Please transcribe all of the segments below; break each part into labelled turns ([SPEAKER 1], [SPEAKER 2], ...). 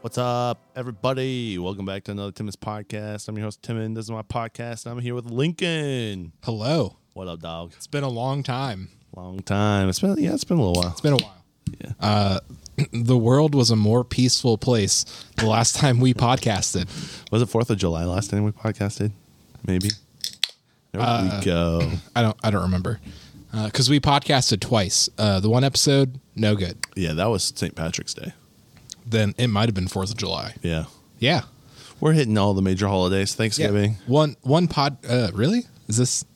[SPEAKER 1] What's up, everybody? Welcome back to another Timmons podcast. I'm your host, Timmon. This is my podcast, and I'm here with Lincoln.
[SPEAKER 2] Hello.
[SPEAKER 1] What up, dog?
[SPEAKER 2] It's been a long time.
[SPEAKER 1] Long time. It's been yeah, it's been a little while.
[SPEAKER 2] It's been a while.
[SPEAKER 1] Yeah.
[SPEAKER 2] Uh, the world was a more peaceful place the last time we podcasted.
[SPEAKER 1] Was it Fourth of July last time we podcasted? Maybe. There
[SPEAKER 2] Uh,
[SPEAKER 1] we go.
[SPEAKER 2] I don't. I don't remember because we podcasted twice. Uh, the one episode, no good.
[SPEAKER 1] Yeah, that was St. Patrick's Day.
[SPEAKER 2] Then it might have been Fourth of July.
[SPEAKER 1] Yeah,
[SPEAKER 2] Yeah.
[SPEAKER 1] we're hitting all the major holidays. Thanksgiving.
[SPEAKER 2] One. One pod. Uh, really? Is this?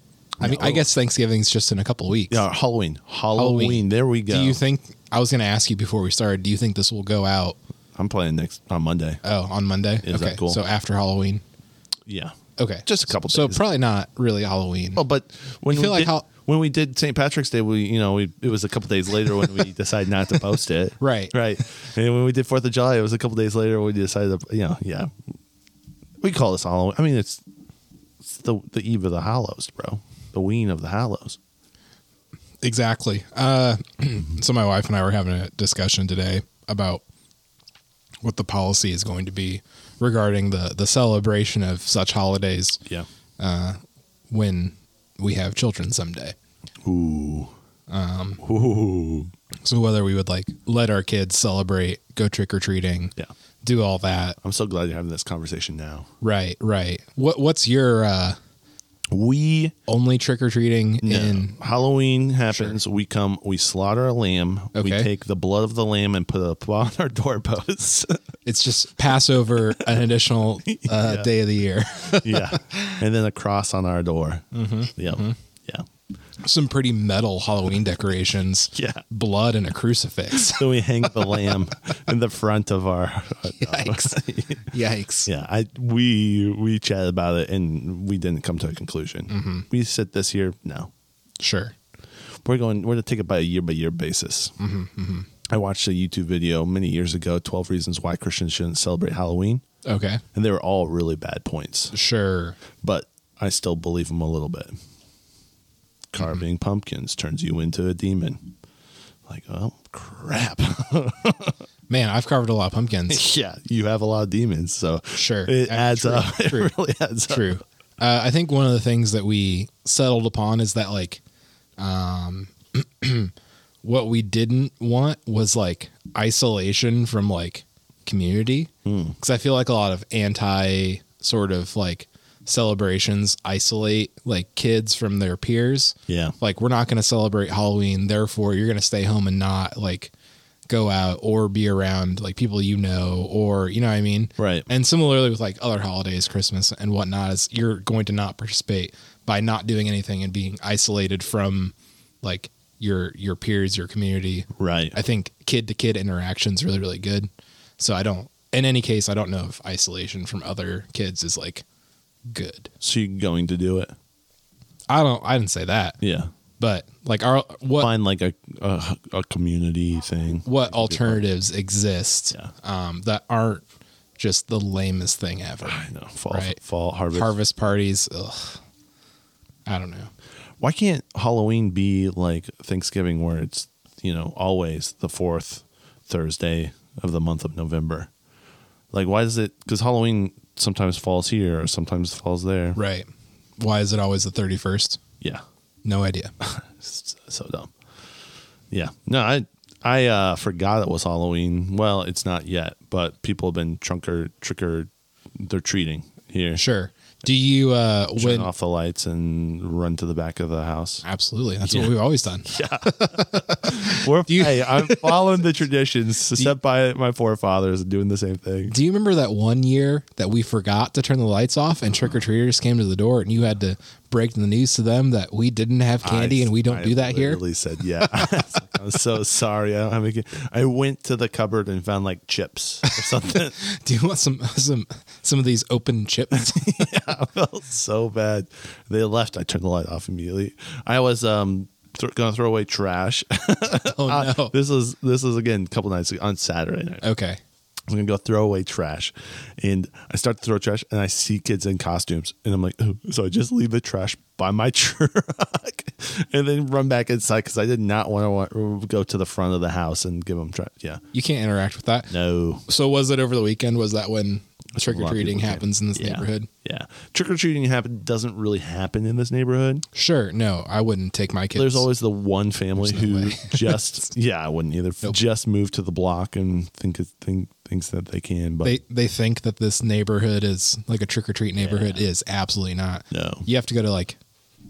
[SPEAKER 2] I mean, I
[SPEAKER 1] No.
[SPEAKER 2] guess Thanksgiving's just in a couple weeks.
[SPEAKER 1] Yeah, Halloween. Halloween. There we go.
[SPEAKER 2] Do you think? I was going to ask you before we started. Do you think this will go out?
[SPEAKER 1] I'm playing next on Monday.
[SPEAKER 2] Oh, on Monday.
[SPEAKER 1] Is
[SPEAKER 2] okay.
[SPEAKER 1] that cool?
[SPEAKER 2] So after Halloween.
[SPEAKER 1] Yeah.
[SPEAKER 2] Okay.
[SPEAKER 1] Just a couple
[SPEAKER 2] So
[SPEAKER 1] days.
[SPEAKER 2] probably not really Halloween.
[SPEAKER 1] Oh, but when
[SPEAKER 2] You
[SPEAKER 1] we
[SPEAKER 2] feel like
[SPEAKER 1] did,
[SPEAKER 2] how-
[SPEAKER 1] when we did St. Patrick's Day, we you know we it was a couple days later when we decided not to post it.
[SPEAKER 2] Right.
[SPEAKER 1] Right. And when we did Fourth of July, it was a couple days later when we decided. To, you know, yeah. We call this Halloween. I mean, it's, it's the the eve of the Hallows, bro. The ween of the Hallows.
[SPEAKER 2] Exactly. Uh, so my wife and I were having a discussion today about what the policy is going to be regarding the the celebration of such holidays
[SPEAKER 1] Yeah.
[SPEAKER 2] when we have children someday.
[SPEAKER 1] Ooh. Um. Ooh.
[SPEAKER 2] So whether we would like let our kids celebrate, go trick or treating,
[SPEAKER 1] Yeah.
[SPEAKER 2] do all that.
[SPEAKER 1] I'm so glad you're having this conversation now.
[SPEAKER 2] Right, right. What what's your uh,
[SPEAKER 1] We
[SPEAKER 2] only trick or treating
[SPEAKER 1] No.
[SPEAKER 2] in?
[SPEAKER 1] Halloween happens. We come, we slaughter a lamb. We
[SPEAKER 2] Okay.
[SPEAKER 1] take the blood of the lamb and put it upon our doorposts.
[SPEAKER 2] It's just Passover, an additional uh,
[SPEAKER 1] Yeah.
[SPEAKER 2] day of the year.
[SPEAKER 1] yeah. And then a cross on our door. Mm-hmm. Yep. Yeah.
[SPEAKER 2] Some pretty metal Halloween decorations.
[SPEAKER 1] Yeah.
[SPEAKER 2] blood and a crucifix.
[SPEAKER 1] So we hang the lamb in the front of our.
[SPEAKER 2] Yikes. Yikes.
[SPEAKER 1] yeah. I we we chatted about it and we didn't come to a conclusion. We said this year, no,
[SPEAKER 2] Sure.
[SPEAKER 1] we're going. We're gonna take it by a year by year basis. Mm-hmm, I watched a YouTube video many years ago, Twelve Reasons Why Christians Shouldn't Celebrate Halloween,
[SPEAKER 2] Okay.
[SPEAKER 1] and they were all really bad points.
[SPEAKER 2] Sure.
[SPEAKER 1] but I still believe him a little bit. Carving pumpkins turns you into a demon. Like, oh crap!
[SPEAKER 2] Man, I've carved a lot of pumpkins.
[SPEAKER 1] yeah, you have a lot of demons, so
[SPEAKER 2] Sure.
[SPEAKER 1] it
[SPEAKER 2] Uh,
[SPEAKER 1] adds
[SPEAKER 2] true,
[SPEAKER 1] up.
[SPEAKER 2] true,
[SPEAKER 1] it really adds up.
[SPEAKER 2] True. Uh, I think one of the things that we settled upon is that like, um, what we didn't want was like isolation from like community, because I feel like a lot of anti sort of like celebrations isolate like kids from their peers.
[SPEAKER 1] Yeah,
[SPEAKER 2] like we're not going to celebrate Halloween, therefore you're going to stay home and not like go out or be around like people you know or you know what I mean?
[SPEAKER 1] right.
[SPEAKER 2] And similarly with like other holidays, Christmas and whatnot, is you're going to not participate by not doing anything and being isolated from like your your peers, your community.
[SPEAKER 1] right.
[SPEAKER 2] I think kid to kid interaction's really really good. So I don't in any case I don't know if isolation from other kids is like good.
[SPEAKER 1] so you're going to do it?
[SPEAKER 2] I don't I didn't say that.
[SPEAKER 1] Yeah.
[SPEAKER 2] But like our what
[SPEAKER 1] Find like a a, a community thing.
[SPEAKER 2] what alternatives exist
[SPEAKER 1] Yeah.
[SPEAKER 2] um, that aren't just the lamest thing ever.
[SPEAKER 1] I know. Fall,
[SPEAKER 2] Right.
[SPEAKER 1] fall harvest.
[SPEAKER 2] Harvest parties, ugh. I don't know.
[SPEAKER 1] Why can't Halloween be like Thanksgiving, where it's you know always the fourth Thursday of the month of November? Like, why does it? Because Halloween sometimes falls here or sometimes falls there.
[SPEAKER 2] Right. Why is it always the 31st?
[SPEAKER 1] Yeah,
[SPEAKER 2] No idea.
[SPEAKER 1] It's so dumb. Yeah, no, I I uh, forgot it was Halloween. Well, it's not yet, but people have been trunk or trick or they're treating here.
[SPEAKER 2] Sure. Do you, uh,
[SPEAKER 1] Turn
[SPEAKER 2] when,
[SPEAKER 1] off the lights and run to the back of the house.
[SPEAKER 2] absolutely. That's
[SPEAKER 1] Yeah.
[SPEAKER 2] what we've always done.
[SPEAKER 1] We're,
[SPEAKER 2] you-
[SPEAKER 1] hey, I'm following the traditions set by my forefathers and doing the same thing.
[SPEAKER 2] Do you remember that one year that we forgot to turn the lights off and trick or treaters came to the door and you had to break the news to them that we didn't have candy and we don't
[SPEAKER 1] I
[SPEAKER 2] do that here?
[SPEAKER 1] literally said, yeah. It's like, I'm so sorry. I don't have any. I went to the cupboard and found like chips or something.
[SPEAKER 2] Do you want some, some, some of these open chips?
[SPEAKER 1] I felt so bad. They left. I turned the light off immediately. I was um th- gonna throw away trash.
[SPEAKER 2] oh no.
[SPEAKER 1] Uh, this was this was again a couple nights ago, on Saturday night.
[SPEAKER 2] Okay.
[SPEAKER 1] I'm gonna go throw away trash, and I start to throw trash, and I see kids in costumes, and I'm like, "Ooh." so I just leave the trash by my truck and then run back inside because I did not want to go to the front of the house and give them. Try- yeah,
[SPEAKER 2] You can't interact with that.
[SPEAKER 1] no.
[SPEAKER 2] So was it over the weekend? Was that when trick or
[SPEAKER 1] lot of
[SPEAKER 2] treating
[SPEAKER 1] people can't.
[SPEAKER 2] happens in this
[SPEAKER 1] Yeah.
[SPEAKER 2] neighborhood?
[SPEAKER 1] Yeah, trick or treating happen doesn't really happen in this neighborhood.
[SPEAKER 2] Sure. No, I wouldn't take my kids.
[SPEAKER 1] There's always the one family
[SPEAKER 2] There's no
[SPEAKER 1] who
[SPEAKER 2] way.
[SPEAKER 1] just yeah, I wouldn't either. Just moved to the block and think it- think thinks that they can, but
[SPEAKER 2] they they think that this neighborhood is like a trick or treat neighborhood is absolutely not.
[SPEAKER 1] No.
[SPEAKER 2] You have to go to like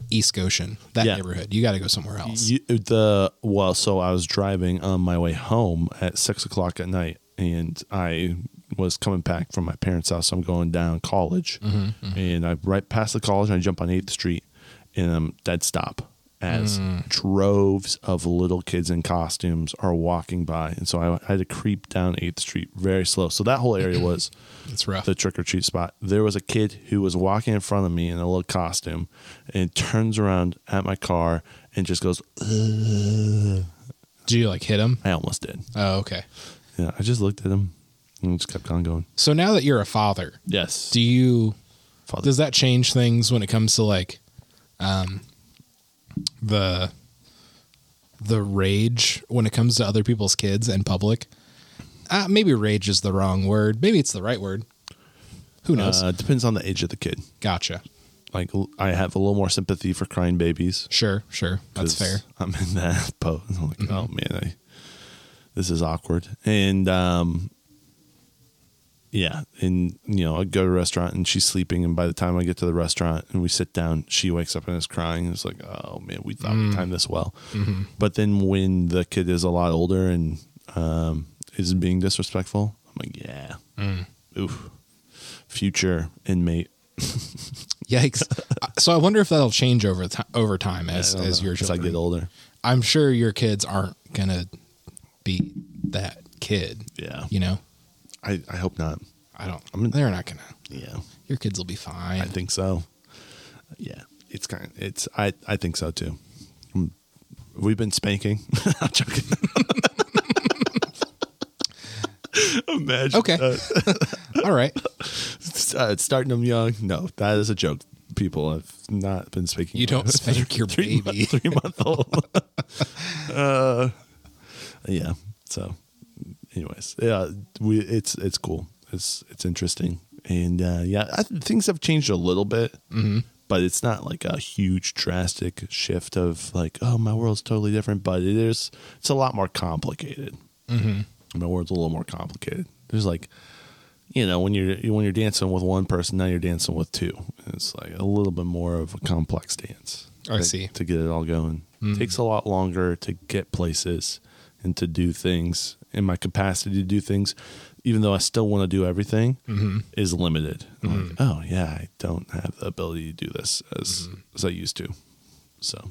[SPEAKER 2] East Goshen, that
[SPEAKER 1] Yeah.
[SPEAKER 2] neighborhood. You got to go somewhere else.
[SPEAKER 1] you, the well, so I was driving on my way home at six o'clock at night, and I was coming back from my parents' house. I'm going down college, and I right past the college, and I jump on Eighth Street, and I'm dead stop as droves of little kids in costumes are walking by, and so I, I had to creep down Eighth Street very slow. So that whole area was
[SPEAKER 2] it's rough.
[SPEAKER 1] the trick or treat spot, there was a kid who was walking in front of me in a little costume and turns around at my car and just goes, "Ugh."
[SPEAKER 2] Do you like hit him?
[SPEAKER 1] I almost did.
[SPEAKER 2] Oh, okay.
[SPEAKER 1] Yeah, I just looked at him and just kept on going.
[SPEAKER 2] So now that you're a father,
[SPEAKER 1] Yes.
[SPEAKER 2] do you
[SPEAKER 1] Father.
[SPEAKER 2] does that change things when it comes to like um the the rage when it comes to other people's kids and public? Uh, maybe rage is the wrong word. Maybe it's the right word. Who knows?
[SPEAKER 1] uh, it depends on the age of the kid.
[SPEAKER 2] gotcha.
[SPEAKER 1] Like, l- I have a little more sympathy for crying babies.
[SPEAKER 2] Sure, sure.
[SPEAKER 1] 'cause
[SPEAKER 2] That's fair. Mm-hmm.
[SPEAKER 1] I'm in that boat. I'm like, oh man, I, this is awkward. And um, yeah, and you know, I go to a restaurant and she's sleeping, and by the time I get to the restaurant and we sit down, she wakes up and is crying. It's like, oh man, we thought
[SPEAKER 2] Mm.
[SPEAKER 1] we timed this well.
[SPEAKER 2] Mm-hmm.
[SPEAKER 1] But then when the kid is a lot older and um, is being disrespectful, I'm like, yeah,
[SPEAKER 2] Mm.
[SPEAKER 1] oof, future inmate.
[SPEAKER 2] Yikes. Uh, so I wonder if that'll change over ti over time as
[SPEAKER 1] I don't
[SPEAKER 2] as
[SPEAKER 1] know,
[SPEAKER 2] your
[SPEAKER 1] I
[SPEAKER 2] children.
[SPEAKER 1] get older,
[SPEAKER 2] I'm sure your kids aren't gonna be that kid.
[SPEAKER 1] yeah,
[SPEAKER 2] You know,
[SPEAKER 1] I, I hope not.
[SPEAKER 2] I don't.
[SPEAKER 1] I'm-
[SPEAKER 2] they're not gonna.
[SPEAKER 1] Yeah.
[SPEAKER 2] Your kids will be fine.
[SPEAKER 1] I think so. Yeah, it's kind. Of, it's I. I think so too. Mm. We've been spanking. I'm joking. Imagine.
[SPEAKER 2] okay.
[SPEAKER 1] that.
[SPEAKER 2] All right.
[SPEAKER 1] Uh, starting them young. No, that is a joke. People have not been spanking.
[SPEAKER 2] You don't spank your
[SPEAKER 1] three
[SPEAKER 2] baby.
[SPEAKER 1] three month old. uh, yeah. So, anyways, yeah, we it's it's cool. It's it's interesting, and uh, yeah, I, th- things have changed a little bit,
[SPEAKER 2] Mm-hmm.
[SPEAKER 1] but it's not like a huge drastic shift of like, oh, my world's totally different. But it is. It's a lot more complicated.
[SPEAKER 2] Mm-hmm.
[SPEAKER 1] My world's a little more complicated. There's like. You know, when you're when you're dancing with one person, now you're dancing with two. It's like a little bit more of a complex dance
[SPEAKER 2] I
[SPEAKER 1] to-
[SPEAKER 2] see. Mm-hmm.
[SPEAKER 1] to get it all going. Takes a lot longer to get places and to do things, and my capacity to do things, even though I still want to do everything,
[SPEAKER 2] Mm-hmm.
[SPEAKER 1] is limited. I'm like, oh yeah, I don't have the ability to do this as
[SPEAKER 2] Mm-hmm.
[SPEAKER 1] as I used to. So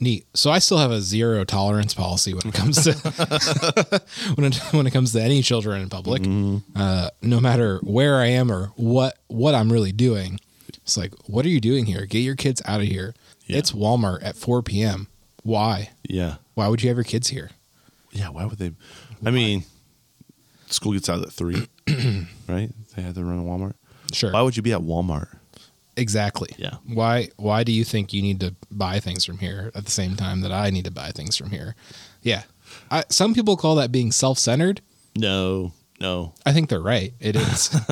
[SPEAKER 2] Neat. So I still have a zero tolerance policy when it comes to when it when it comes to any children in public.
[SPEAKER 1] Mm-hmm.
[SPEAKER 2] Uh, no matter where I am or what what I'm really doing, it's like, what are you doing here? Get your kids out of here.
[SPEAKER 1] Yeah.
[SPEAKER 2] It's Walmart at 4 p.m. Why?
[SPEAKER 1] yeah,
[SPEAKER 2] Why would you have your kids here?
[SPEAKER 1] yeah. Why would they? I mean, school gets out at three, right? They had to run to Walmart.
[SPEAKER 2] Sure.
[SPEAKER 1] Why would you be at Walmart?
[SPEAKER 2] exactly.
[SPEAKER 1] Yeah.
[SPEAKER 2] Why Why do you think you need to buy things from here at the same time that I need to buy things from here? Yeah. I, some people call that being self centered.
[SPEAKER 1] No, no.
[SPEAKER 2] I think they're right. It is.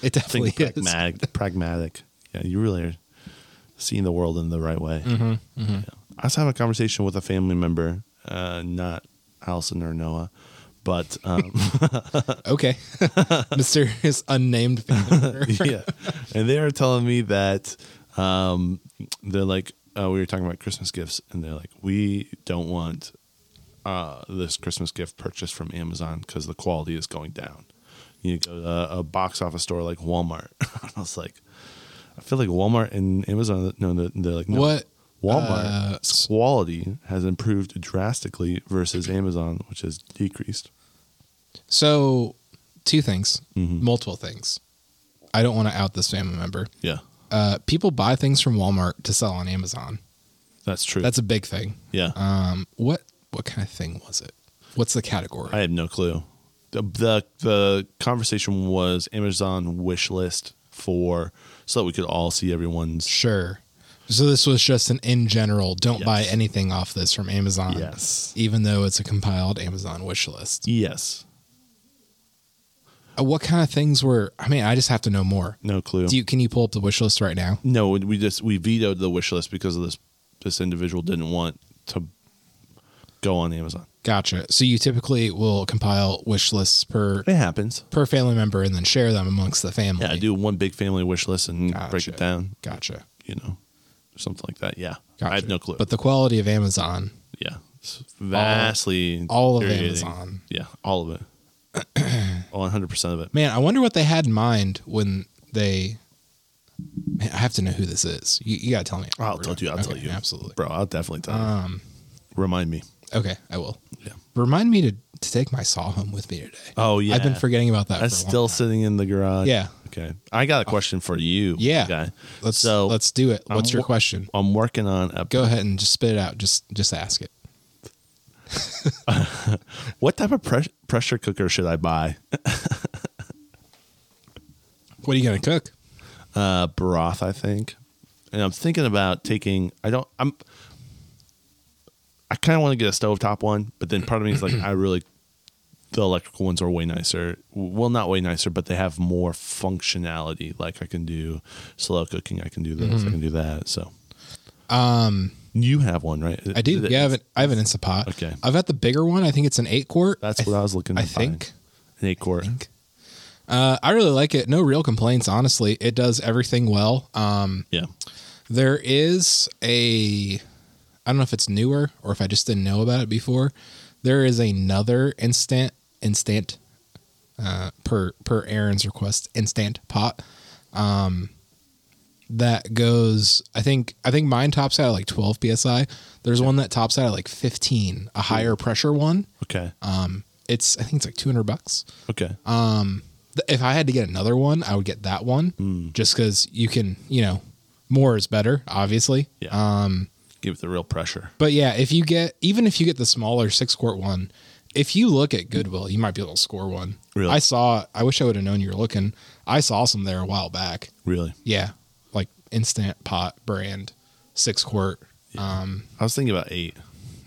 [SPEAKER 2] it definitely
[SPEAKER 1] think
[SPEAKER 2] is.
[SPEAKER 1] pragmatic. pragmatic. Yeah, you really are seeing the world in the right way. Yeah. I was having a conversation with a family member, uh, not Allison or Noah, but um,
[SPEAKER 2] Okay. Mysterious unnamed family member.
[SPEAKER 1] yeah, and they were telling me that um, they're like uh, we were talking about Christmas gifts, and they're like we don't want uh, this Christmas gift purchased from Amazon because the quality is going down. You go to a, a box office store like Walmart. I was like, I feel like Walmart and Amazon. No, they're, they're like no.
[SPEAKER 2] What? Uh,
[SPEAKER 1] Walmart quality has improved drastically versus Amazon, which has decreased.
[SPEAKER 2] So, two things,
[SPEAKER 1] Mm-hmm.
[SPEAKER 2] multiple things. I don't want to out this family member.
[SPEAKER 1] Yeah,
[SPEAKER 2] Uh, people buy things from Walmart to sell on Amazon.
[SPEAKER 1] that's true.
[SPEAKER 2] That's a big thing.
[SPEAKER 1] yeah.
[SPEAKER 2] Um, what what kind of thing was it? What's the category?
[SPEAKER 1] I have no clue. The, the the conversation was Amazon wish list for so that we could all see everyone's
[SPEAKER 2] sure. So this was just an in general. Don't buy
[SPEAKER 1] Yes.
[SPEAKER 2] anything off this from Amazon.
[SPEAKER 1] Yes.
[SPEAKER 2] Even though it's a compiled Amazon wish list.
[SPEAKER 1] Yes.
[SPEAKER 2] Uh, What kind of things were? I mean, I just have to know more.
[SPEAKER 1] No clue.
[SPEAKER 2] Do you? Can you pull up the wish list right now?
[SPEAKER 1] no, we just we vetoed the wish list because of this this individual didn't want to go on Amazon.
[SPEAKER 2] Gotcha. So you typically will compile wish lists per
[SPEAKER 1] It happens.
[SPEAKER 2] per family member and then share them amongst the family.
[SPEAKER 1] Yeah, I do one big family wish list and break
[SPEAKER 2] Gotcha.
[SPEAKER 1] it down.
[SPEAKER 2] Gotcha.
[SPEAKER 1] You know, something like that. Yeah,
[SPEAKER 2] Gotcha.
[SPEAKER 1] I have no clue.
[SPEAKER 2] But the quality of Amazon,
[SPEAKER 1] yeah, it's vastly
[SPEAKER 2] all of
[SPEAKER 1] infuriating.
[SPEAKER 2] Amazon.
[SPEAKER 1] Yeah, all of it. One hundred percent of it.
[SPEAKER 2] Man, I wonder what they had in mind when they. Man, I have to know who this is. You, you gotta tell me.
[SPEAKER 1] I'll tell you. I'll
[SPEAKER 2] Okay,
[SPEAKER 1] tell you.
[SPEAKER 2] Absolutely.
[SPEAKER 1] bro. I'll definitely tell you.
[SPEAKER 2] Um.
[SPEAKER 1] Remind me.
[SPEAKER 2] Okay, I will.
[SPEAKER 1] Yeah.
[SPEAKER 2] Remind me to, to take my saw home with me today.
[SPEAKER 1] Oh yeah.
[SPEAKER 2] I've been forgetting about that.
[SPEAKER 1] That's
[SPEAKER 2] for a long
[SPEAKER 1] still
[SPEAKER 2] time.
[SPEAKER 1] sitting in the garage.
[SPEAKER 2] Yeah.
[SPEAKER 1] Okay. I got a question for you.
[SPEAKER 2] Yeah.
[SPEAKER 1] Guy.
[SPEAKER 2] Let's
[SPEAKER 1] so um,
[SPEAKER 2] let's do it. What's
[SPEAKER 1] I'm
[SPEAKER 2] your
[SPEAKER 1] wo-
[SPEAKER 2] question?
[SPEAKER 1] I'm working on a.
[SPEAKER 2] Go ahead and just spit it out. Just just ask it.
[SPEAKER 1] What type of pres- pressure cooker should I buy?
[SPEAKER 2] What are you gonna cook?
[SPEAKER 1] uh, broth, I think. And I'm thinking about taking. I don't. I'm. I kind of want to get a stovetop one, but then part of me is like, I really. The electrical ones are way nicer. Well, not way nicer, but they have more functionality. Like I can do slow cooking. I can do this.
[SPEAKER 2] Mm-hmm.
[SPEAKER 1] I can do that. So.
[SPEAKER 2] Um,
[SPEAKER 1] You have one, right?
[SPEAKER 2] I do.
[SPEAKER 1] Is it-
[SPEAKER 2] Yeah, I have an I have an Instapot. pot.
[SPEAKER 1] Okay.
[SPEAKER 2] I've got the bigger one. I think it's an eight quart.
[SPEAKER 1] That's
[SPEAKER 2] I
[SPEAKER 1] what I was looking.
[SPEAKER 2] I
[SPEAKER 1] to find.
[SPEAKER 2] think.
[SPEAKER 1] an eight quart.
[SPEAKER 2] think. Uh, I really like it. No real complaints, honestly. It does everything well. Um,
[SPEAKER 1] Yeah,
[SPEAKER 2] there is a, I don't know if it's newer or if I just didn't know about it before. There is another instant, instant, uh, per per Aaron's request, instant pot, um, that goes. I think I think mine tops out at like twelve psi. There's one that tops out at like fifteen, a higher pressure one.
[SPEAKER 1] okay,
[SPEAKER 2] Um, it's I think it's like two hundred bucks
[SPEAKER 1] okay,
[SPEAKER 2] th- if I had to get another one, I would get that one just because you can, you know, more is better, obviously.
[SPEAKER 1] yeah. Um, give it the real pressure.
[SPEAKER 2] But yeah, if you get, even if you get the smaller six quart one, if you look at Goodwill, you might be able to score one.
[SPEAKER 1] Really?
[SPEAKER 2] I saw, I wish I would have known you were looking. I saw some there a while back.
[SPEAKER 1] Really,
[SPEAKER 2] Yeah. Like instant pot brand, six quart. Um,
[SPEAKER 1] I was thinking about eight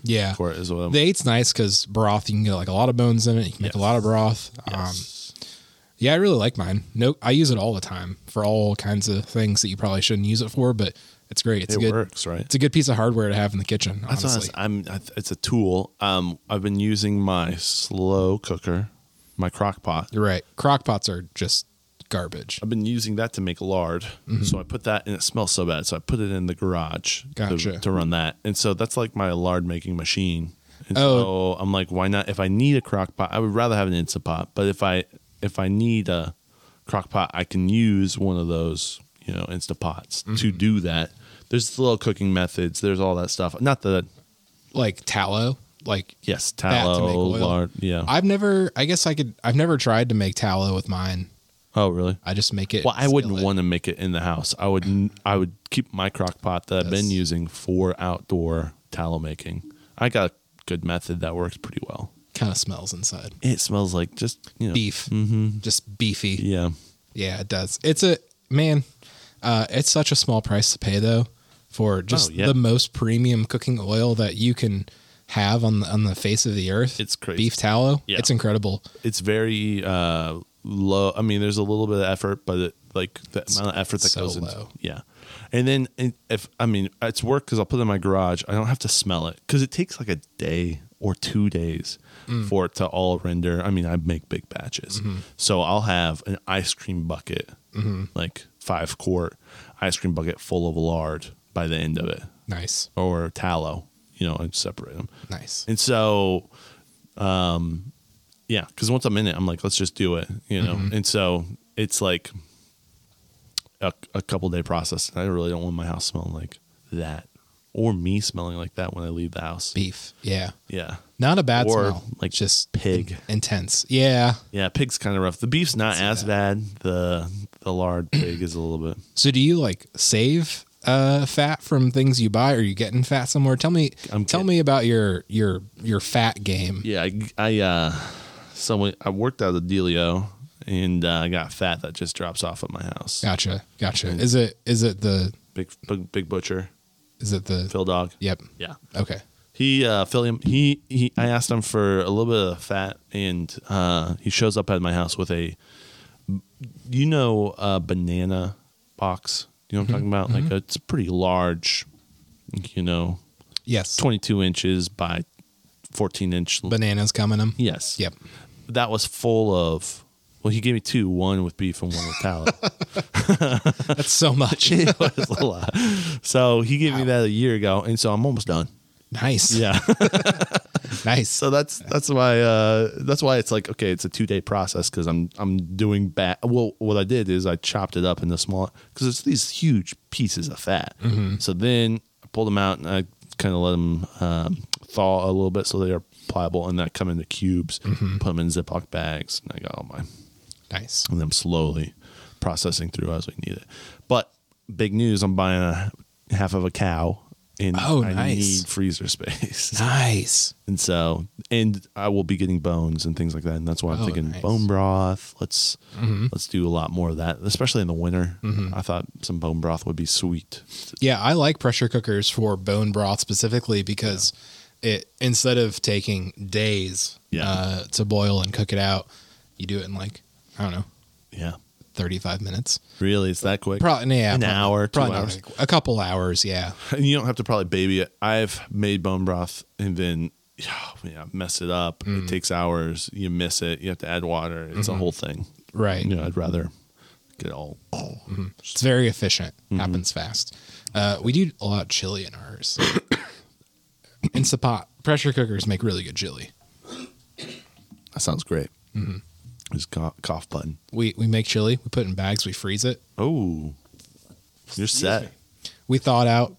[SPEAKER 2] yeah.
[SPEAKER 1] quart as well.
[SPEAKER 2] The eight's nice because broth, you can get like a lot of bones in it. You can make a
[SPEAKER 1] Yes.
[SPEAKER 2] lot of broth. Um,
[SPEAKER 1] Yes.
[SPEAKER 2] Yeah, I really like mine. No, I use it all the time for all kinds of things that you probably shouldn't use it for, but it's great. It's
[SPEAKER 1] it
[SPEAKER 2] a good.
[SPEAKER 1] works, right?
[SPEAKER 2] It's a good piece of hardware to have in the kitchen.
[SPEAKER 1] That's
[SPEAKER 2] Honestly,
[SPEAKER 1] what I was- I'm. I, th- it's a tool. Um, I've been using my slow cooker, my crock pot.
[SPEAKER 2] you're right. Crock pots are just garbage.
[SPEAKER 1] I've been using that to make lard.
[SPEAKER 2] Mm-hmm.
[SPEAKER 1] So I put that, and it smells so bad. So I put it in the garage to-
[SPEAKER 2] Gotcha.
[SPEAKER 1] to, run that. And so that's like my lard making machine. And
[SPEAKER 2] Oh.
[SPEAKER 1] so I'm like, why not? If I need a crock pot, I would rather have an Instant Pot. But if I if I need a crock pot, I can use one of those, you know, Instant Pots to
[SPEAKER 2] Mm-hmm.
[SPEAKER 1] do that. There's little cooking methods. There's all that stuff. Not the
[SPEAKER 2] Like tallow. Like
[SPEAKER 1] yes
[SPEAKER 2] to make
[SPEAKER 1] tallow
[SPEAKER 2] oil.
[SPEAKER 1] lard. Yeah.
[SPEAKER 2] I've never. I guess I could. I've never tried to make tallow with mine.
[SPEAKER 1] oh really?
[SPEAKER 2] I just make it.
[SPEAKER 1] Well, I wouldn't
[SPEAKER 2] skillet.
[SPEAKER 1] want to make it in the house. I would n- I would keep my crock pot that I've been
[SPEAKER 2] Yes.
[SPEAKER 1] using for outdoor tallow making. I got a good method that works pretty well.
[SPEAKER 2] Kind of smells inside.
[SPEAKER 1] It smells like just you know
[SPEAKER 2] Beef. Just beefy.
[SPEAKER 1] Mm-hmm. Yeah,
[SPEAKER 2] Yeah, it does. It's a man. Uh, it's such a small price to pay though for just
[SPEAKER 1] Oh, yeah.
[SPEAKER 2] the most premium cooking oil that you can have on the, on the face of the earth.
[SPEAKER 1] It's crazy.
[SPEAKER 2] Beef tallow.
[SPEAKER 1] Yeah.
[SPEAKER 2] It's incredible.
[SPEAKER 1] it's very uh, low. I mean, there's a little bit of effort, but it, like the amount of effort that
[SPEAKER 2] so
[SPEAKER 1] goes into
[SPEAKER 2] low.
[SPEAKER 1] yeah. And then it- if I mean it's work because I'll put it in my garage. I don't have to smell it because it takes like a day or two days
[SPEAKER 2] Mm.
[SPEAKER 1] for it to all render. I mean, I make big batches,
[SPEAKER 2] Mm-hmm.
[SPEAKER 1] so I'll have an ice cream bucket, like five quart ice cream bucket full of lard by the end of it,
[SPEAKER 2] Nice.
[SPEAKER 1] or tallow. You know, I separate them.
[SPEAKER 2] Nice.
[SPEAKER 1] And so, um, yeah, because once I'm in it, I'm like, let's just do it, you know. And so it's like a, a couple day process. And I really don't want my house smelling like that, or me smelling like that when I leave the house.
[SPEAKER 2] Beef. Yeah.
[SPEAKER 1] Yeah,
[SPEAKER 2] Not a bad
[SPEAKER 1] Or,
[SPEAKER 2] smell.
[SPEAKER 1] like,
[SPEAKER 2] just
[SPEAKER 1] pig.
[SPEAKER 2] intense. Yeah.
[SPEAKER 1] yeah, pig's kind of rough. The beef's not as bad. The the lard pig is a little bit.
[SPEAKER 2] So do you like save uh fat from things you buy? Are you getting fat somewhere? Tell me
[SPEAKER 1] I'm
[SPEAKER 2] tell
[SPEAKER 1] getting-
[SPEAKER 2] me about your your your fat game.
[SPEAKER 1] Yeah, I, I uh, someone I worked out of Delio, and uh, I got fat that just drops off at my house.
[SPEAKER 2] Gotcha. Gotcha. Is it is it the
[SPEAKER 1] Big Big, big Butcher,
[SPEAKER 2] Is it the?
[SPEAKER 1] Phil Dog.
[SPEAKER 2] Yep.
[SPEAKER 1] Yeah.
[SPEAKER 2] Okay.
[SPEAKER 1] He uh Phil him he, he I asked him for a little bit of fat and uh he shows up at my house with a you know a banana box. You know what I'm talking about? Like a, it's pretty large, you know,
[SPEAKER 2] Yes.
[SPEAKER 1] 22 inches by 14 inch.
[SPEAKER 2] Bananas coming them.
[SPEAKER 1] yes.
[SPEAKER 2] Yep.
[SPEAKER 1] That was full of well, he gave me two, one with beef and one with tallow.
[SPEAKER 2] That's so much.
[SPEAKER 1] it was a lot. So he gave me that a year ago and so I'm almost done.
[SPEAKER 2] nice.
[SPEAKER 1] Yeah.
[SPEAKER 2] Nice.
[SPEAKER 1] So that's that's why uh, that's why it's like okay, it's a two day process because I'm I'm doing bad. Well, what I did is I chopped it up into small because it's these huge pieces of fat.
[SPEAKER 2] Mm-hmm.
[SPEAKER 1] So then I pulled them out and I kind of let them um, thaw a little bit so they are pliable, and then I come into cubes,
[SPEAKER 2] Mm-hmm.
[SPEAKER 1] put them in Ziploc bags, and I got all my
[SPEAKER 2] nice.
[SPEAKER 1] and then slowly processing through as we need it. But big news: I'm buying a half of a cow. And
[SPEAKER 2] Oh,
[SPEAKER 1] I
[SPEAKER 2] nice.
[SPEAKER 1] need freezer space.
[SPEAKER 2] Nice.
[SPEAKER 1] And so, and I will be getting bones and things like that. And that's why I'm
[SPEAKER 2] Oh,
[SPEAKER 1] thinking
[SPEAKER 2] nice. Mm-hmm.
[SPEAKER 1] bone broth. Let's let's do a lot more of that, especially in the winter. I thought some bone broth would be sweet.
[SPEAKER 2] Yeah, I like pressure cookers for bone broth specifically because it instead of taking days
[SPEAKER 1] Yeah.
[SPEAKER 2] uh, to boil and cook it out, you do it in like I don't know,
[SPEAKER 1] Yeah,
[SPEAKER 2] thirty five minutes.
[SPEAKER 1] really, it's that quick.
[SPEAKER 2] Probably yeah,
[SPEAKER 1] An
[SPEAKER 2] probably-
[SPEAKER 1] hour, two
[SPEAKER 2] probably not
[SPEAKER 1] hours.
[SPEAKER 2] like- a couple hours. Yeah,
[SPEAKER 1] And you don't have to probably baby it. I've made bone broth and then yeah, yeah, mess it up.
[SPEAKER 2] Mm.
[SPEAKER 1] It takes hours. You miss it. You have to add water. It's a whole thing.
[SPEAKER 2] Mm-hmm. right.
[SPEAKER 1] You know, I'd rather get all.
[SPEAKER 2] It's very efficient.
[SPEAKER 1] Mm-hmm.
[SPEAKER 2] Happens fast. Uh, we do a lot of chili in ours. Instant pot pressure cookers make really good chili.
[SPEAKER 1] That sounds great.
[SPEAKER 2] Mm-hmm.
[SPEAKER 1] Just cough, cough button.
[SPEAKER 2] We we make chili. We put it in bags. We freeze it.
[SPEAKER 1] Oh, you're set.
[SPEAKER 2] We thaw it out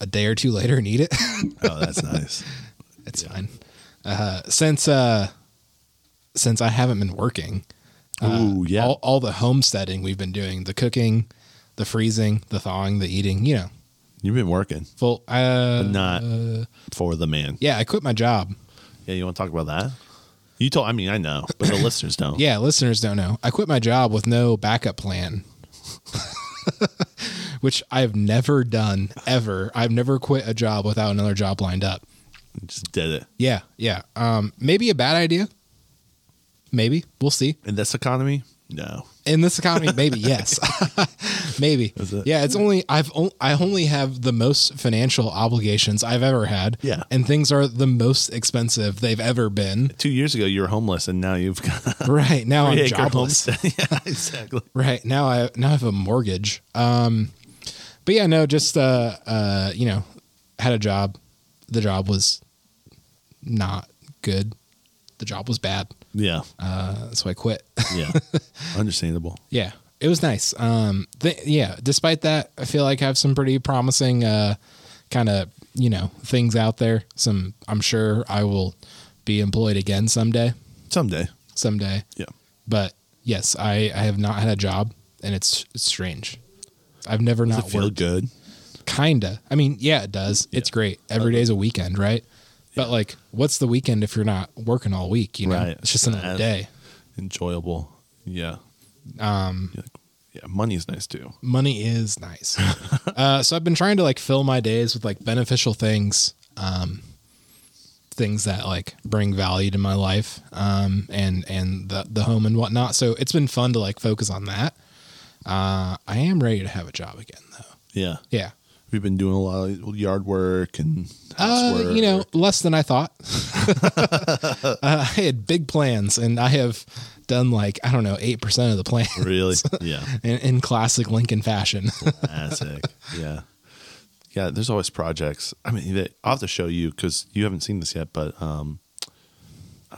[SPEAKER 2] a day or two later and eat it.
[SPEAKER 1] Oh, that's nice.
[SPEAKER 2] It's fine. Uh, since uh, since I haven't been working,
[SPEAKER 1] Ooh, yeah.
[SPEAKER 2] Uh, all, all the homesteading we've been doing, the cooking, the freezing, the thawing, the eating, you know,
[SPEAKER 1] You've been working,
[SPEAKER 2] full. Uh,
[SPEAKER 1] not for the man.
[SPEAKER 2] yeah, I quit my job.
[SPEAKER 1] Yeah, you want to talk about that? You told. I mean, I know, but the listeners don't.
[SPEAKER 2] Yeah, listeners don't know. I quit my job with no backup plan. Which I've never done ever. I've never quit a job without another job lined up.
[SPEAKER 1] You just did it
[SPEAKER 2] Yeah, yeah. Um, maybe a bad idea. Maybe we'll see.
[SPEAKER 1] in this economy. No,
[SPEAKER 2] in this economy maybe yes maybe
[SPEAKER 1] it?
[SPEAKER 2] yeah it's only i've on, i only have the most financial obligations i've ever had
[SPEAKER 1] Yeah.
[SPEAKER 2] and things are the most expensive they've ever been
[SPEAKER 1] two years ago you were homeless, and now you've got
[SPEAKER 2] right now i'm
[SPEAKER 1] acre
[SPEAKER 2] jobless
[SPEAKER 1] homestead. yeah, exactly.
[SPEAKER 2] right now i now i have a mortgage um but yeah no just uh uh you know had a job the job was not good the job was bad
[SPEAKER 1] Yeah,
[SPEAKER 2] uh so i quit
[SPEAKER 1] yeah, understandable.
[SPEAKER 2] Yeah, it was nice. Um, th- yeah. Despite that, I feel like I have some pretty promising, uh, kind of you know things out there. Some I'm sure I will be employed again someday,
[SPEAKER 1] Someday.
[SPEAKER 2] someday.
[SPEAKER 1] Yeah,
[SPEAKER 2] But yes, I I have not had a job, and it's it's strange. I've never
[SPEAKER 1] does it
[SPEAKER 2] not
[SPEAKER 1] feel
[SPEAKER 2] worked.
[SPEAKER 1] good?
[SPEAKER 2] Kinda. I mean, yeah, it does. It's great. Every day's a weekend, right? But like, what's the weekend if you're not working all week? You know,
[SPEAKER 1] Right.
[SPEAKER 2] it's just another
[SPEAKER 1] Uh,
[SPEAKER 2] day.
[SPEAKER 1] Enjoyable. Yeah. Um. Yeah, money's nice too.
[SPEAKER 2] money is nice. uh, so I've been trying to like fill my days with like beneficial things, um, things that like bring value to my life, um, and and the the home and whatnot. So it's been fun to like focus on that. Uh, I am ready to have a job again though.
[SPEAKER 1] Yeah.
[SPEAKER 2] Yeah.
[SPEAKER 1] We've been doing a lot of yard work and
[SPEAKER 2] Uh,
[SPEAKER 1] housework.
[SPEAKER 2] you know, less than I thought. uh, I had big plans, and I have done like I don't know eight percent of the plan
[SPEAKER 1] really. Yeah.
[SPEAKER 2] in, in classic Lincoln fashion.
[SPEAKER 1] Classic. yeah. Yeah, there's always projects. I mean, they, I'll have to show you because you haven't seen this yet, but um,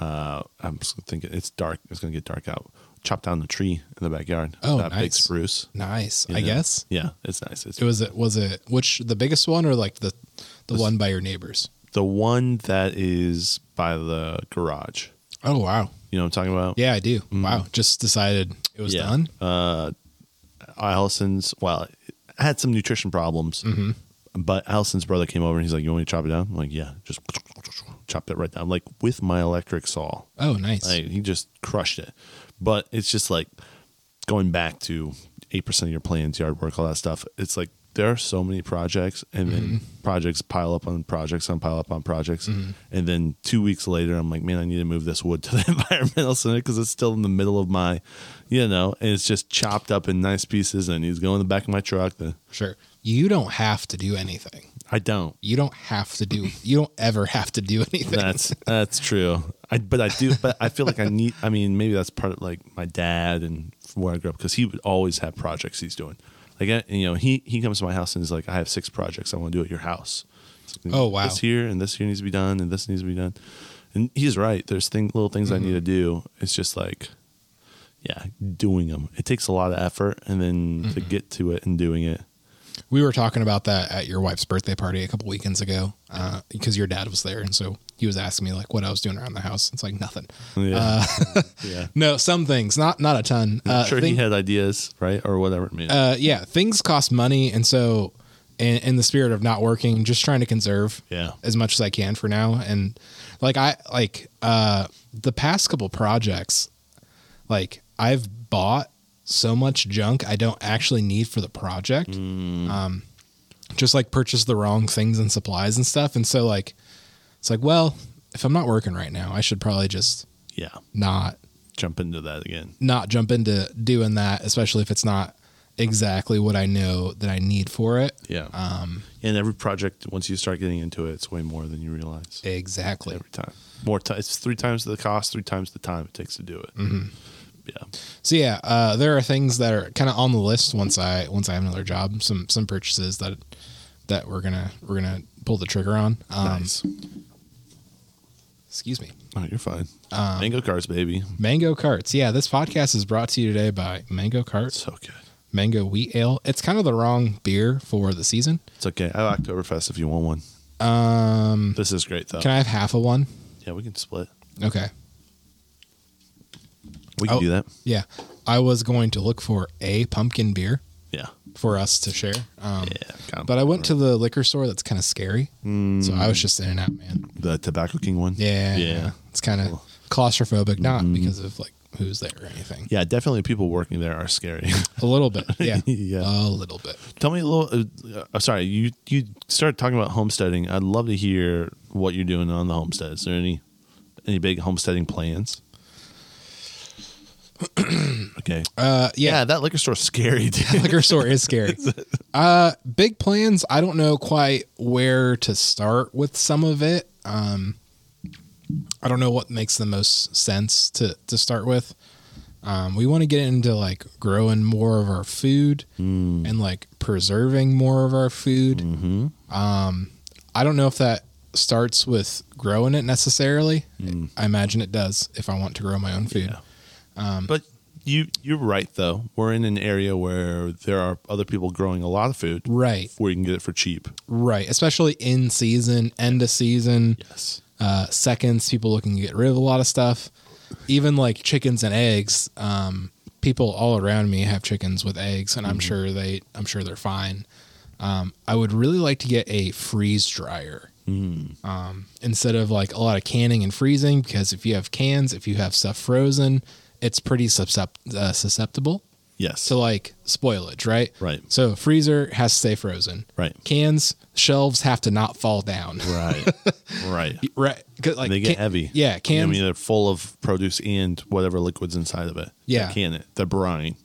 [SPEAKER 1] uh, I'm just thinking it's dark. It's going to get dark out. Chop down the tree in the backyard.
[SPEAKER 2] Oh,
[SPEAKER 1] that big
[SPEAKER 2] nice.
[SPEAKER 1] spruce.
[SPEAKER 2] nice,
[SPEAKER 1] you
[SPEAKER 2] I
[SPEAKER 1] know?
[SPEAKER 2] guess.
[SPEAKER 1] Yeah, it's nice. It's
[SPEAKER 2] It was it was it which the biggest one or like the the one by your neighbors?
[SPEAKER 1] the one that is by the garage.
[SPEAKER 2] Oh wow.
[SPEAKER 1] You know what I'm talking about?
[SPEAKER 2] Yeah, I do. Wow. Just decided it was
[SPEAKER 1] Mm-hmm. Yeah. Uh,
[SPEAKER 2] done.
[SPEAKER 1] Allison's, well, I had some nutrition problems,
[SPEAKER 2] Mm-hmm.
[SPEAKER 1] but Allison's brother came over and he's like, You want me to chop it down? I'm like, Yeah, just chopped it right down, like with my electric saw.
[SPEAKER 2] Oh nice.
[SPEAKER 1] Like, he just crushed it. But it's just like going back to 8% of your plans, yard work, all that stuff. It's like there are so many projects and then projects pile up on projects on pile up on projects and then two weeks later i'm like man i need to move this wood to the environmental center because it's still in the middle of my you know and it's just chopped up in nice pieces and he's going in the back of my truck then
[SPEAKER 2] Sure. You don't have to do anything.
[SPEAKER 1] i don't
[SPEAKER 2] You don't have to do. You don't ever have to do anything.
[SPEAKER 1] that's that's true I, but i do but i feel like i need i mean maybe that's part of like my dad and from where i grew up because he would always have projects he's doing like I- you know he he comes to my house and he's like i have six projects i want to do at your house It's like,
[SPEAKER 2] Oh, wow.
[SPEAKER 1] this here and this here needs to be done and this needs to be done and he's right there's thing little things i
[SPEAKER 2] Mm-hmm.
[SPEAKER 1] need to do it's just like yeah doing them it takes a lot of effort and then
[SPEAKER 2] Mm-hmm.
[SPEAKER 1] to get to it and doing it
[SPEAKER 2] We were talking about that at your wife's birthday party a couple weekends ago uh, because your dad was there, and so he was asking me like what I was doing around the house. It's like nothing.
[SPEAKER 1] yeah yeah
[SPEAKER 2] No, some things, not not a ton. Uh,
[SPEAKER 1] sure
[SPEAKER 2] thing-
[SPEAKER 1] he had ideas right or whatever it means
[SPEAKER 2] uh, yeah, things cost money, and so in, in the spirit of not working, just trying to conserve
[SPEAKER 1] Yeah.
[SPEAKER 2] as much as I can for now. And like I like uh, the past couple projects, like I've bought so much junk I don't actually need for the project. Um, just like purchase the wrong things and supplies and stuff, and so like it's like well, if I'm not working right now, I should probably just
[SPEAKER 1] yeah
[SPEAKER 2] not
[SPEAKER 1] jump into that again
[SPEAKER 2] not jump into doing that, especially if it's not exactly what I know that I need for it.
[SPEAKER 1] Yeah. Um, and every project, once you start getting into it, it's way more than you realize
[SPEAKER 2] Exactly.
[SPEAKER 1] every time. More time. It's three times the cost, three times the time it takes to do it.
[SPEAKER 2] Mm-hmm.
[SPEAKER 1] Yeah.
[SPEAKER 2] So yeah, uh, there are things that are kind of on the list once I once I have another job. Some some purchases that that we're gonna we're gonna pull the trigger on. Um,
[SPEAKER 1] Nice.
[SPEAKER 2] Excuse me.
[SPEAKER 1] Oh, you're fine.
[SPEAKER 2] Um,
[SPEAKER 1] Mango cars, baby.
[SPEAKER 2] Mango carts. Yeah, this podcast is brought to you today by Mango Carts,
[SPEAKER 1] So good.
[SPEAKER 2] Mango Wheat Ale. It's kind of the wrong beer for the season.
[SPEAKER 1] It's okay. I have Oktoberfest if you want one.
[SPEAKER 2] Um,
[SPEAKER 1] This is great, though.
[SPEAKER 2] can I have half of one?
[SPEAKER 1] yeah, we can split.
[SPEAKER 2] Okay.
[SPEAKER 1] We can
[SPEAKER 2] Oh.
[SPEAKER 1] do that.
[SPEAKER 2] Yeah, I was going to look for a pumpkin beer.
[SPEAKER 1] Yeah.
[SPEAKER 2] for us to share. Um,
[SPEAKER 1] Yeah. kinda.
[SPEAKER 2] But I went to the liquor store. That's kind of scary. So I was just in and out, man.
[SPEAKER 1] the Tobacco King one.
[SPEAKER 2] Yeah.
[SPEAKER 1] Yeah. Mm-hmm.
[SPEAKER 2] It's kind of claustrophobic, not because of like who's there or anything.
[SPEAKER 1] Yeah, definitely people working there are scary.
[SPEAKER 2] A little bit. Yeah.
[SPEAKER 1] Yeah.
[SPEAKER 2] A little bit.
[SPEAKER 1] Tell me a little. Uh, uh, sorry, you you started talking about homesteading. I'd love to hear what you're doing on the homestead. Is there any any big homesteading plans? okay.
[SPEAKER 2] Uh,
[SPEAKER 1] yeah.
[SPEAKER 2] yeah.
[SPEAKER 1] that liquor store's scary, dude.
[SPEAKER 2] liquor store is scary. Uh, big plans. I don't know quite where to start with some of it. Um, I don't know what makes the most sense to to start with. Um, we want to get into like growing more of our food and like preserving more of our food. Um, I don't know if that starts with growing it necessarily. I imagine it does if I want to grow my own food.
[SPEAKER 1] but you you're right though. We're in an area where there are other people growing a lot of food,
[SPEAKER 2] Right.
[SPEAKER 1] Where you can get it for cheap.
[SPEAKER 2] Right. Especially in season, end of season.
[SPEAKER 1] Yes.
[SPEAKER 2] uh, seconds. People looking to get rid of a lot of stuff, even like chickens and eggs. Um, people all around me have chickens with eggs,
[SPEAKER 1] Mm-hmm.
[SPEAKER 2] and I'm sure they, I'm sure they're fine. Um, I would really like to get a freeze dryer
[SPEAKER 1] Mm.
[SPEAKER 2] um, instead of like a lot of canning and freezing because if you have cans, if you have stuff frozen, it's pretty suscept- uh, susceptible
[SPEAKER 1] Yes.
[SPEAKER 2] to like spoilage, right?
[SPEAKER 1] Right.
[SPEAKER 2] So freezer has to stay frozen.
[SPEAKER 1] Right.
[SPEAKER 2] Cans shelves have to not fall down.
[SPEAKER 1] right. right.
[SPEAKER 2] Right. 'Cause, like
[SPEAKER 1] They get
[SPEAKER 2] can-
[SPEAKER 1] heavy.
[SPEAKER 2] Yeah.
[SPEAKER 1] I
[SPEAKER 2] Cans.
[SPEAKER 1] mean, they're full of produce and whatever liquids inside of it.
[SPEAKER 2] Yeah.
[SPEAKER 1] They can it. They're brine.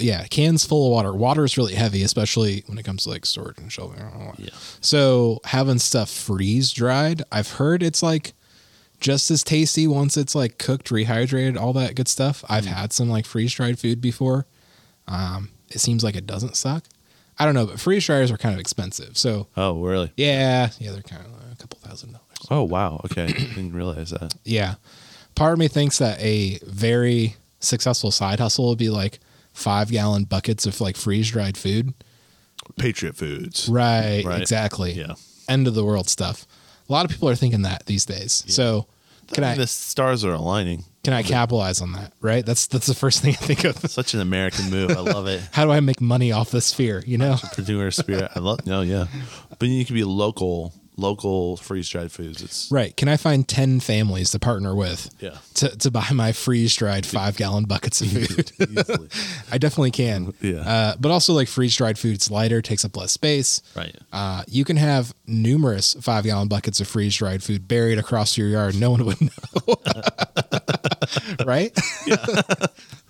[SPEAKER 2] yeah, cans full of water. Water is really heavy, especially when it comes to like storage and shelving. I don't know why.
[SPEAKER 1] Yeah.
[SPEAKER 2] So having stuff freeze dried, I've heard it's like just as tasty once it's like cooked, rehydrated, all that good stuff. I've
[SPEAKER 1] Mm.
[SPEAKER 2] had some like freeze dried food before. Um, it seems like it doesn't suck. I don't know, but freeze dryers are kind of expensive. So
[SPEAKER 1] Oh, really?
[SPEAKER 2] yeah, yeah, they're kind of like a couple thousand dollars.
[SPEAKER 1] Oh wow! Okay, didn't realize that.
[SPEAKER 2] Yeah. Part of me thinks that a very successful side hustle would be like five gallon buckets of like freeze dried food.
[SPEAKER 1] Patriot Foods,
[SPEAKER 2] Right,
[SPEAKER 1] Right.
[SPEAKER 2] exactly.
[SPEAKER 1] Yeah.
[SPEAKER 2] End of the world stuff. A lot of people are thinking that these days. So can I
[SPEAKER 1] the stars are aligning.
[SPEAKER 2] can I capitalize on that? Right? That's that's the first thing I think of.
[SPEAKER 1] Such an American move. I love it.
[SPEAKER 2] How do I make money off this fear? You know?
[SPEAKER 1] oh, Entrepreneur spirit. I love. No, yeah, but you can be local, local freeze dried foods. It's
[SPEAKER 2] Right. Can I find 10 families to partner with
[SPEAKER 1] Yeah.
[SPEAKER 2] to, to buy my freeze dried five gallon buckets of food?
[SPEAKER 1] easily
[SPEAKER 2] I definitely can.
[SPEAKER 1] Yeah.
[SPEAKER 2] Uh, but also, like freeze dried food's lighter, takes up less space.
[SPEAKER 1] right.
[SPEAKER 2] Uh, you can have numerous five gallon buckets of freeze dried food buried across your yard. No one would know. right?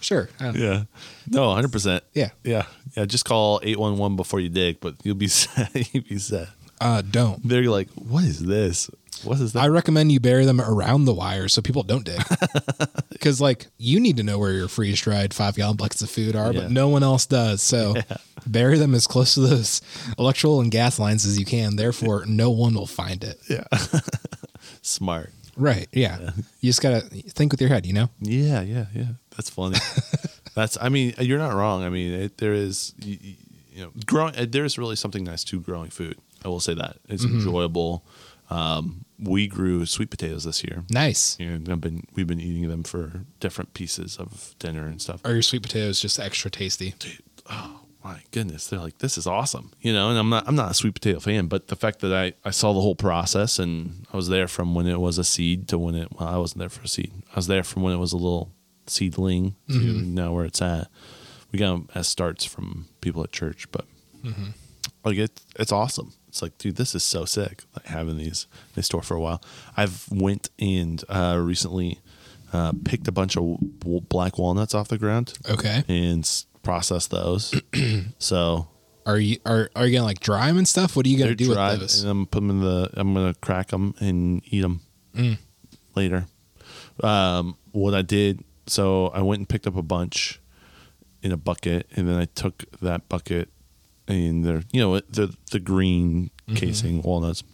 [SPEAKER 2] sure. I don't know.
[SPEAKER 1] Yeah. No, 100%.
[SPEAKER 2] Yeah.
[SPEAKER 1] Yeah. Yeah. Just call 811 before you dig, but you'll be set. you'll be set.
[SPEAKER 2] Uh, don't.
[SPEAKER 1] They're like, what is this? What is that?
[SPEAKER 2] I recommend you bury them around the wire so people don't dig. Because, like, you need to know where your freeze dried five gallon buckets of food are,
[SPEAKER 1] Yeah.
[SPEAKER 2] but no one else does. So, bury them as close to those electrical and gas lines as you can. Therefore, no one will find it.
[SPEAKER 1] Smart.
[SPEAKER 2] Right. Yeah. You just got to think with your head, you know?
[SPEAKER 1] Yeah. Yeah. Yeah. That's funny. That's, I mean, uh, you're not wrong. I mean, it, there is, you, you know, growing, uh, there's really something nice to growing food. I will say that. It's enjoyable. Um, we grew sweet potatoes this year.
[SPEAKER 2] Nice.
[SPEAKER 1] And I've been, we've been eating them for different pieces of dinner and stuff.
[SPEAKER 2] Are your sweet potatoes just extra tasty?
[SPEAKER 1] my goodness they're like this is awesome you know and i'm not i'm not a sweet potato fan but the fact that i i saw the whole process and i was there from when it was a seed to when it well i wasn't there for a seed i was there from when it was a little seedling to now where it's at we got 'em as starts from people at church but like it, it's awesome it's like dude this is so sick like having these they store for a while i've went and uh recently uh picked a bunch of w- black walnuts off the ground
[SPEAKER 2] Okay.
[SPEAKER 1] and s- process those. so
[SPEAKER 2] Are you are are you gonna like dry them and stuff? What are you
[SPEAKER 1] they're
[SPEAKER 2] gonna do
[SPEAKER 1] dried,
[SPEAKER 2] with those?
[SPEAKER 1] and I'm put 'em in the. I'm gonna crack them and eat them
[SPEAKER 2] Mm.
[SPEAKER 1] later. Um, what I did, so I went and picked up a bunch in a bucket, and then I took that bucket and they're you know the the green
[SPEAKER 2] Mm-hmm.
[SPEAKER 1] casing walnuts,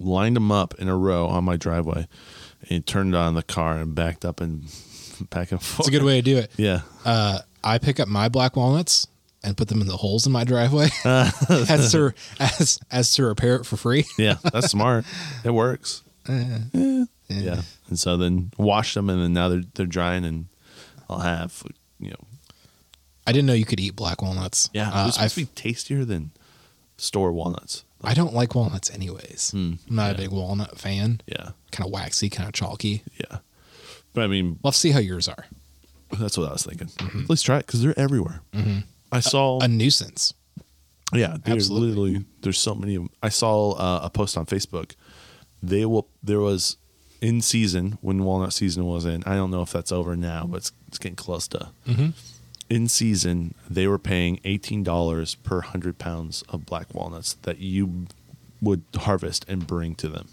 [SPEAKER 1] lined them up in a row on my driveway, and turned on the car and backed up and back and forth.
[SPEAKER 2] It's a good way to do it.
[SPEAKER 1] Yeah.
[SPEAKER 2] Uh, I pick up my black walnuts and put them in the holes in my driveway
[SPEAKER 1] Uh,
[SPEAKER 2] as to as as to repair it for free.
[SPEAKER 1] Yeah, that's smart. It works. yeah. yeah. And so then wash them, and then now they're they're drying, and I'll have you know
[SPEAKER 2] I didn't know you could eat black walnuts.
[SPEAKER 1] yeah,
[SPEAKER 2] Uh,
[SPEAKER 1] they're
[SPEAKER 2] I
[SPEAKER 1] supposed to be tastier than store walnuts.
[SPEAKER 2] I don't like walnuts anyways.
[SPEAKER 1] Hmm.
[SPEAKER 2] I'm not a big walnut fan.
[SPEAKER 1] Yeah,
[SPEAKER 2] Kind of waxy, kind of chalky.
[SPEAKER 1] yeah. But I mean,
[SPEAKER 2] Let's see how yours are.
[SPEAKER 1] that's what I was thinking. Let's try it because they're everywhere. Mm-hmm. I saw
[SPEAKER 2] A nuisance.
[SPEAKER 1] Yeah, there's
[SPEAKER 2] Absolutely.
[SPEAKER 1] literally there's so many of them. I saw uh, a post on Facebook. They will there was in season when walnut season was in. I don't know if that's over now, but it's, it's getting close to. In season, they were paying eighteen dollars per hundred pounds of black walnuts that you would harvest and bring to them.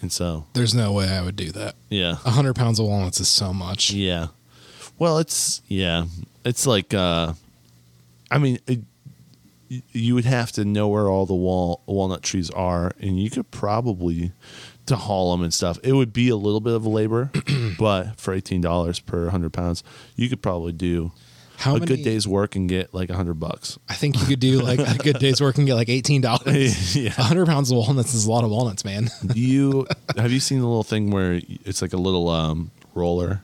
[SPEAKER 1] And so,
[SPEAKER 2] There's no way I would do that.
[SPEAKER 1] yeah,
[SPEAKER 2] A hundred pounds of walnuts is so much.
[SPEAKER 1] yeah. Well, it's yeah. It's like uh I mean, it, y- you would have to know where all the wal- walnut trees are and you could probably to haul them and stuff. It would be a little bit of labor, but for $18 per 100 pounds, you could probably do
[SPEAKER 2] How
[SPEAKER 1] a
[SPEAKER 2] many
[SPEAKER 1] good day's work and get like 100 bucks.
[SPEAKER 2] I think you could do like a good day's work and get like eighteen dollars.
[SPEAKER 1] Yeah.
[SPEAKER 2] A hundred pounds of walnuts is a lot of walnuts, man.
[SPEAKER 1] Do you have you seen the little thing where it's like a little um roller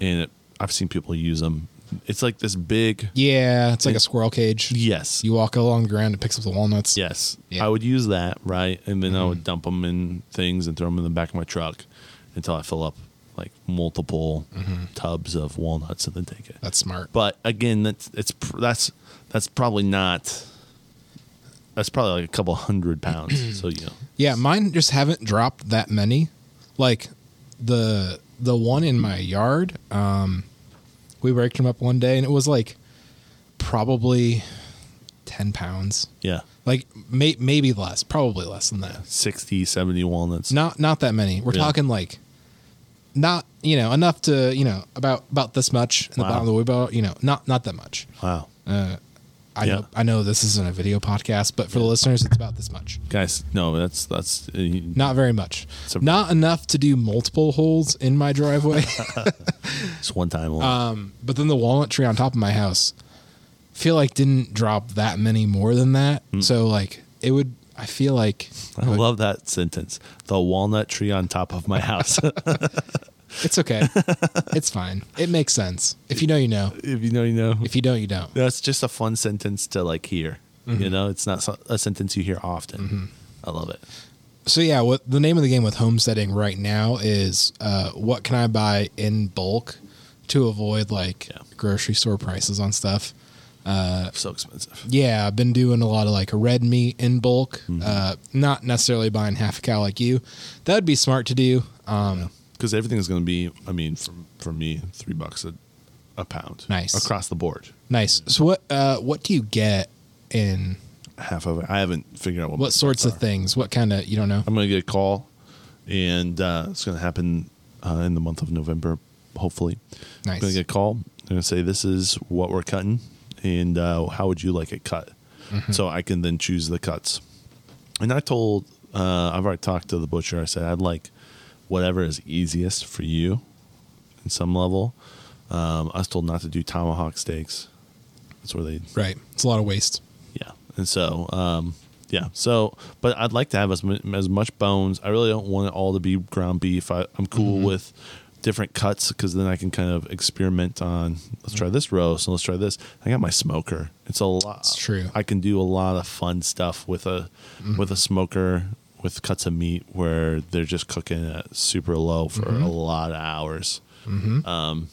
[SPEAKER 1] and it, I've seen people use them. It's like this big
[SPEAKER 2] Yeah, it's like a squirrel cage.
[SPEAKER 1] yes.
[SPEAKER 2] You walk along the ground, it picks up the walnuts.
[SPEAKER 1] Yes.
[SPEAKER 2] Yeah.
[SPEAKER 1] I would use that, right? And then I would dump them in things and throw them in the back of my truck until I fill up like multiple tubs of walnuts and then take it.
[SPEAKER 2] That's smart.
[SPEAKER 1] But again, that's it's pr- that's that's probably not that's probably like a couple hundred pounds. so you know.
[SPEAKER 2] yeah, mine just haven't dropped that many. Like the the one in my yard, um we raked him up one day and it was like probably 10 pounds.
[SPEAKER 1] Yeah.
[SPEAKER 2] Like may, maybe less, probably less than that.
[SPEAKER 1] 60, 70 walnuts.
[SPEAKER 2] Not not that many. We're
[SPEAKER 1] Yeah.
[SPEAKER 2] talking like not, you know, enough to, you know, about about this much in the
[SPEAKER 1] Wow.
[SPEAKER 2] bottom of the wheelbarrow, you know, not not that much. Uh,
[SPEAKER 1] Wow.
[SPEAKER 2] I
[SPEAKER 1] Yeah.
[SPEAKER 2] know, I know this isn't a video podcast, but for the listeners, it's about this much.
[SPEAKER 1] Guys, no, that's that's uh,
[SPEAKER 2] Not very much.
[SPEAKER 1] So-
[SPEAKER 2] Not enough to do multiple holes in my driveway.
[SPEAKER 1] it's one time only.
[SPEAKER 2] um, but then the walnut tree on top of my house, feel like didn't drop that many more than that.
[SPEAKER 1] Hmm.
[SPEAKER 2] So like it would. I feel like
[SPEAKER 1] I love that sentence. The walnut tree on top of my house.
[SPEAKER 2] it's okay. it's fine. It makes sense. If you know, you know.
[SPEAKER 1] if you know, you know.
[SPEAKER 2] If you don't, you don't.
[SPEAKER 1] Mm-hmm. that's just a fun sentence to like hear. You know, it's not so- a sentence you hear often. I love it.
[SPEAKER 2] So yeah, what the name of the game with homesteading right now is uh, what can I buy in bulk to avoid like
[SPEAKER 1] Yeah.
[SPEAKER 2] grocery store prices on stuff.
[SPEAKER 1] So expensive.
[SPEAKER 2] Yeah, I've been doing a lot of like red meat in bulk.
[SPEAKER 1] Mm-hmm.
[SPEAKER 2] Uh, not necessarily buying half a cow like you. That would be smart to do. Um,
[SPEAKER 1] Because everything's going to be, I mean, for, for me, three bucks a, a pound.
[SPEAKER 2] Nice.
[SPEAKER 1] Across the board.
[SPEAKER 2] Nice. So what uh, what do you get in
[SPEAKER 1] Half of it. I haven't figured out what.
[SPEAKER 2] what sorts of things? What kind of you don't know?
[SPEAKER 1] I'm going to get a call, and uh, it's going to happen uh, in the month of November, hopefully. I'm
[SPEAKER 2] Nice.
[SPEAKER 1] going to get a call. They're going to say, this is what we're cutting, and uh, how would you like it cut? So I can then choose the cuts. And I told, uh, I've already talked to the butcher. I said, I'd like whatever is easiest for you in some level. Um, I was told not to do tomahawk steaks. That's where they,
[SPEAKER 2] Right. It's a lot of waste.
[SPEAKER 1] yeah. And so, um, yeah. So, but I'd like to have as, mu- as much bones. I really don't want it all to be ground beef. I, I'm cool
[SPEAKER 2] Mm-hmm.
[SPEAKER 1] with different cuts because then I can kind of experiment on let's try this roast and let's try this. I got my smoker. It's a lot.
[SPEAKER 2] It's true. Mm-hmm.
[SPEAKER 1] I can do a lot of fun stuff with a with a smoker with cuts of meat where they're just cooking at super low for
[SPEAKER 2] Mm-hmm.
[SPEAKER 1] a lot of hours. Um,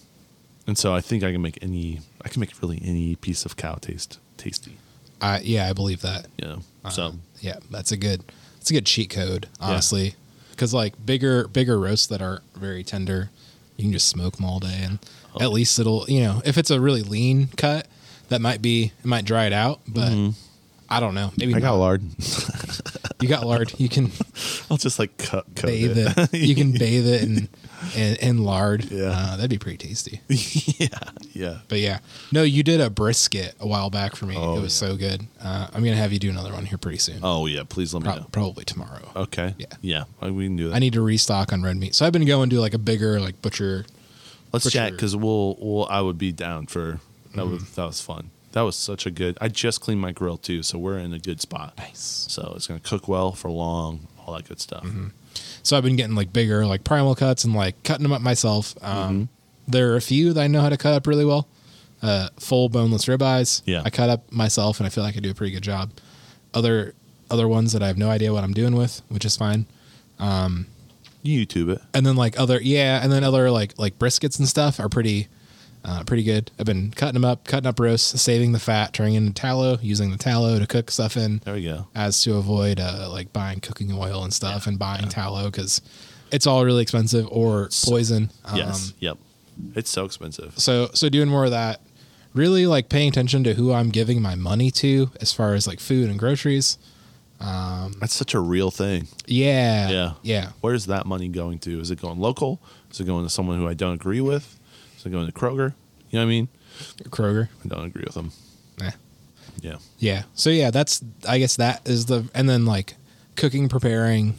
[SPEAKER 1] and so I think I can make any I can make really any piece of cow taste tasty.
[SPEAKER 2] I yeah, I believe that.
[SPEAKER 1] You know. so
[SPEAKER 2] Um, yeah, that's a good that's a good cheat code, honestly. Because like bigger bigger roasts that are very tender, you can just smoke them all day, and
[SPEAKER 1] Oh.
[SPEAKER 2] at least it'll you know if it's a really lean cut, that might be it might dry it out, but
[SPEAKER 1] Mm-hmm.
[SPEAKER 2] I don't know. Maybe
[SPEAKER 1] I got
[SPEAKER 2] not.
[SPEAKER 1] lard.
[SPEAKER 2] you got lard. You can
[SPEAKER 1] I'll just like cut cut
[SPEAKER 2] bathe
[SPEAKER 1] it.
[SPEAKER 2] it. You can bathe it in in, in lard.
[SPEAKER 1] Yeah.
[SPEAKER 2] uh, that'd be pretty tasty.
[SPEAKER 1] yeah.
[SPEAKER 2] But yeah, no, you did a brisket a while back for me.
[SPEAKER 1] Oh,
[SPEAKER 2] it was
[SPEAKER 1] yeah.
[SPEAKER 2] so good. Uh, I'm gonna have you do another one here pretty soon.
[SPEAKER 1] Oh yeah. Please let me
[SPEAKER 2] Pro-
[SPEAKER 1] know.
[SPEAKER 2] Probably tomorrow.
[SPEAKER 1] Okay.
[SPEAKER 2] Yeah.
[SPEAKER 1] Yeah. I- We can do that.
[SPEAKER 2] I need to restock on red meat. So I've been going to like a bigger like butcher.
[SPEAKER 1] Let's chat
[SPEAKER 2] for sure. Mm-hmm.
[SPEAKER 1] because we'll, we'll. I would be down for that. Was, that was fun. That was such a good. I just cleaned my grill too, so we're in a good spot.
[SPEAKER 2] Nice. Mm-hmm.
[SPEAKER 1] So it's gonna cook well for long. All that good stuff.
[SPEAKER 2] So I've been getting like bigger like primal cuts and like cutting them up myself. Um, There are a few that I know how to cut up really well. Uh, full boneless ribeyes.
[SPEAKER 1] Yeah.
[SPEAKER 2] I cut up myself and I feel like I do a pretty good job. Other other ones that I have no idea what I'm doing with, which is fine.
[SPEAKER 1] You YouTube it.
[SPEAKER 2] and then like other yeah and then other like like briskets and stuff are pretty uh, pretty good i've been cutting them up cutting up roasts saving the fat turning into tallow using the tallow to cook stuff in
[SPEAKER 1] There we go.
[SPEAKER 2] as to avoid uh, like buying cooking oil and stuff and buying tallow because it's all really expensive or poison um,
[SPEAKER 1] yes. Yep. It's so expensive.
[SPEAKER 2] so so doing more of that really like paying attention to who i'm giving my money to as far as like food and groceries mm-hmm.
[SPEAKER 1] That's such a real thing.
[SPEAKER 2] yeah
[SPEAKER 1] Yeah.
[SPEAKER 2] yeah
[SPEAKER 1] Where's that money going to? Is it going local? Is it going to someone who I don't agree with? Is it going to Kroger? You know what I mean?
[SPEAKER 2] kroger
[SPEAKER 1] I don't agree with them.
[SPEAKER 2] eh.
[SPEAKER 1] Yeah.
[SPEAKER 2] Yeah. So yeah, that's I guess that is the and then like cooking, preparing,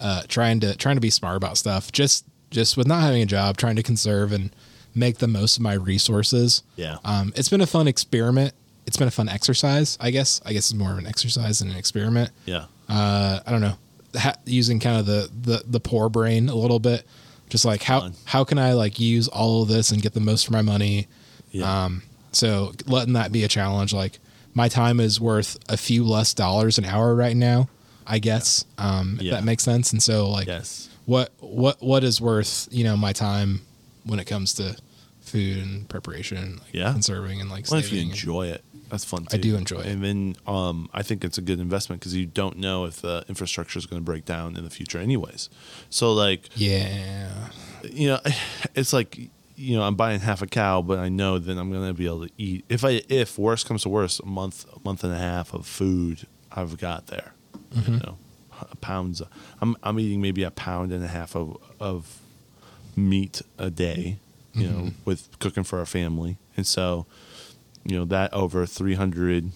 [SPEAKER 2] uh trying to trying to be smart about stuff. Just just with not having a job, trying to conserve and make the most of my resources.
[SPEAKER 1] Yeah.
[SPEAKER 2] Um it's been a fun experiment. It's been a fun exercise, I guess. I guess it's more of an exercise than an experiment.
[SPEAKER 1] Yeah.
[SPEAKER 2] Uh I don't know. Ha- using kind of the the the poor brain a little bit. Just like how
[SPEAKER 1] Fun.
[SPEAKER 2] how can I like use all of this and get the most for my money?
[SPEAKER 1] Yeah.
[SPEAKER 2] Um, so letting that be a challenge. Like my time is worth a few less dollars an hour right now, I guess. Um, if
[SPEAKER 1] Yeah.
[SPEAKER 2] that makes sense. And so like,
[SPEAKER 1] yes.
[SPEAKER 2] what what what is worth you know my time when it comes to food and preparation, like
[SPEAKER 1] Yeah.
[SPEAKER 2] conserving and like
[SPEAKER 1] Well, if you
[SPEAKER 2] saving and-
[SPEAKER 1] enjoy it, that's fun too.
[SPEAKER 2] I do enjoy it.
[SPEAKER 1] And then um, I think it's a good investment because you don't know if the infrastructure is going to break down in the future, anyways. So, like,
[SPEAKER 2] yeah,
[SPEAKER 1] you know, it's like, you know, I'm buying half a cow, but I know then I'm going to be able to eat. If I, if worse comes to worse, a month, a month and a half of food I've got there. You know, a pounds. I'm, I'm eating maybe a pound and a half of, of meat a day, you know, with cooking for our family. And so, you know, that over 300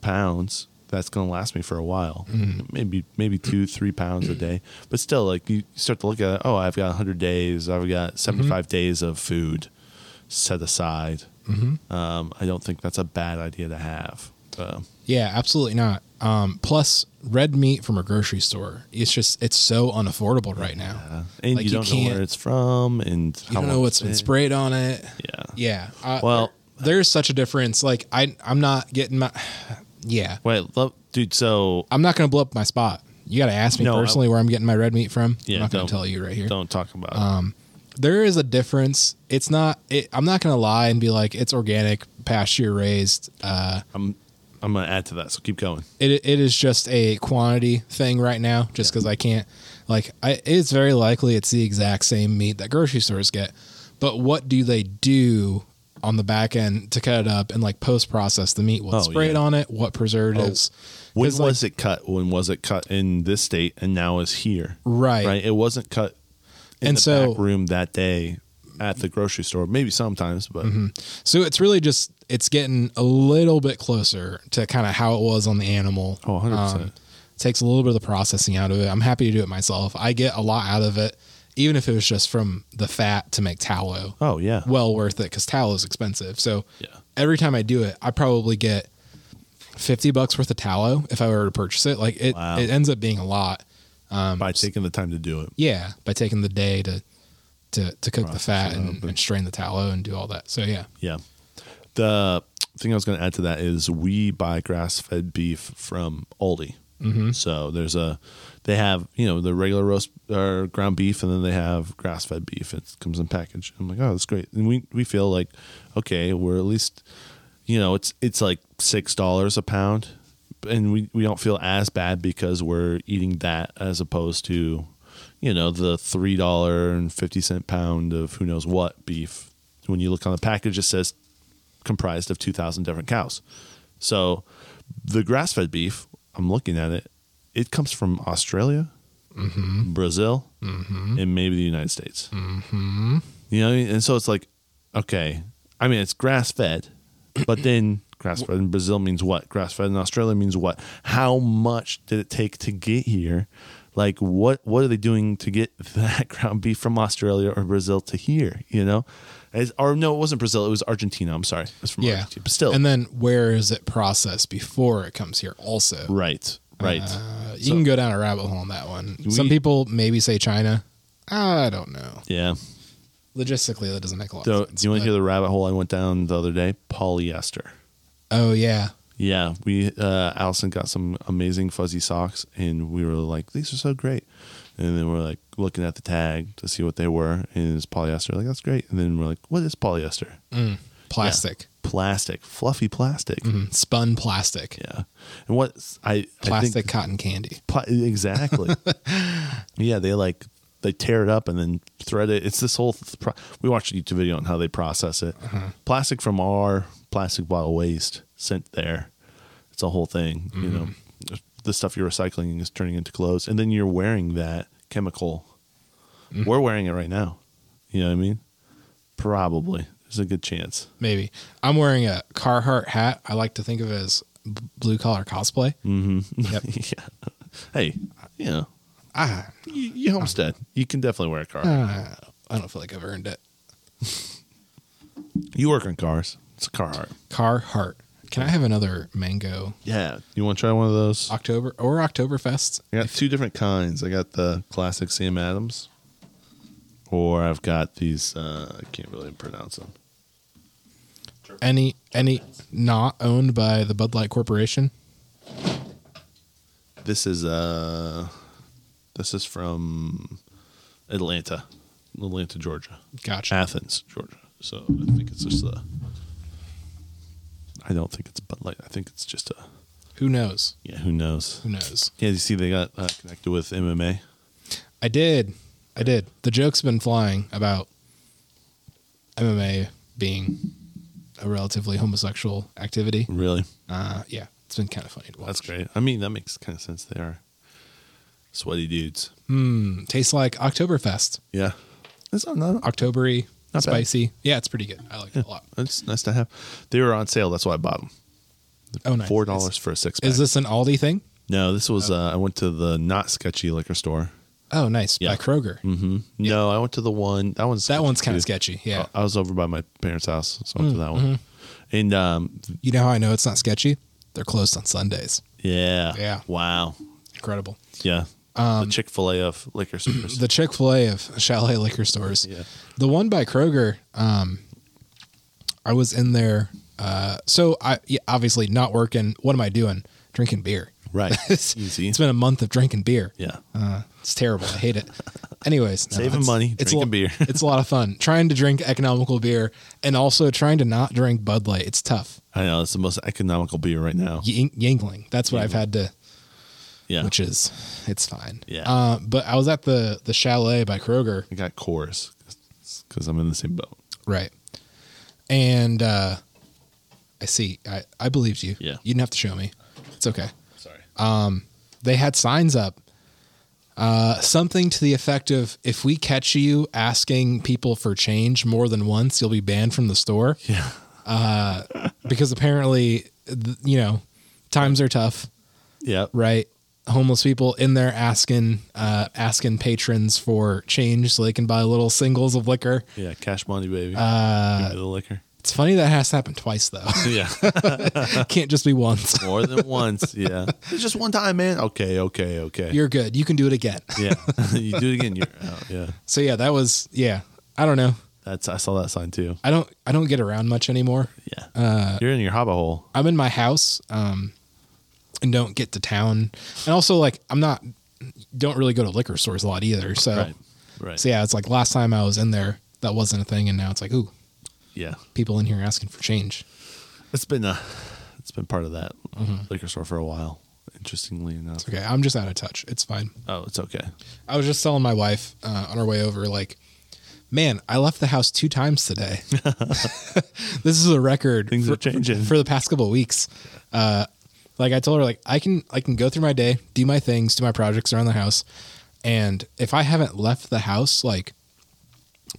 [SPEAKER 1] pounds, that's going to last me for a while.
[SPEAKER 2] Mm-hmm.
[SPEAKER 1] Maybe, maybe two, three pounds a day. But still, like, you start to look at, oh, I've got 100 days, I've got 75
[SPEAKER 2] Mm-hmm.
[SPEAKER 1] days of food set aside.
[SPEAKER 2] Mm-hmm.
[SPEAKER 1] Um, I don't think that's a bad idea to have. Uh,
[SPEAKER 2] yeah, absolutely not. Um, plus red meat from a grocery store. It's just it's so unaffordable right now.
[SPEAKER 1] and
[SPEAKER 2] Like,
[SPEAKER 1] you
[SPEAKER 2] you
[SPEAKER 1] don't know where
[SPEAKER 2] can't-
[SPEAKER 1] it's from, and
[SPEAKER 2] You don't know what's been
[SPEAKER 1] it's
[SPEAKER 2] sprayed on it.
[SPEAKER 1] Yeah.
[SPEAKER 2] Yeah. I,
[SPEAKER 1] Well-
[SPEAKER 2] there's such a difference. Like I, I'm not getting my. Yeah,
[SPEAKER 1] Wait, lo- dude. So
[SPEAKER 2] I'm not gonna blow up my spot. You got to ask me
[SPEAKER 1] No, I-
[SPEAKER 2] personally where I'm getting my red meat from.
[SPEAKER 1] Yeah,
[SPEAKER 2] I'm not going
[SPEAKER 1] don't-
[SPEAKER 2] to tell you right here. Um,
[SPEAKER 1] Don't talk about
[SPEAKER 2] There is a difference. It's not. It, I'm not going to lie and be like it's organic, pasture raised. Uh,
[SPEAKER 1] it. I'm I'm gonna add to that. So keep going.
[SPEAKER 2] it it is just a quantity thing right now. Just because I can't, like, I it's very likely it's the exact same meat that grocery stores get. But what do they do on the back end to cut it up and like post process the meat? What
[SPEAKER 1] Oh,
[SPEAKER 2] sprayed
[SPEAKER 1] yeah. Oh,
[SPEAKER 2] on it? What preservatives?
[SPEAKER 1] When
[SPEAKER 2] 'Cause, like-
[SPEAKER 1] was it cut? When was it cut in this state and now is here?
[SPEAKER 2] Right.
[SPEAKER 1] Right. It wasn't cut in
[SPEAKER 2] And
[SPEAKER 1] the
[SPEAKER 2] so-
[SPEAKER 1] back room that day at the grocery store. Maybe sometimes, but
[SPEAKER 2] Mm-hmm. So it's really just it's getting a little bit closer to kind of how it was on the animal. Um,
[SPEAKER 1] Oh, 100%.
[SPEAKER 2] takes a little bit of the processing out of it. I'm happy to do it myself. I get a lot out of it, even if it was just from the fat to make tallow.
[SPEAKER 1] oh yeah.
[SPEAKER 2] Well worth it because tallow is expensive. So
[SPEAKER 1] Yeah.
[SPEAKER 2] every time I do it, I probably get fifty bucks worth of tallow if I were to purchase it. Like it,
[SPEAKER 1] Wow.
[SPEAKER 2] it ends up being a lot. um,
[SPEAKER 1] By taking the time to do it.
[SPEAKER 2] Yeah, by taking the day to to to cook the
[SPEAKER 1] Process
[SPEAKER 2] fat
[SPEAKER 1] it
[SPEAKER 2] and, and strain the tallow and do all that. So yeah,
[SPEAKER 1] Yeah. The thing I was going to add to that is we buy grass fed beef from Aldi. Mm-hmm. So there's a, they have, you know, the regular roast or ground beef and then they have grass fed beef. It comes in package. I'm like, oh, that's great. And we, we feel like, okay, we're at least, you know, it's, it's like $6 a pound and we, we don't feel as bad because we're eating that as opposed to, you know, the $3.50 pound of who knows what beef. When you look on the package, it says comprised of 2,000 different cows. So the grass fed beef, I'm looking at it, it comes from Australia, Brazil,
[SPEAKER 2] Mm-hmm.
[SPEAKER 1] and maybe the United States. Mm-hmm. You know, what I mean? and so it's like, okay, I mean, it's grass fed, but then grass fed in Brazil means what? Grass fed in Australia means what? How much did it take to get here? Like what what are they doing to get that ground beef from Australia or Brazil to here? You know, As, or no, it wasn't Brazil. It was Argentina. I'm sorry, it was from
[SPEAKER 2] yeah.
[SPEAKER 1] Argentina. But still,
[SPEAKER 2] and then where is it processed before it comes here? Also,
[SPEAKER 1] right, right.
[SPEAKER 2] Uh, you
[SPEAKER 1] So-
[SPEAKER 2] can go down a rabbit hole on that one. Some
[SPEAKER 1] we-
[SPEAKER 2] people maybe say China. I don't know.
[SPEAKER 1] yeah.
[SPEAKER 2] Logistically, that doesn't make a lot.
[SPEAKER 1] So,
[SPEAKER 2] of sense.
[SPEAKER 1] do you want
[SPEAKER 2] but-
[SPEAKER 1] to hear the rabbit hole I went down the other day? Polyester.
[SPEAKER 2] Oh yeah,
[SPEAKER 1] Yeah, we uh, Allison got some amazing fuzzy socks, and we were like, "These are so great." And then we're like looking at the tag to see what they were, and it's polyester. Like that's great. And then we're like, "What is polyester?
[SPEAKER 2] plastic,
[SPEAKER 1] Plastic, fluffy plastic."
[SPEAKER 2] Mm, spun plastic,
[SPEAKER 1] Yeah, and what I
[SPEAKER 2] plastic
[SPEAKER 1] I think,
[SPEAKER 2] cotton candy.
[SPEAKER 1] pla- exactly. yeah, they like they tear it up and then thread it. It's this whole. Th- pro- we watched a YouTube video on how they process it. Plastic from our plastic bottle waste sent there. It's a whole thing, you know. The stuff you're recycling is turning into clothes, and then you're wearing that chemical. We're wearing it right now. You know what I mean? Probably. There's a good chance.
[SPEAKER 2] Maybe I'm wearing a Carhartt hat. I like to think of it as b- blue collar cosplay.
[SPEAKER 1] Mm-hmm. yeah. Hey, you know,
[SPEAKER 2] Ah,
[SPEAKER 1] you, you homestead. Uh. You can definitely wear a car.
[SPEAKER 2] ah, I don't feel like I've earned it.
[SPEAKER 1] You work on cars. It's a car art.
[SPEAKER 2] Carhartt. Can I have another mango
[SPEAKER 1] Yeah. You want to try one of those? I
[SPEAKER 2] October or Oktoberfest?
[SPEAKER 1] got two different kinds. I got the classic Sam Adams, or I've got these. Uh, I can't really pronounce them.
[SPEAKER 2] Any any not owned by the Bud Light Corporation?
[SPEAKER 1] This is uh, this is from Atlanta, Atlanta, Georgia,
[SPEAKER 2] Gotcha.
[SPEAKER 1] Athens, Georgia. So I think it's just a. I don't think it's Bud Light. I think it's just a.
[SPEAKER 2] Who knows?
[SPEAKER 1] Yeah, who knows?
[SPEAKER 2] Who knows?
[SPEAKER 1] Yeah, you see, they got uh, connected with MMA.
[SPEAKER 2] I did. I did. The joke's been flying about MMA being a relatively homosexual activity.
[SPEAKER 1] Really?
[SPEAKER 2] Uh, yeah, it's been kind of funny to watch.
[SPEAKER 1] Mm. That's great. I mean, that makes kind of sense. They are sweaty dudes.
[SPEAKER 2] Mm, tastes like Oktoberfest.
[SPEAKER 1] Yeah, it's not, not
[SPEAKER 2] Octobery,
[SPEAKER 1] Not bad.
[SPEAKER 2] spicy. Yeah, it's pretty good. I like it a lot.
[SPEAKER 1] It's nice to have. They were on sale. That's why I bought them.
[SPEAKER 2] Oh, nice.
[SPEAKER 1] Four dollars for a six pack.
[SPEAKER 2] Is this Oh. an Aldi thing?
[SPEAKER 1] no, this was. Uh, I went to the not sketchy liquor store.
[SPEAKER 2] Oh, nice.
[SPEAKER 1] Yeah.
[SPEAKER 2] By Kroger.
[SPEAKER 1] Mm-hmm. No, I went to the one. That one's
[SPEAKER 2] That one's kind of
[SPEAKER 1] too.
[SPEAKER 2] sketchy. Yeah.
[SPEAKER 1] I was over by my parents' house, so I went to that one.
[SPEAKER 2] Mm-hmm.
[SPEAKER 1] And um,
[SPEAKER 2] You know how I know it's not sketchy? They're closed on Sundays.
[SPEAKER 1] yeah,
[SPEAKER 2] Yeah. Um,
[SPEAKER 1] wow,
[SPEAKER 2] Incredible.
[SPEAKER 1] yeah. the Chick Fil A of liquor stores.
[SPEAKER 2] The Chick Fil A of Chalet liquor stores.
[SPEAKER 1] yeah,
[SPEAKER 2] The one by Kroger, um, I was in there. Uh, so I yeah, obviously not working. What am I doing? Drinking beer.
[SPEAKER 1] Right.
[SPEAKER 2] it's,
[SPEAKER 1] Easy.
[SPEAKER 2] it's been a month of drinking beer.
[SPEAKER 1] yeah.
[SPEAKER 2] Uh, it's terrible. I hate it. Anyways, no,
[SPEAKER 1] Saving
[SPEAKER 2] it's-
[SPEAKER 1] money,
[SPEAKER 2] it's
[SPEAKER 1] drinking
[SPEAKER 2] a, lo-
[SPEAKER 1] beer.
[SPEAKER 2] it's a lot of fun. Trying to drink economical beer and also trying to not drink Bud Light. It's tough.
[SPEAKER 1] I know it's the most economical beer right now.
[SPEAKER 2] Ying- Yingling. That's what I've had to,
[SPEAKER 1] Yeah.
[SPEAKER 2] which is, it's fine.
[SPEAKER 1] Yeah.
[SPEAKER 2] Uh, but I was at the the chalet by Kroger.
[SPEAKER 1] I got Coors because I'm in the same boat.
[SPEAKER 2] Right. And uh, I see. I, I believed you.
[SPEAKER 1] Yeah.
[SPEAKER 2] You didn't have to show me. It's okay.
[SPEAKER 1] Sorry.
[SPEAKER 2] They had signs up. Uh, something to the effect of if we catch you asking people for change more than once, you'll be banned from the store.
[SPEAKER 1] yeah.
[SPEAKER 2] Because apparently, th- you know, times are tough,
[SPEAKER 1] Yeah.
[SPEAKER 2] right? Homeless people in there asking, uh, asking patrons for change so they can buy little singles of liquor.
[SPEAKER 1] Yeah. Cash money, baby. Uh, the liquor.
[SPEAKER 2] It's funny that has to happen twice though.
[SPEAKER 1] Yeah.
[SPEAKER 2] it can't just be once.
[SPEAKER 1] More than once. Yeah. It's just one time, man. Okay. Okay. Okay.
[SPEAKER 2] you're good. You can do it again.
[SPEAKER 1] yeah. you do it again. You're out. Yeah.
[SPEAKER 2] So yeah, that was yeah. I don't know.
[SPEAKER 1] That's I saw that sign too.
[SPEAKER 2] I don't I don't get around much anymore.
[SPEAKER 1] Yeah.
[SPEAKER 2] Uh,
[SPEAKER 1] You're in your hobbit hole.
[SPEAKER 2] I'm in my house um and don't get to town. And also like I'm not don't really go to liquor stores a lot either. So
[SPEAKER 1] Right. Right.
[SPEAKER 2] so yeah, it's like last time uh, I was in there that wasn't a thing and now it's like ooh,
[SPEAKER 1] yeah.
[SPEAKER 2] people in here asking for change.
[SPEAKER 1] It's been uh it's been part of that liquor store for a while. Interestingly enough.
[SPEAKER 2] Mm-hmm. Okay, I'm just out of touch. It's fine.
[SPEAKER 1] Oh, it's okay.
[SPEAKER 2] I was just telling my wife uh, on our way over, like, man, I left the house two times today. this is a record.
[SPEAKER 1] Things
[SPEAKER 2] for,
[SPEAKER 1] are changing.
[SPEAKER 2] for the past couple of weeks. Uh, like I told her, like I can I can go through my day, do my things, do my projects around the house, and if I haven't left the house, like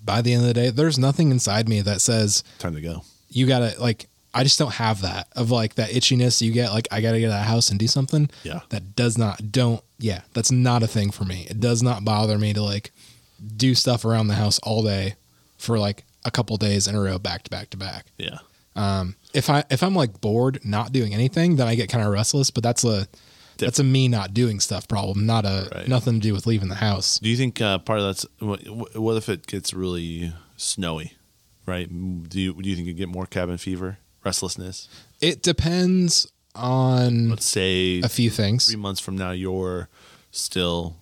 [SPEAKER 2] by the end of the day, there's nothing inside me that says
[SPEAKER 1] Time to go.
[SPEAKER 2] you gotta like. I just don't have that of like that itchiness you get. Like I gotta get out of the house and do something
[SPEAKER 1] Yeah.
[SPEAKER 2] that does not don't yeah that's not a thing for me it does not bother me to like do stuff around the house all day for like a couple days in a row back to back to back
[SPEAKER 1] Yeah.
[SPEAKER 2] Um, if i if i'm like bored not doing anything then i get kind of restless but that's a that's a me not doing stuff problem not a
[SPEAKER 1] Right.
[SPEAKER 2] nothing to do with leaving the house
[SPEAKER 1] Do you think uh, part of that's what, what if it gets really snowy, right? Do you do you think you get more cabin fever, restlessness?
[SPEAKER 2] it depends on
[SPEAKER 1] Let's say
[SPEAKER 2] a few
[SPEAKER 1] three
[SPEAKER 2] things
[SPEAKER 1] months from now you're still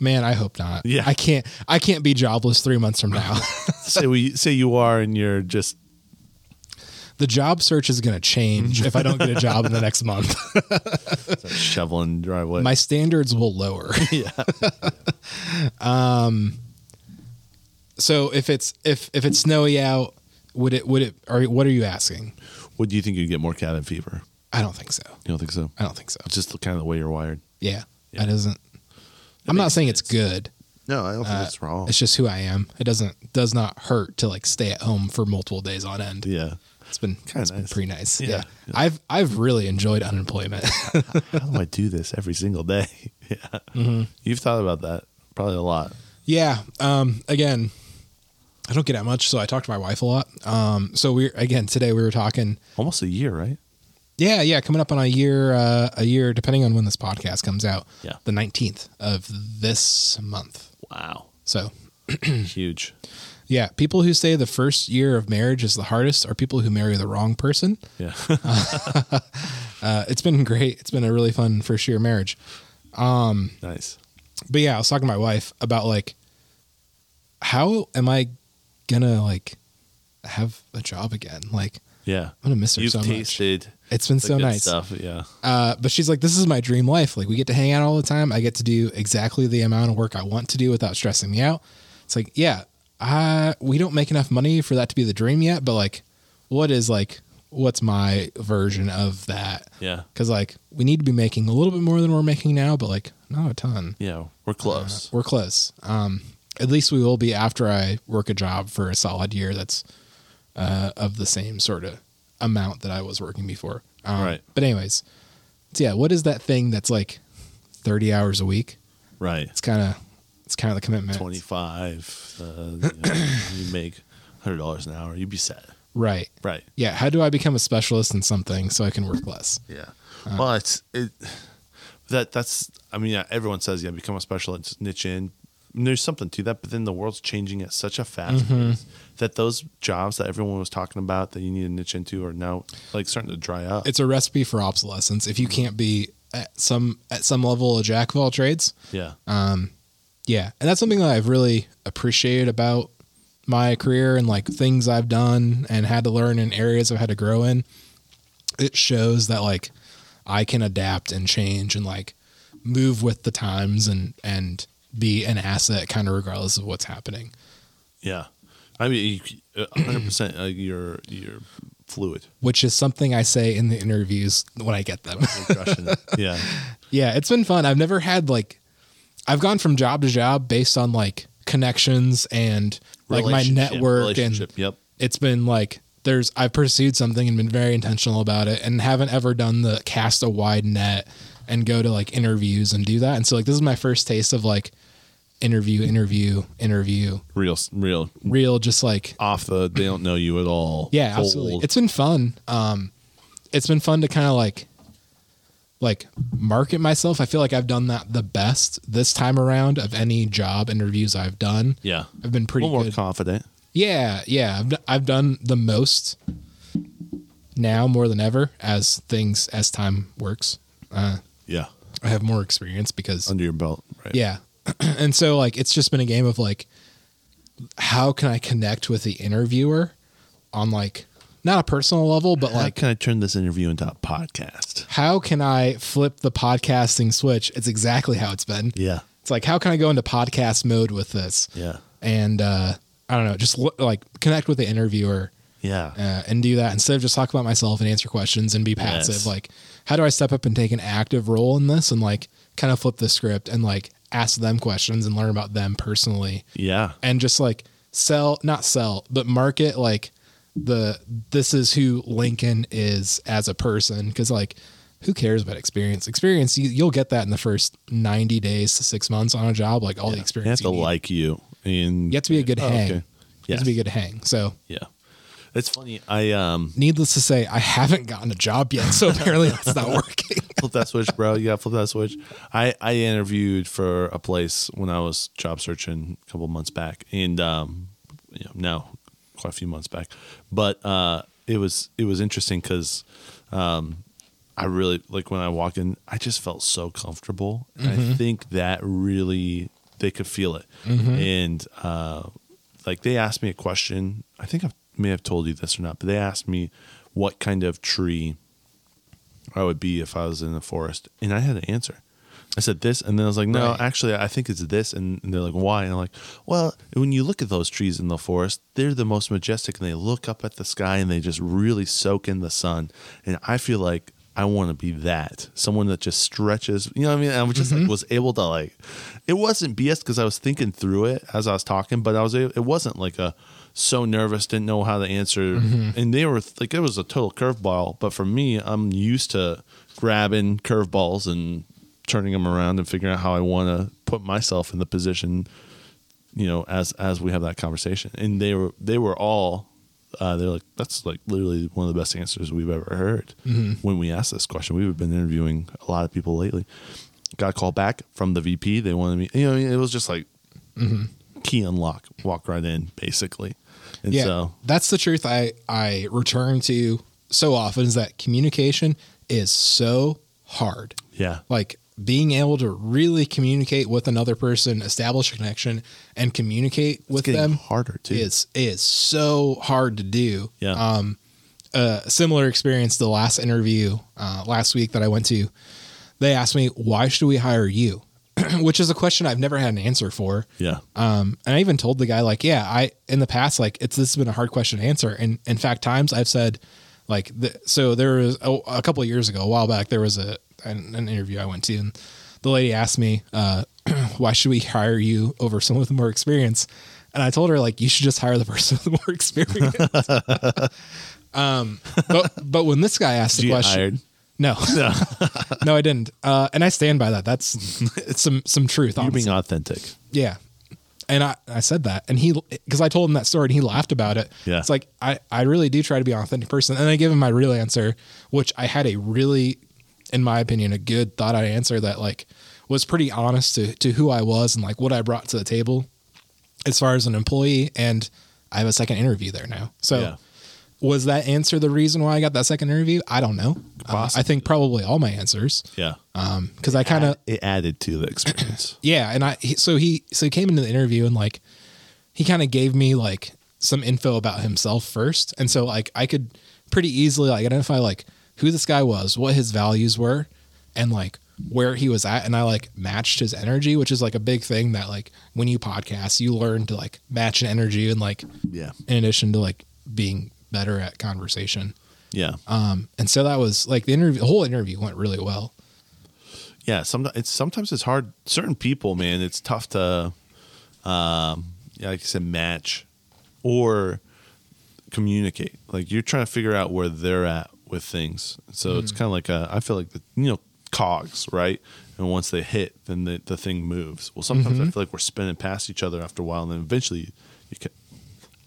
[SPEAKER 2] man i hope not
[SPEAKER 1] Yeah.
[SPEAKER 2] i can't i can't be jobless three months from now
[SPEAKER 1] say we say you are and you're just
[SPEAKER 2] the job search is going to change if i don't get a job in the next month
[SPEAKER 1] shoveling driveway.
[SPEAKER 2] my standards will lower.
[SPEAKER 1] Yeah.
[SPEAKER 2] um so if it's if if it's snowy out, would it would it or what are you asking?
[SPEAKER 1] what do you think you'd get more cabin fever?
[SPEAKER 2] I don't think so.
[SPEAKER 1] You don't think so?
[SPEAKER 2] I don't think so.
[SPEAKER 1] It's just the- kind of the way you're wired.
[SPEAKER 2] Yeah.
[SPEAKER 1] Yeah.
[SPEAKER 2] That doesn't I'm not
[SPEAKER 1] makes
[SPEAKER 2] saying it's good.
[SPEAKER 1] No, I don't think it's wrong.
[SPEAKER 2] Uh, It's just who I am. It doesn't does not hurt to like stay at home for multiple days on end.
[SPEAKER 1] yeah.
[SPEAKER 2] It's been
[SPEAKER 1] Kinda
[SPEAKER 2] it's been
[SPEAKER 1] nice.
[SPEAKER 2] pretty nice.
[SPEAKER 1] Yeah.
[SPEAKER 2] yeah. I've I've really enjoyed unemployment.
[SPEAKER 1] How do I do this every single day? yeah.
[SPEAKER 2] Mm-hmm.
[SPEAKER 1] You've thought about that probably a lot.
[SPEAKER 2] Yeah. Um, again, I don't get out much, so I talk to my wife a lot. Um, so we again today we were talking.
[SPEAKER 1] Almost a year, right?
[SPEAKER 2] Yeah, yeah, coming up on a year, uh, a year depending on when this podcast comes out.
[SPEAKER 1] Yeah.
[SPEAKER 2] the nineteenth of this month.
[SPEAKER 1] Wow.
[SPEAKER 2] So
[SPEAKER 1] Huge.
[SPEAKER 2] yeah, people who say the first year of marriage is the hardest are people who marry the wrong person.
[SPEAKER 1] Yeah.
[SPEAKER 2] Uh, it's been great. It's been a really fun first year of marriage.
[SPEAKER 1] nice.
[SPEAKER 2] But yeah, I was talking to my wife about like, how am I gonna like have a job again? Like,
[SPEAKER 1] Yeah.
[SPEAKER 2] I'm gonna miss her
[SPEAKER 1] You've
[SPEAKER 2] so much.
[SPEAKER 1] tasted
[SPEAKER 2] It's been
[SPEAKER 1] the
[SPEAKER 2] so
[SPEAKER 1] good
[SPEAKER 2] nice.
[SPEAKER 1] stuff. Yeah.
[SPEAKER 2] Uh, but she's like, this is my dream life. Like, we get to hang out all the time. I get to do exactly the amount of work I want to do without stressing me out. It's like, yeah, I, we don't make enough money for that to be the dream yet. But like, what is like, what's my version of that?
[SPEAKER 1] Yeah.
[SPEAKER 2] Cause like, we need to be making a little bit more than we're making now, but like, not a ton.
[SPEAKER 1] Yeah. We're close.
[SPEAKER 2] We're close. Um, at least we will be after I work a job for a solid year that's uh, of the same sort of amount that I was working before. Um,
[SPEAKER 1] Right.
[SPEAKER 2] But anyways, so yeah, what is that thing that's like thirty hours a week?
[SPEAKER 1] right.
[SPEAKER 2] It's kind of it's kind of the commitment,
[SPEAKER 1] 25. Uh, you, know, you make $100 an hour. You'd be set.
[SPEAKER 2] right?
[SPEAKER 1] Right.
[SPEAKER 2] Yeah. How do I become a specialist in something so I can work less?
[SPEAKER 1] Yeah. well, it's it that that's I mean, yeah, everyone says yeah, become a specialist, niche in. And there's something to that, but then the world's changing at such a fast pace that those jobs that everyone was talking about that you need to niche into are now like starting to dry up.
[SPEAKER 2] It's a recipe for obsolescence. If you can't be at some at some level a jack of all trades.
[SPEAKER 1] Yeah.
[SPEAKER 2] Yeah, and that's something that I've really appreciated about my career and like things I've done and had to learn in areas I've had to grow in. It shows that like I can adapt and change and like move with the times and and be an asset kind of regardless of what's happening.
[SPEAKER 1] yeah. I mean, you- uh, 100% uh, you're, you're fluid.
[SPEAKER 2] Which is something I say in the interviews when I get them.
[SPEAKER 1] You're crushing it. Yeah.
[SPEAKER 2] Yeah, it's been fun. I've never had like I've gone from job to job based on like connections and like my
[SPEAKER 1] Relationship,
[SPEAKER 2] network and
[SPEAKER 1] relationship, yep.
[SPEAKER 2] it's been like there's I've pursued something and been very intentional about it and haven't ever done the cast a wide net and go to like interviews and do that. And so like this is my first taste of like interview, interview, interview.
[SPEAKER 1] Real, real
[SPEAKER 2] Real just like
[SPEAKER 1] off the, they don't know you at all.
[SPEAKER 2] yeah,
[SPEAKER 1] cold.
[SPEAKER 2] absolutely. It's been fun. Um, it's been fun to kind of like, like market myself. I feel like I've done that the best this time around of any job interviews I've done.
[SPEAKER 1] yeah.
[SPEAKER 2] I've been
[SPEAKER 1] A
[SPEAKER 2] pretty
[SPEAKER 1] little more
[SPEAKER 2] good.
[SPEAKER 1] confident.
[SPEAKER 2] yeah, yeah. I've, d- I've done the most now more than ever as things as time works.
[SPEAKER 1] Yeah.
[SPEAKER 2] I have more experience because
[SPEAKER 1] Under your belt. Right.
[SPEAKER 2] yeah. and so like it's just been a game of like how can I connect with the interviewer on like not a personal level but
[SPEAKER 1] How
[SPEAKER 2] like
[SPEAKER 1] can I turn this interview into a podcast?
[SPEAKER 2] how can I flip the podcasting switch? It's exactly how it's been.
[SPEAKER 1] Yeah.
[SPEAKER 2] It's like how can I go into podcast mode with this?
[SPEAKER 1] Yeah.
[SPEAKER 2] And uh I don't know, just look, like connect with the interviewer
[SPEAKER 1] Yeah.
[SPEAKER 2] uh, and do that instead of just talk about myself and answer questions and be passive.
[SPEAKER 1] Yes.
[SPEAKER 2] Like, how do I step up and take an active role in this and like kind of flip the script and like ask them questions and learn about them personally
[SPEAKER 1] yeah.
[SPEAKER 2] and just like sell, not sell, but market like the this is who Lincoln is as a person because like who cares about experience? Experience you, you'll get that in the first ninety days to six months on a job. Like all the
[SPEAKER 1] They have
[SPEAKER 2] experience
[SPEAKER 1] to
[SPEAKER 2] you, need.
[SPEAKER 1] like you. And
[SPEAKER 2] you have to be a good
[SPEAKER 1] Oh,
[SPEAKER 2] hang.
[SPEAKER 1] okay.
[SPEAKER 2] You have
[SPEAKER 1] Yes.
[SPEAKER 2] to be a good hang. So
[SPEAKER 1] Yeah. It's funny. I um
[SPEAKER 2] needless to say, I haven't gotten a job yet, so apparently that's not working.
[SPEAKER 1] flip that switch, bro. You gotta flip that switch. I I interviewed for a place when I was job searching a couple months back, and um, you know, now quite a few months back, but uh, it was it was interesting because um, I really like when I walked in, I just felt so comfortable, and I think that really they could feel it, and uh, like they asked me a question. I think I may have told you this or not, but they asked me what kind of tree I would be if I was in the forest. And I had an answer. I said this, and then I was like, no,
[SPEAKER 2] Right.
[SPEAKER 1] actually, I think it's this. And, and they're like, why? And I'm like, well, when you look at those trees in the forest, they're the most majestic, and they look up at the sky and they just really soak in the sun. And I feel like I want to be that someone that just stretches. You know what I mean? I was just like, was able to like, it wasn't BS because I was thinking through it as I was talking, but I was a- it wasn't like a so nervous, didn't know how to answer. And they were like, it was a total curveball. But for me, I'm used to grabbing curveballs and turning them around and figuring out how I want to put myself in the position, you know, as as we have that conversation. And they were they were all. Uh, they're like that's like literally one of the best answers we've ever heard
[SPEAKER 2] Mm-hmm.
[SPEAKER 1] when we asked this question. We've been interviewing a lot of people lately. Got a call back from the VP. They wanted me. You know, it was just like key unlock, walk right in, basically. And
[SPEAKER 2] Mm-hmm. Yeah,
[SPEAKER 1] so,
[SPEAKER 2] that's the truth. I I return to so often is that communication is so hard.
[SPEAKER 1] yeah,
[SPEAKER 2] Like being able to really communicate with another person, establish a connection, and communicate
[SPEAKER 1] it's
[SPEAKER 2] with
[SPEAKER 1] getting
[SPEAKER 2] them
[SPEAKER 1] harder too.
[SPEAKER 2] is Um, is so hard to do.
[SPEAKER 1] Yeah,
[SPEAKER 2] a similar experience the last interview uh, last week that I went to. They asked me, why should we hire you? Which is a question I've never had an answer for.
[SPEAKER 1] yeah,
[SPEAKER 2] Um, and I even told the guy, like, yeah, I, in the past, like, it's, this has been a hard question to answer. And in fact, times I've said, like, the, so there was a, a couple of years ago, a while back, there was a, an, an interview I went to, and the lady asked me, uh, why should we hire you over someone with more experience? And I told her, like, you should just hire the person with more experience. um, but, but when this guy asked the
[SPEAKER 1] you get
[SPEAKER 2] question,
[SPEAKER 1] hired?
[SPEAKER 2] no, no, I didn't. Uh, and I stand by that. That's it's some, some truth.
[SPEAKER 1] you're
[SPEAKER 2] honestly.
[SPEAKER 1] being authentic.
[SPEAKER 2] Yeah. And I, I said that and he, cause I told him that story and he laughed about it.
[SPEAKER 1] Yeah.
[SPEAKER 2] It's like, I, I really do try to be an authentic person. And I gave him my real answer, which I had a really, in my opinion, a good thought out answer that like was pretty honest to, to who I was and like what I brought to the table as far as an employee. And I have a second interview there now. So,
[SPEAKER 1] Yeah.
[SPEAKER 2] was that answer the reason why I got that second interview? I don't know. Uh, I
[SPEAKER 1] Possibly.
[SPEAKER 2] think probably all my answers.
[SPEAKER 1] Yeah.
[SPEAKER 2] Um, because I kind of
[SPEAKER 1] It added to the experience.
[SPEAKER 2] yeah, and I he, so he so he came into the interview and like he kind of gave me like some info about himself first, and so like I could pretty easily like identify like who this guy was, what his values were, and like where he was at, and I like matched his energy, which is like a big thing that like when you podcast, you learn to like match an energy and like
[SPEAKER 1] yeah.
[SPEAKER 2] in addition to like being better at conversation.
[SPEAKER 1] Yeah.
[SPEAKER 2] Um, and so that was like the interview, the whole interview went really well.
[SPEAKER 1] yeah sometimes it's sometimes it's hard certain people man it's tough to um yeah, like i said match or communicate like you're trying to figure out where they're at with things so it's
[SPEAKER 2] Mm-hmm.
[SPEAKER 1] kind of like a, i feel like the you know cogs right and once they hit then the, the thing moves well sometimes
[SPEAKER 2] Mm-hmm.
[SPEAKER 1] i feel like we're spinning past each other after a while and then eventually you can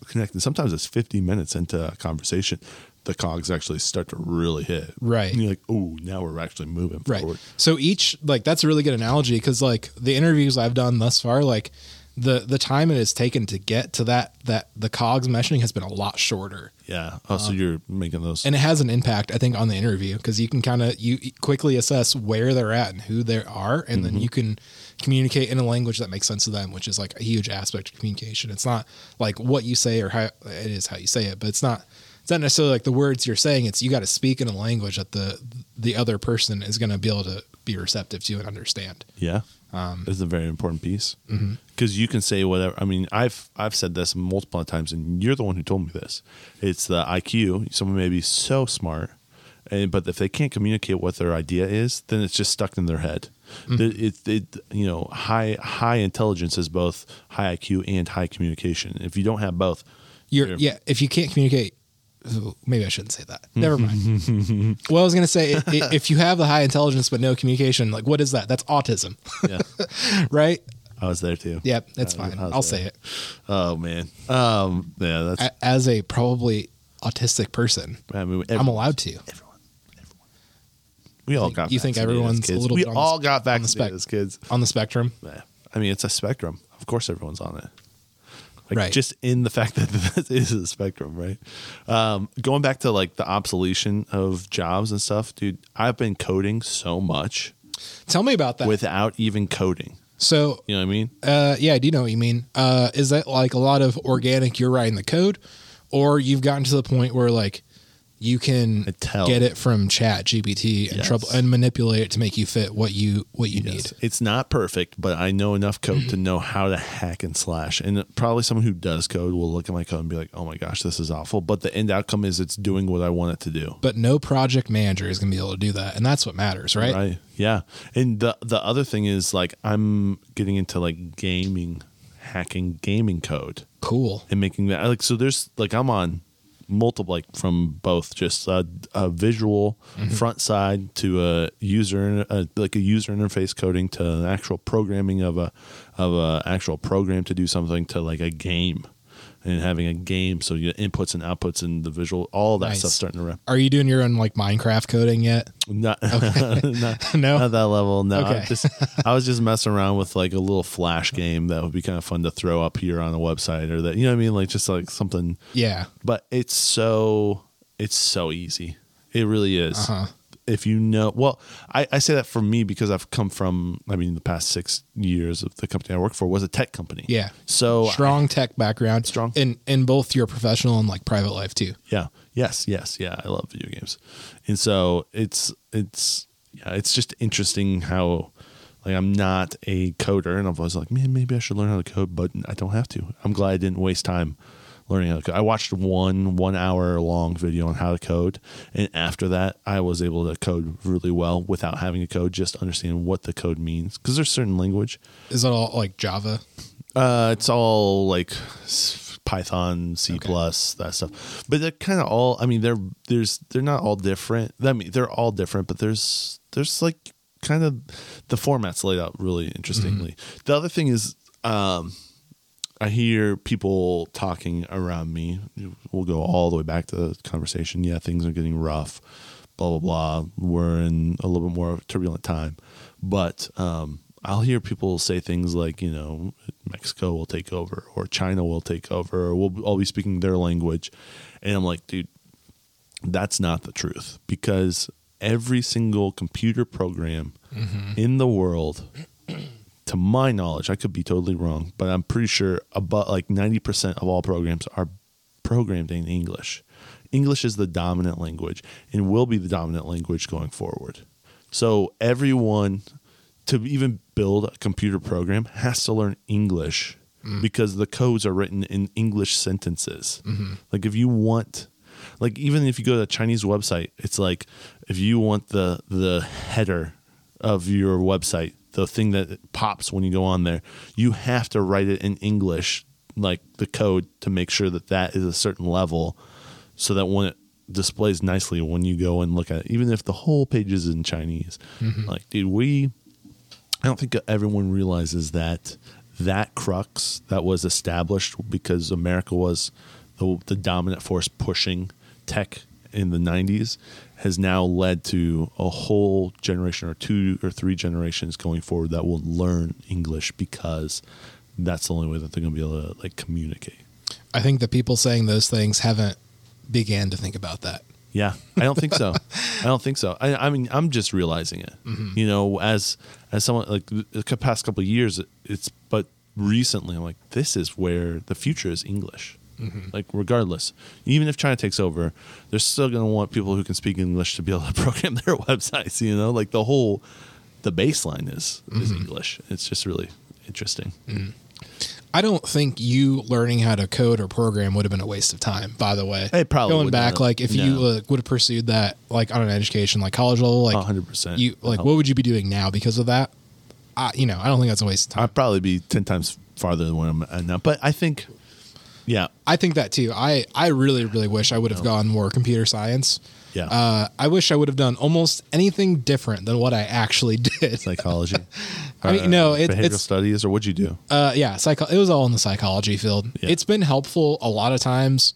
[SPEAKER 1] connect and sometimes it's 50 minutes into a conversation the cogs actually start to really hit
[SPEAKER 2] Right.
[SPEAKER 1] and you're like oh now we're actually moving
[SPEAKER 2] Right.
[SPEAKER 1] forward
[SPEAKER 2] So each like that's a really good analogy because like the interviews I've done thus far, like the the time it has taken to get to that that the cogs meshing has been a lot shorter,
[SPEAKER 1] Yeah. Oh, so you're making those.
[SPEAKER 2] Uh, and it has an impact I think on the interview because you can kind of you quickly assess where they're at and who they are, and then you can communicate in a language that makes sense to them, which is like a huge aspect of communication. It's not like what you say or how it is how you say it, but it's not. It's not necessarily like the words you're saying. It's you got to speak in a language that the the other person is going to be able to be receptive to and understand.
[SPEAKER 1] yeah.
[SPEAKER 2] um,
[SPEAKER 1] it's a very important piece because
[SPEAKER 2] Mm-hmm.
[SPEAKER 1] you can say whatever. I mean, I've I've said this multiple times, and you're the one who told me this. It's the IQ. Someone may be so smart, and but if they can't communicate what their idea is, then it's just stuck in their head.
[SPEAKER 2] Mm.
[SPEAKER 1] The- It, it you know high high intelligence is both high IQ and high communication. If you don't have both,
[SPEAKER 2] You're
[SPEAKER 1] Sure.
[SPEAKER 2] yeah. If you can't communicate, Ooh, maybe I shouldn't say that. Never mind. well, I was gonna say i- i- if you have the high intelligence but no communication, like what is that? That's autism,
[SPEAKER 1] yeah,
[SPEAKER 2] right?
[SPEAKER 1] I was there too.
[SPEAKER 2] Yep, that's
[SPEAKER 1] I-
[SPEAKER 2] fine.
[SPEAKER 1] I was
[SPEAKER 2] I'll
[SPEAKER 1] there.
[SPEAKER 2] say it
[SPEAKER 1] Oh man. Um. Yeah. That's.
[SPEAKER 2] A- as a probably autistic person.
[SPEAKER 1] I mean,
[SPEAKER 2] I'm allowed to.
[SPEAKER 1] Everyone. Everyone. We all
[SPEAKER 2] think-
[SPEAKER 1] got
[SPEAKER 2] you think
[SPEAKER 1] vaccinated as
[SPEAKER 2] everyone's a
[SPEAKER 1] kids.
[SPEAKER 2] little
[SPEAKER 1] We
[SPEAKER 2] bit on the
[SPEAKER 1] all
[SPEAKER 2] s-
[SPEAKER 1] got
[SPEAKER 2] on the spec-
[SPEAKER 1] vaccinated as kids.
[SPEAKER 2] On the spectrum,
[SPEAKER 1] Yeah. I mean, it's a spectrum. Of course, everyone's on it. Like
[SPEAKER 2] Right.
[SPEAKER 1] Just in the fact that that is a spectrum, right? Um, going back to like the obsolescence of jobs and stuff, dude, I've been coding so much
[SPEAKER 2] tell me about that.
[SPEAKER 1] without even coding.
[SPEAKER 2] so,
[SPEAKER 1] You know what I mean?
[SPEAKER 2] uh, yeah, I do know what you mean. Uh, is that like a lot of organic? You're writing the code, or you've gotten to the point where like you can
[SPEAKER 1] I tell.
[SPEAKER 2] get it from Chat GPT and
[SPEAKER 1] Yes.
[SPEAKER 2] trouble and manipulate it to make you fit what you what you need.
[SPEAKER 1] Yes. It's not perfect, but I know enough code to know how to hack and slash. And probably someone who does code will look at my code and be like, "Oh my gosh, this is awful." But the end outcome is it's doing what I want it to do.
[SPEAKER 2] but no project manager is going to be able to do that and that's what matters right,
[SPEAKER 1] Right. Yeah. And the the other thing is like I'm getting into like gaming, hacking gaming code
[SPEAKER 2] cool
[SPEAKER 1] and making that like so. There's like I'm on multiple like from both just a, a visual
[SPEAKER 2] Mm-hmm.
[SPEAKER 1] front side to a user uh like a user interface coding to an actual programming of a of a actual program to do something to like a game and having a game so your inputs and outputs and the visual all that
[SPEAKER 2] Nice.
[SPEAKER 1] stuff starting to wrap
[SPEAKER 2] are you doing your own like minecraft coding yet
[SPEAKER 1] not, not,
[SPEAKER 2] No?
[SPEAKER 1] not that level. No,
[SPEAKER 2] Okay.
[SPEAKER 1] I, just, I was just messing around with like a little flash game that would be kind of fun to throw up here on a website or that, you know what I mean? Like just like something,
[SPEAKER 2] yeah
[SPEAKER 1] but it's so, it's so easy. It really is.
[SPEAKER 2] Uh-huh.
[SPEAKER 1] If you know, well, I, I say that for me because I've come from, I mean, the past six years of the company I worked for was a tech company.
[SPEAKER 2] yeah
[SPEAKER 1] So
[SPEAKER 2] strong tech background
[SPEAKER 1] Strong.
[SPEAKER 2] in in both your professional and like private life too
[SPEAKER 1] Yeah. Yes. Yes. Yeah. I love video games, and so it's it's yeah it's just interesting how like I'm not a coder, and I was like, man, maybe I should learn how to code, but I don't have to. I'm glad I didn't waste time learning how to code. I watched one one hour long video on how to code, and after that, I was able to code really well without having to code. Just understand what the code means because there's certain language.
[SPEAKER 2] is it all like java
[SPEAKER 1] Uh, it's all like s- Python, C plus, that stuff. But they're kind of all. I mean, they're there's they're not all different. I mean, they're all different, but there's there's like kind of the formats laid out really interestingly. The other thing is, um, I hear people talking around me. We'll go all the way back to the conversation. Yeah, things are getting rough. Blah blah blah. We're in a little bit more turbulent time, but um, I'll hear people say things like, you know, Mexico will take over, or China will take over, or we'll all be speaking their language, and I'm like, dude, That's not the truth because every single computer program in the world, to my knowledge, I could be totally wrong, but I'm pretty sure about like 90% of all programs are programmed in English. English is the dominant language and will be the dominant language going forward. So everyone to even build a computer program has to learn English because the codes are written in English sentences. Like if you want like even if you go to a Chinese website, it's like if you want the the header of your website, the thing that pops when you go on there, you have to write it in English like the code to make sure that that is a certain level so that when it displays nicely when you go and look at it even if the whole page is in chinese like dude we I don't think everyone realizes that that crux that was established because America was the, the dominant force pushing tech in the 90s has now led to a whole generation or two or three generations going forward that will learn English because that's the only way that they're going to be able to like communicate.
[SPEAKER 2] I think the people saying those things haven't began to think about that.
[SPEAKER 1] Yeah, I don't think so. I don't think so. I, I mean, I'm just realizing it. You know, as as someone like the past couple of years, it's but recently, I'm like, this is where the future is English. Like, regardless, even if China takes over, they're still going to want people who can speak English to be able to program their websites. You know, like the whole the baseline is is English. It's just really interesting.
[SPEAKER 2] I don't think you learning how to code or program would have been a waste of time. By the way,
[SPEAKER 1] It probably
[SPEAKER 2] going
[SPEAKER 1] would
[SPEAKER 2] back,
[SPEAKER 1] not.
[SPEAKER 2] like if you
[SPEAKER 1] No.
[SPEAKER 2] uh, would have pursued that, like on an education, like college level, like
[SPEAKER 1] 100%.
[SPEAKER 2] you like what would you be doing now because of that? I, you know, I don't think that's a waste of time.
[SPEAKER 1] I'd probably be ten times farther than where I'm at now, but I think, yeah,
[SPEAKER 2] I think that too. I I really really wish I would have gone more computer science.
[SPEAKER 1] yeah,
[SPEAKER 2] Uh, I wish I would have done almost anything different than what I actually did.
[SPEAKER 1] psychology.
[SPEAKER 2] I mean, no, it-
[SPEAKER 1] Uh, behavioral
[SPEAKER 2] it's-
[SPEAKER 1] studies, or what'd you do?
[SPEAKER 2] uh, yeah, psycho. It was all in the psychology field.
[SPEAKER 1] Yeah.
[SPEAKER 2] It's been helpful a lot of times,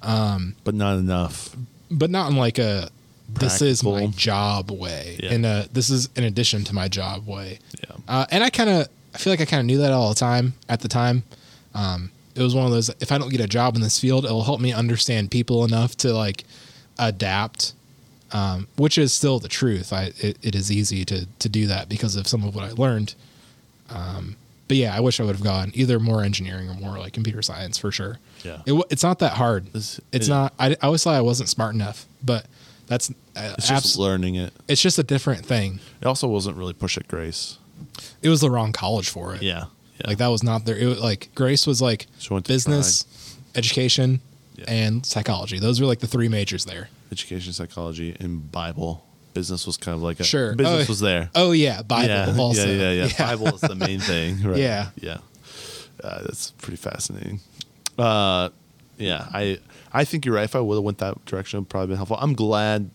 [SPEAKER 1] But not enough.
[SPEAKER 2] but not in like a this is my
[SPEAKER 1] Practical.
[SPEAKER 2] job way.
[SPEAKER 1] Yeah.
[SPEAKER 2] In a this is in addition to my job way.
[SPEAKER 1] Yeah,
[SPEAKER 2] Uh, and I kind of I feel like I kind of knew that all the time at the time. Um, it was one of those if I don't get a job in this field, it'll help me understand people enough to like adapt. Um, which is still the truth. I it, it is easy to to do that because of some of what I learned. Um, but yeah, I wish I would have gone either more engineering or more like computer science for sure.
[SPEAKER 1] Yeah.
[SPEAKER 2] It, wa- it's not that hard.
[SPEAKER 1] It's-
[SPEAKER 2] It's,
[SPEAKER 1] it-
[SPEAKER 2] not. I, I always thought I wasn't smart enough, but that's uh,
[SPEAKER 1] it's
[SPEAKER 2] it's,
[SPEAKER 1] just learning it.
[SPEAKER 2] it's just a different thing.
[SPEAKER 1] It also wasn't really push at grace.
[SPEAKER 2] It was the wrong college for it.
[SPEAKER 1] Yeah, yeah.
[SPEAKER 2] Like that was not there. It was like Grace was like
[SPEAKER 1] She wanted to
[SPEAKER 2] business, education,
[SPEAKER 1] Yeah.
[SPEAKER 2] and psychology. Those were like the three majors there.
[SPEAKER 1] Education, psychology, and Bible. Business was kind of like a
[SPEAKER 2] Sure.
[SPEAKER 1] Business
[SPEAKER 2] Oh,
[SPEAKER 1] was there.
[SPEAKER 2] Oh yeah, Bible
[SPEAKER 1] yeah,
[SPEAKER 2] also.
[SPEAKER 1] yeah, yeah, yeah, Bible is the main thing. Right?
[SPEAKER 2] Yeah.
[SPEAKER 1] yeah. Uh, that's pretty fascinating. Uh, yeah, I I think you're right. If I would have went that direction, it would probably been helpful. I'm glad.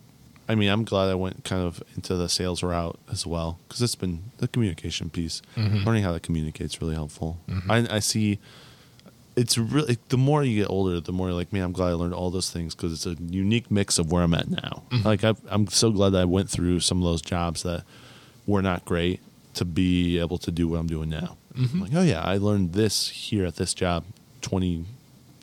[SPEAKER 1] I mean, I'm glad I went kind of into the sales route as well because it's been the communication piece,
[SPEAKER 2] Mm-hmm.
[SPEAKER 1] learning how to communicate is really helpful. I, I see. It's really the more you get older, the more you're like, man, I'm glad I learned all those things because it's a unique mix of where I'm at now. Like, i I'm so glad that I went through some of those jobs that were not great to be able to do what I'm doing now. I'm like, oh yeah, I learned this here at this job 20,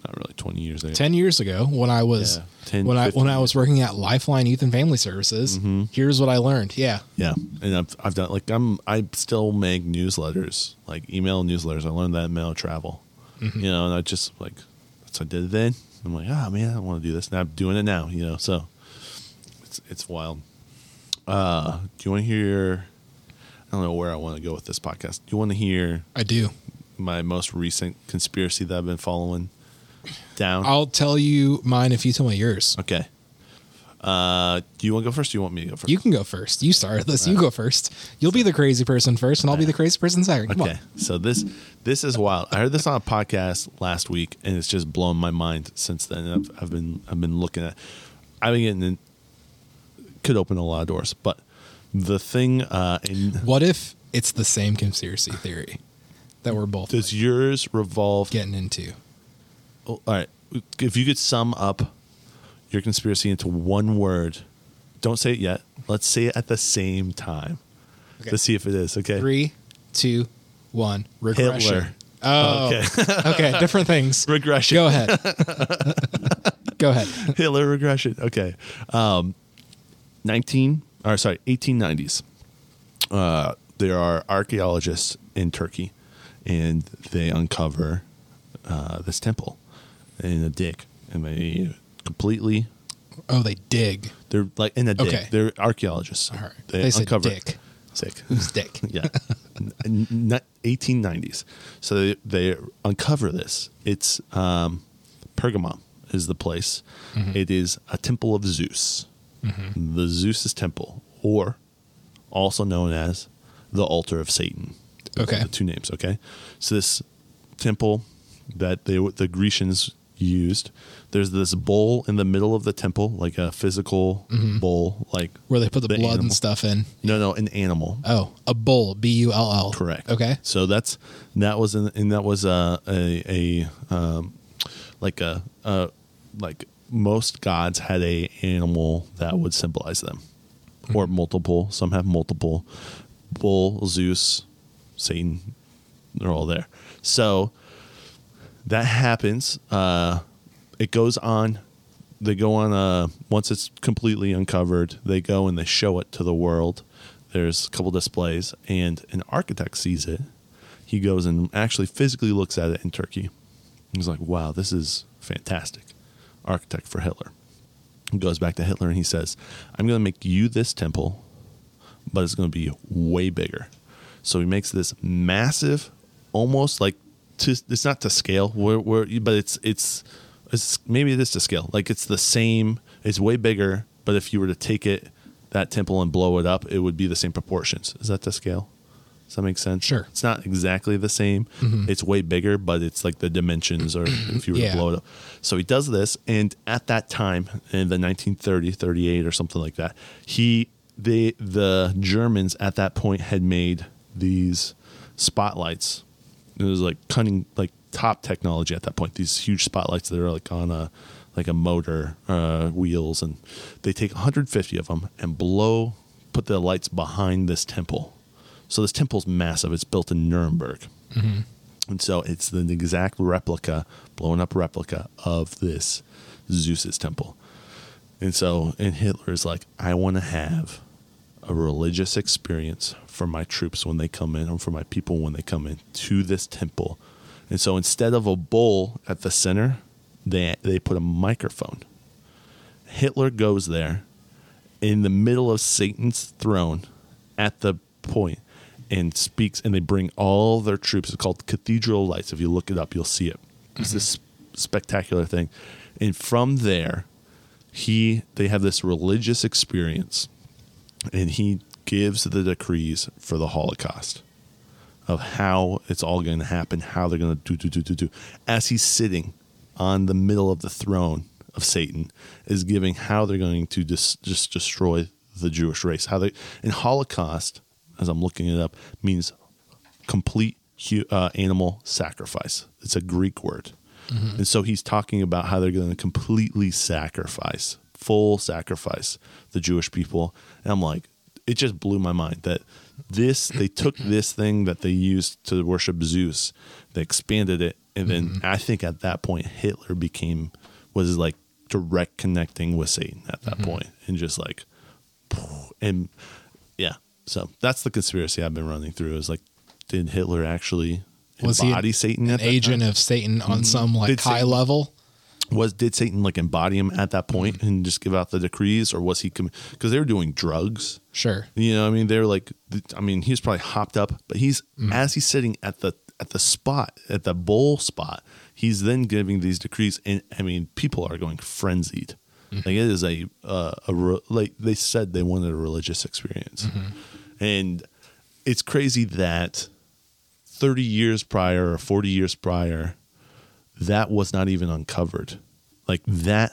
[SPEAKER 1] not really 20 years ago.
[SPEAKER 2] Ten years ago, when I was
[SPEAKER 1] Yeah, 10,
[SPEAKER 2] when I
[SPEAKER 1] 15
[SPEAKER 2] when I was working at Lifeline Youth and Family Services,
[SPEAKER 1] Mm-hmm.
[SPEAKER 2] here's what I learned. Yeah,
[SPEAKER 1] Yeah, and I've I've done like I'm I still make newsletters like email newsletters. I learned that in mail travel, you know, and I just like that's what I did then. I'm like, ah man, I want to do this, and I'm doing it now, you know. So it's it's wild. Uh, do you want to hear? I don't know where I want to go with this podcast. Do you want to hear
[SPEAKER 2] I do.
[SPEAKER 1] my most recent conspiracy that I've been following down?
[SPEAKER 2] I'll tell you mine if you tell me yours.
[SPEAKER 1] okay. Uh, do you want to go first? Or do you want me to go first?
[SPEAKER 2] You can go first. You started this. You go first. You'll be the crazy person first, and I'll be the crazy person second. Come
[SPEAKER 1] Okay.
[SPEAKER 2] on.
[SPEAKER 1] So this this is wild. I heard this on a podcast last week, and it's just blown my mind since then. I've, I've been I've been looking at. I've been getting in, could open a lot of doors, but the thing uh, in
[SPEAKER 2] What if it's the same conspiracy theory that we're both
[SPEAKER 1] does yours revolve? oh,
[SPEAKER 2] getting into?
[SPEAKER 1] all right. If you could sum up your conspiracy into one word, don't say it yet. Let's say it at the same time.
[SPEAKER 2] Okay.
[SPEAKER 1] Let's see if it is okay.
[SPEAKER 2] Three, two, one. Regression.
[SPEAKER 1] Hitler.
[SPEAKER 2] Oh,
[SPEAKER 1] Okay.
[SPEAKER 2] okay. Different things.
[SPEAKER 1] Regression.
[SPEAKER 2] Go ahead. Go ahead.
[SPEAKER 1] Hitler regression. Okay. Um, 19, or sorry, 1890s. Uh, there are archaeologists in Turkey and they uncover uh, this temple in a dig and they completely,
[SPEAKER 2] Oh, they dig.
[SPEAKER 1] they're like in a dig.
[SPEAKER 2] Okay.
[SPEAKER 1] They're archaeologists.
[SPEAKER 2] All right.
[SPEAKER 1] They,
[SPEAKER 2] They said
[SPEAKER 1] uncover
[SPEAKER 2] dick.
[SPEAKER 1] Sick.
[SPEAKER 2] It's dick.
[SPEAKER 1] yeah. N- n- 1890s. So they, they uncover this. It's um, Pergamum is the place. It is a temple of Zeus, the Zeus's temple, or also known as the altar of Satan.
[SPEAKER 2] Okay.
[SPEAKER 1] The two names, okay? So this temple that they the Grecians used, there's this bowl in the middle of the temple, like a physical bowl, like
[SPEAKER 2] Where they put the,
[SPEAKER 1] The
[SPEAKER 2] blood
[SPEAKER 1] animal.
[SPEAKER 2] and stuff in.
[SPEAKER 1] no, no, an animal.
[SPEAKER 2] Oh, a bull. B U L L.
[SPEAKER 1] Correct.
[SPEAKER 2] Okay.
[SPEAKER 1] So that's that was an, and that was a a, a um, like a, a like most gods had a animal that would symbolize them, or multiple. Some have multiple. Bull, Zeus, Satan, they're all there. So that happens. Uh, it goes on. They go on. Uh, once it's completely uncovered, they go and they show it to the world. There's a couple displays, and an architect sees it. He goes and actually physically looks at it in Turkey. He's like, "Wow, this is fantastic." Architect for Hitler. He goes back to Hitler and he says, "I'm going to make you this temple, but it's going to be way bigger." So he makes this massive, almost like to, it's not to scale, where, where, but it's it's it's maybe it is to scale. Like it's the same, it's way bigger, but if you were to take it that temple and blow it up, it would be the same proportions. Is that to scale? Does that make sense?
[SPEAKER 2] Sure.
[SPEAKER 1] It's not exactly the same. It's way bigger, but it's like the dimensions, or if you were
[SPEAKER 2] Yeah.
[SPEAKER 1] to blow it up. So he does this, and at that time, in the 1930, 38, or something like that, he the the Germans at that point had made these spotlights. It was like cunning, like top technology at that point. These huge spotlights that are like on a like a motor uh, wheels, and they take 150 of them and blow, put the lights behind this temple. So this temple's massive. It's built in Nuremberg. And so it's the exact replica, blown up replica of this Zeus's temple. And so, and Hitler is like, I want to have a religious experience for my troops when they come in, or for my people when they come in to this temple. And so, instead of a bowl at the center, they they put a microphone. Hitler goes there in the middle of Satan's throne at the point and speaks, and they bring all their troops. It's called Cathedral Lights. If you look it up, you'll see it. It's this spectacular thing. And from there, he they have this religious experience, and he gives the decrees for the Holocaust of how it's all going to happen, how they're going to do, do, do, do, do. As he's sitting on the middle of the throne of Satan, is giving how they're going to dis- just destroy the Jewish race. How they and Holocaust, as I'm looking it up, means complete hu- uh, animal sacrifice. It's a Greek word. And so he's talking about how they're going to completely sacrifice, full sacrifice, the Jewish people. And I'm like, it just blew my mind that this, they took this thing that they used to worship Zeus, they expanded it. And then I think at that point, Hitler became, was like direct connecting with Satan at that point and just like, and yeah, so that's the conspiracy I've been running through is like, did Hitler actually
[SPEAKER 2] Was he an-
[SPEAKER 1] embody Satan at
[SPEAKER 2] An
[SPEAKER 1] that
[SPEAKER 2] agent of Satan on some like
[SPEAKER 1] Mm-hmm. Did
[SPEAKER 2] high
[SPEAKER 1] Satan-
[SPEAKER 2] level.
[SPEAKER 1] time? Was did Satan like embody him at that
[SPEAKER 2] Mm-hmm.
[SPEAKER 1] point and just give out the decrees, or was he because they were doing drugs?
[SPEAKER 2] Sure.
[SPEAKER 1] You know, I mean, they're like, I mean, he's probably hopped up, but he's as he's sitting at the at the spot at the bowl spot, he's then giving these decrees, and I mean, people are going frenzied. Like it is a uh, a re- like they said they wanted a religious experience, and it's crazy that thirty years prior or forty years prior, that was not even uncovered. Like that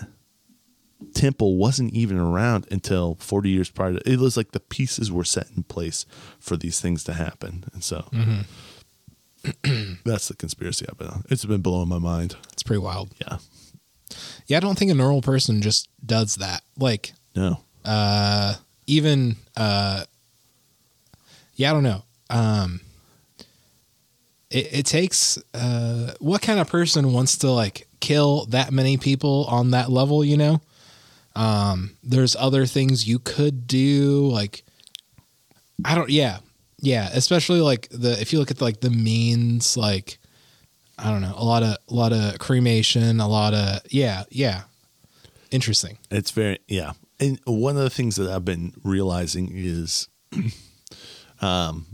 [SPEAKER 1] temple wasn't even around until 40 years prior. To, it was like the pieces were set in place for these things to happen. And so that's the conspiracy I've been on. It's been blowing my mind.
[SPEAKER 2] It's pretty wild.
[SPEAKER 1] Yeah.
[SPEAKER 2] Yeah, I don't think a normal person just does that. Like
[SPEAKER 1] No.
[SPEAKER 2] even uh yeah, I don't know. Um it, it takes uh, what kind of person wants to like kill that many people on that level you know um there's other things you could do like i don't yeah yeah especially like the if you look at like the means like i don't know a lot of a lot of cremation a lot of yeah yeah interesting
[SPEAKER 1] It's very yeah. And one of the things that I've been realizing is um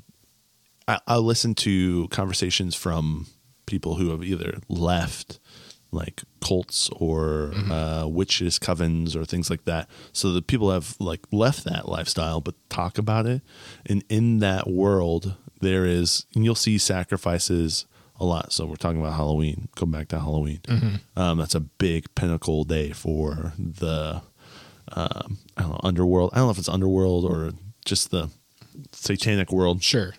[SPEAKER 1] I, I listen to conversations from people who have either left like cults or uh, witches covens or things like that. So the people have like left that lifestyle but talk about it. And in that world there is and you'll see sacrifices a lot. So we're talking about Halloween. Go back to Halloween. Um, that's a big pinnacle day for the um, I don't know underworld. I don't know if it's underworld or just the satanic world.
[SPEAKER 2] sure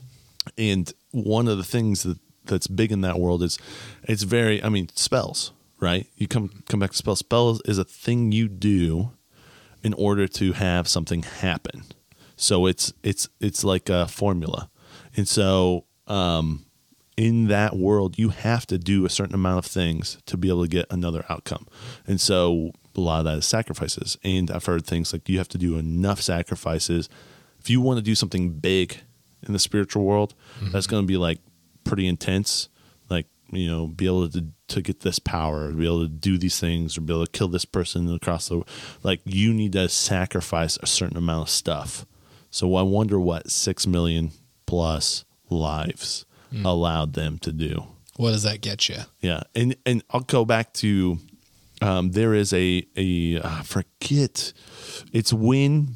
[SPEAKER 1] And one of the things that that's big in that world is it's very. I mean, spells. Right? You come come back to spells. Spells is a thing you do in order to have something happen. So it's it's it's like a formula, and so um, in that world, you have to do a certain amount of things to be able to get another outcome, and so a lot of that is sacrifices. And I've heard things like you have to do enough sacrifices if you want to do something big in the spiritual world. That's going to be like pretty intense, like you know, be able to to get this power, be able to do these things, or be able to kill this person across the like you need to sacrifice a certain amount of stuff. So I wonder what six million plus lives allowed them to do.
[SPEAKER 2] what does that get you
[SPEAKER 1] Yeah, and and I'll go back to um, there is a a I forget it's when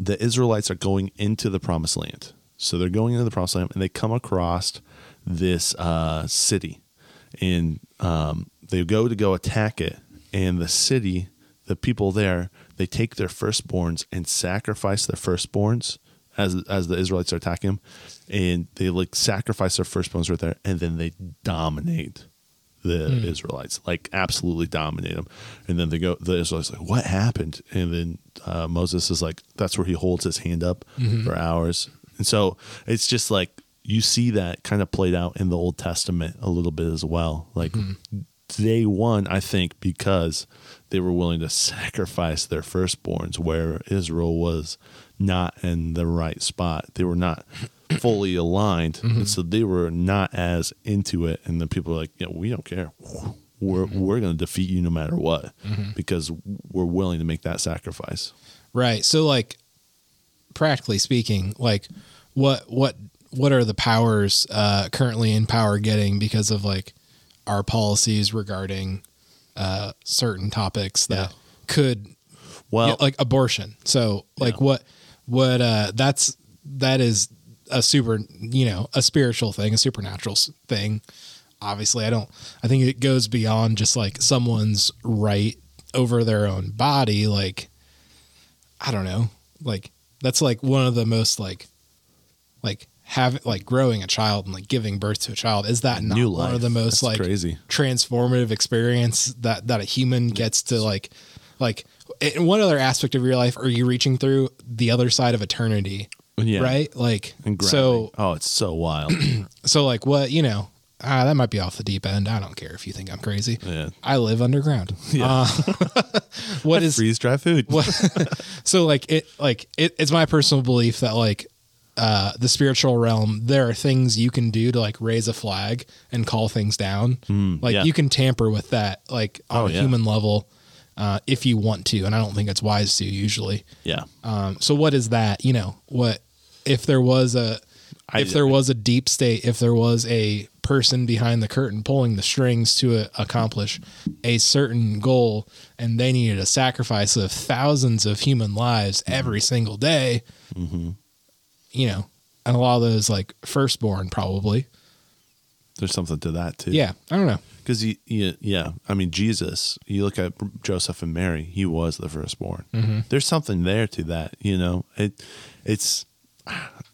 [SPEAKER 1] the Israelites are going into the promised land. So they're going into the promised land and they come across this uh, city, and um, they go to go attack it. And the city, the people there, they take their firstborns and sacrifice their firstborns as as the Israelites are attacking them, and they like sacrifice their firstborns right there, and then they dominate the Israelites, like absolutely dominate them. And then they go, the Israelites like, what happened? And then uh, Moses is like, that's where he holds his hand up for hours. And so it's just like you see that kind of played out in the Old Testament a little bit as well. Like they won, I think, because they were willing to sacrifice their firstborns where Israel was not in the right spot. They were not fully aligned.
[SPEAKER 2] Mm-hmm.
[SPEAKER 1] And so they were not as into it. And the people were like, yeah, we don't care. We're,
[SPEAKER 2] Mm-hmm.
[SPEAKER 1] we're going to defeat you no matter what because we're willing to make that sacrifice.
[SPEAKER 2] Right. So like practically speaking, like what what what are the powers uh currently in power getting because of like our policies regarding uh certain topics that could
[SPEAKER 1] Well,
[SPEAKER 2] yeah, like abortion. So like what what uh that's that is a super you know a spiritual thing a supernatural s- thing obviously i don't i think it goes beyond just like someone's right over their own body like i don't know like that's like one of the most like like have like growing a child and like giving birth to a child is that not
[SPEAKER 1] New
[SPEAKER 2] one
[SPEAKER 1] life.
[SPEAKER 2] of the most
[SPEAKER 1] That's
[SPEAKER 2] like
[SPEAKER 1] crazy.
[SPEAKER 2] transformative experience that that a human gets to like like in what other aspect of your life are you reaching through the other side of eternity
[SPEAKER 1] yeah.
[SPEAKER 2] right like
[SPEAKER 1] And
[SPEAKER 2] so
[SPEAKER 1] so, oh, it's so wild.
[SPEAKER 2] so like what you know ah, that might be off the deep end i don't care if you think i'm crazy
[SPEAKER 1] Yeah.
[SPEAKER 2] i live underground yeah. what is
[SPEAKER 1] Freeze dry food.
[SPEAKER 2] what so like it like it, it's my personal belief that like uh the spiritual realm there are things you can do to like raise a flag and call things down like
[SPEAKER 1] Hmm, yeah.
[SPEAKER 2] you can tamper with that like on
[SPEAKER 1] Oh,
[SPEAKER 2] a
[SPEAKER 1] yeah.
[SPEAKER 2] human level uh if you want to and i don't think it's wise to usually
[SPEAKER 1] Yeah.
[SPEAKER 2] um so what is that you know what if there was a
[SPEAKER 1] I-
[SPEAKER 2] if there was a deep state if there was a person behind the curtain pulling the strings to a, accomplish a certain goal and they needed a sacrifice of thousands of human lives every single day you know and a lot of those like firstborn probably
[SPEAKER 1] There's something to that too.
[SPEAKER 2] yeah i don't know
[SPEAKER 1] Because you, you, yeah, I mean Jesus. You look at Joseph and Mary; he was the firstborn. There's something there to that, you know. It, it's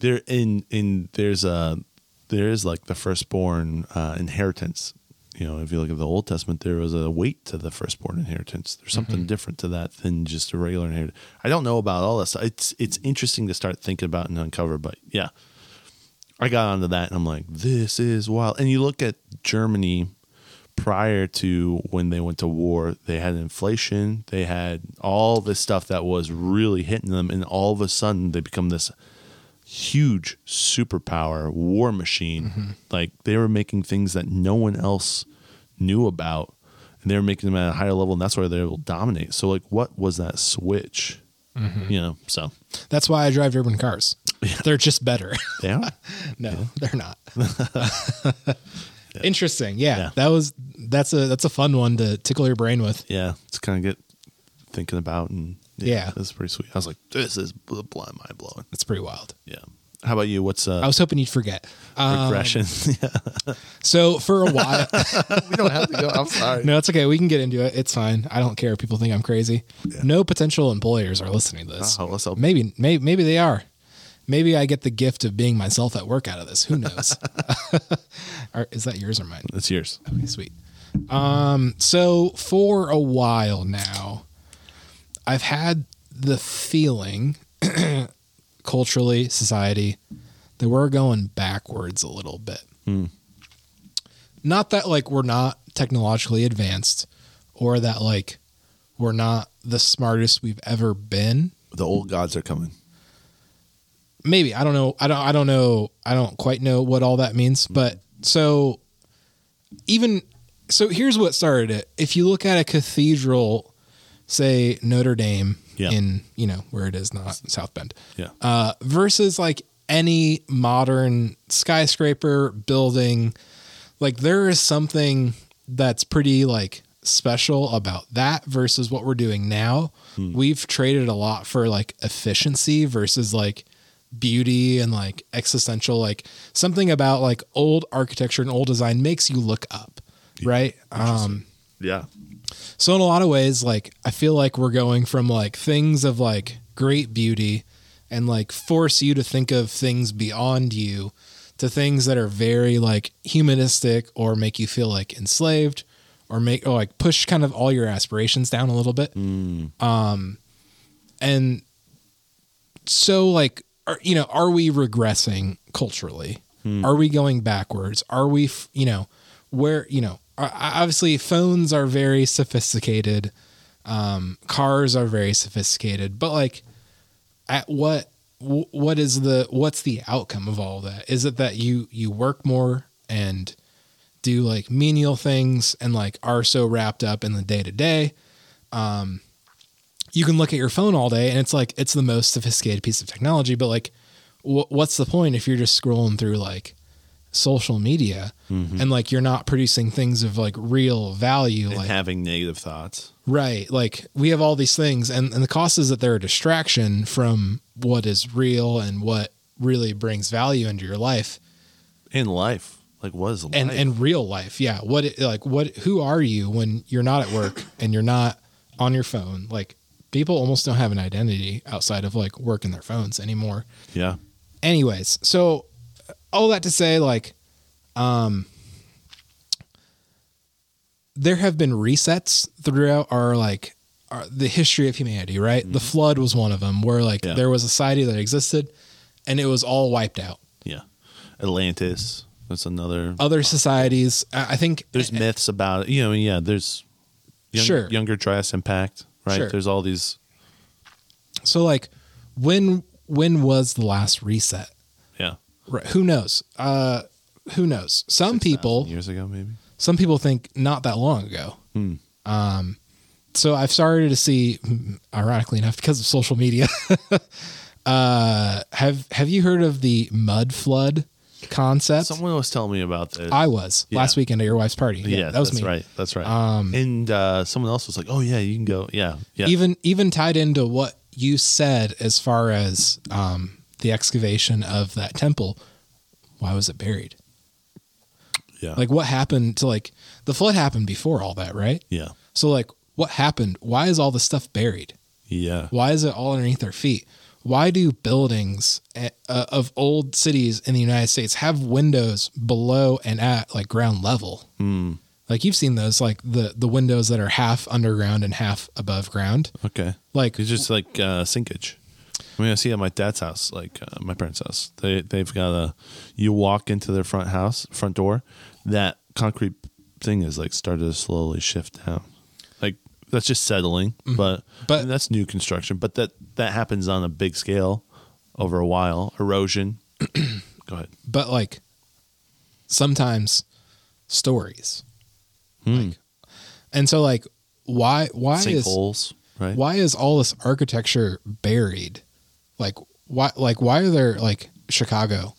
[SPEAKER 1] there in in there's a there is like the firstborn uh, inheritance. You know, if you look at the Old Testament, there was a weight to the firstborn inheritance. There's something different to that than just a regular inheritance. I don't know about all this. It's it's interesting to start thinking about and uncover, but yeah, I got onto that and I'm like, this is wild. And you look at Germany prior to when they went to war, they had inflation, they had all this stuff that was really hitting them. And all of a sudden, they become this huge superpower war machine. Like they were making things that no one else knew about. And they were making them at a higher level, and that's where they will dominate. So, like, what was that switch? You know, so
[SPEAKER 2] That's why I drive urban cars. They're just better.
[SPEAKER 1] they are.
[SPEAKER 2] no, they're not. Interesting. Yeah,
[SPEAKER 1] Yeah.
[SPEAKER 2] That was that's a that's a fun one to tickle your brain with.
[SPEAKER 1] yeah, to kind of get thinking about and
[SPEAKER 2] Yeah.
[SPEAKER 1] that's pretty sweet. I was like, this is bl- blind mind blowing.
[SPEAKER 2] It's pretty wild.
[SPEAKER 1] Yeah. How about you? What's
[SPEAKER 2] I
[SPEAKER 1] uh
[SPEAKER 2] was hoping you'd forget. Um,
[SPEAKER 1] regression? yeah,
[SPEAKER 2] so for a while,
[SPEAKER 1] we don't have to go. I'm sorry.
[SPEAKER 2] no, it's okay. We can get into it. It's fine. I don't care if people think I'm crazy.
[SPEAKER 1] Yeah.
[SPEAKER 2] No potential employers are listening to this.
[SPEAKER 1] Oh, let's hope.
[SPEAKER 2] Maybe, maybe, maybe they are. Maybe I get the gift of being myself at work out of this. Who knows? Are- Is that yours or mine?
[SPEAKER 1] It's yours.
[SPEAKER 2] Okay, sweet. Um, so for a while now, I've had the feeling, culturally, society, that we're going backwards a little bit. Not that like we're not technologically advanced, or that like we're not the smartest we've ever been.
[SPEAKER 1] The old gods are coming.
[SPEAKER 2] Maybe I don't know. I don't. I don't know. I don't quite know what all that means. But so even so here's what started it if you look at a cathedral say notre dame
[SPEAKER 1] Yeah.
[SPEAKER 2] in you know where it is not south bend
[SPEAKER 1] Yeah.
[SPEAKER 2] uh, versus like any modern skyscraper building like there is something that's pretty like special about that versus what we're doing now we've traded a lot for like efficiency versus like beauty and like existential like something about like old architecture and old design makes you look up right um
[SPEAKER 1] yeah.
[SPEAKER 2] so in a lot of ways, like I feel like we're going from like things of like great beauty and like force you to think of things beyond you to things that are very like humanistic or make you feel like enslaved or make or like push kind of all your aspirations down a little bit. Um and so like are, you know, are we regressing culturally? Are we going backwards? Are we, f- you know, where, you know, o- obviously phones are very sophisticated. Um, cars are very sophisticated, but like at what, wh- what is the, what's the outcome of all that? Is it that you, you work more and do like menial things and like are so wrapped up in the day to day? you can look at your phone all day and it's like it's the most sophisticated piece of technology but like wh- what's the point if you're just scrolling through like social media and like you're not producing things of like real value
[SPEAKER 1] And
[SPEAKER 2] like
[SPEAKER 1] having negative thoughts.
[SPEAKER 2] right like we have all these things and, and the cost is that they're a distraction from what is real and what really brings value into your life
[SPEAKER 1] In life. Like what is life?
[SPEAKER 2] and and real life yeah what it, like what who are you when you're not at work and you're not on your phone like people almost don't have an identity outside of like working their phones anymore
[SPEAKER 1] yeah.
[SPEAKER 2] anyways so all that to say like um there have been resets throughout our like our, the history of humanity right the flood was one of them where like
[SPEAKER 1] Mm-hmm. Yeah.
[SPEAKER 2] there was a society that existed and it was all wiped out
[SPEAKER 1] Yeah. Atlantis. That's another
[SPEAKER 2] other societies i I think
[SPEAKER 1] there's myths about it. You know, yeah, there's young,
[SPEAKER 2] Sure.
[SPEAKER 1] younger Trias impact, right?
[SPEAKER 2] Sure.
[SPEAKER 1] There's all these
[SPEAKER 2] So like when when was the last reset?
[SPEAKER 1] yeah.
[SPEAKER 2] Right. Who knows? Uh who knows? Some people
[SPEAKER 1] years ago maybe.
[SPEAKER 2] some people think not that long ago.
[SPEAKER 1] Hmm.
[SPEAKER 2] Um so I've started to see ironically enough because of social media uh have have you heard of the mud flood concept?
[SPEAKER 1] Someone was telling me about this.
[SPEAKER 2] I was
[SPEAKER 1] Yeah.
[SPEAKER 2] last weekend at your wife's party.
[SPEAKER 1] yeah,
[SPEAKER 2] Yeah, that was
[SPEAKER 1] that's
[SPEAKER 2] me. Um,
[SPEAKER 1] right. That's right. and uh, someone else was like, "Oh yeah, you can go." Yeah, yeah,
[SPEAKER 2] even even tied into what you said as far as um, the excavation of that temple why was it buried
[SPEAKER 1] yeah,
[SPEAKER 2] like what happened to like the flood happened before all that right
[SPEAKER 1] yeah,
[SPEAKER 2] so like what happened why is all the stuff buried
[SPEAKER 1] yeah,
[SPEAKER 2] why is it all underneath their feet why do buildings eh, uh, of old cities in the united states have windows below and at like ground level like you've seen those like the the windows that are half underground and half above ground
[SPEAKER 1] okay.
[SPEAKER 2] like
[SPEAKER 1] It's just like uh, sinkage. I mean, I see at my dad's house, like uh, my parents' house. They they've got a. You walk into their front house, front door. That concrete thing is like started to slowly shift down. Like that's just settling, but
[SPEAKER 2] Mm-hmm. But-
[SPEAKER 1] and that's new construction. But that that happens on a big scale over a while. Erosion. Go ahead.
[SPEAKER 2] but like sometimes stories like and so like why Hmm. why is
[SPEAKER 1] Sinkholes. Right.
[SPEAKER 2] why is all this architecture buried like why like why are there like chicago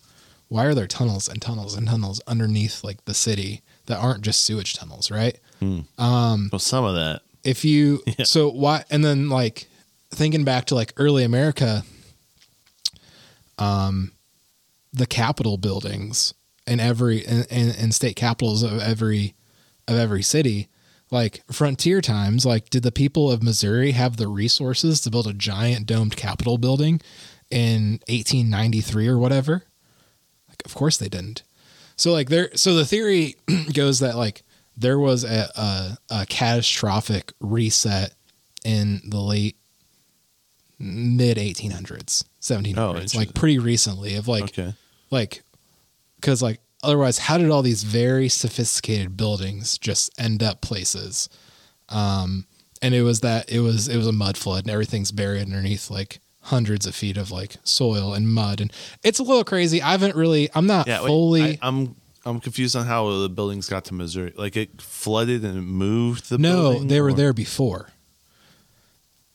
[SPEAKER 2] why are there tunnels and tunnels and tunnels underneath like the city that aren't just sewage tunnels right
[SPEAKER 1] Well, some of that.
[SPEAKER 2] if you so why and then like thinking back to like early america um the capitol buildings in every in, in, in state capitals of every of every city like frontier times like did the people of missouri have the resources to build a giant domed capitol building in 1893 or whatever like of course they didn't so like there, so the theory goes that like there was a, a a catastrophic reset in the late mid 1800s, 1700s,
[SPEAKER 1] Oh, interesting.
[SPEAKER 2] like pretty recently of like
[SPEAKER 1] Okay.
[SPEAKER 2] like because like otherwise how did all these very sophisticated buildings just end up places um and it was that it was it was a mud flood and everything's buried underneath like hundreds of feet of like soil and mud and it's a little crazy i haven't really i'm not
[SPEAKER 1] Yeah. wait,
[SPEAKER 2] fully
[SPEAKER 1] I, I'm. I'm confused on how the buildings got to Missouri. Like it flooded and it moved the
[SPEAKER 2] no
[SPEAKER 1] building,
[SPEAKER 2] they were
[SPEAKER 1] or-
[SPEAKER 2] there before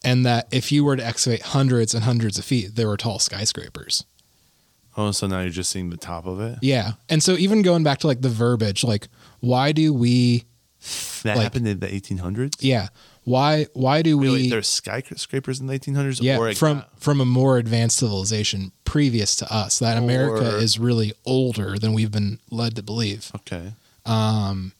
[SPEAKER 2] and that if you were to excavate hundreds and hundreds of feet there were tall skyscrapers
[SPEAKER 1] Oh, so now you're just seeing the top of it.
[SPEAKER 2] yeah and so even going back to like the verbiage like why do we
[SPEAKER 1] That
[SPEAKER 2] Like-
[SPEAKER 1] happened in the 1800s.
[SPEAKER 2] yeah why why do we
[SPEAKER 1] Wait, wait, there's skyscrapers in the 1800s.
[SPEAKER 2] yeah
[SPEAKER 1] or it
[SPEAKER 2] from
[SPEAKER 1] got-
[SPEAKER 2] from a more advanced civilization previous to us that america
[SPEAKER 1] Or-
[SPEAKER 2] is really older than we've been led to believe Um,
[SPEAKER 1] okay.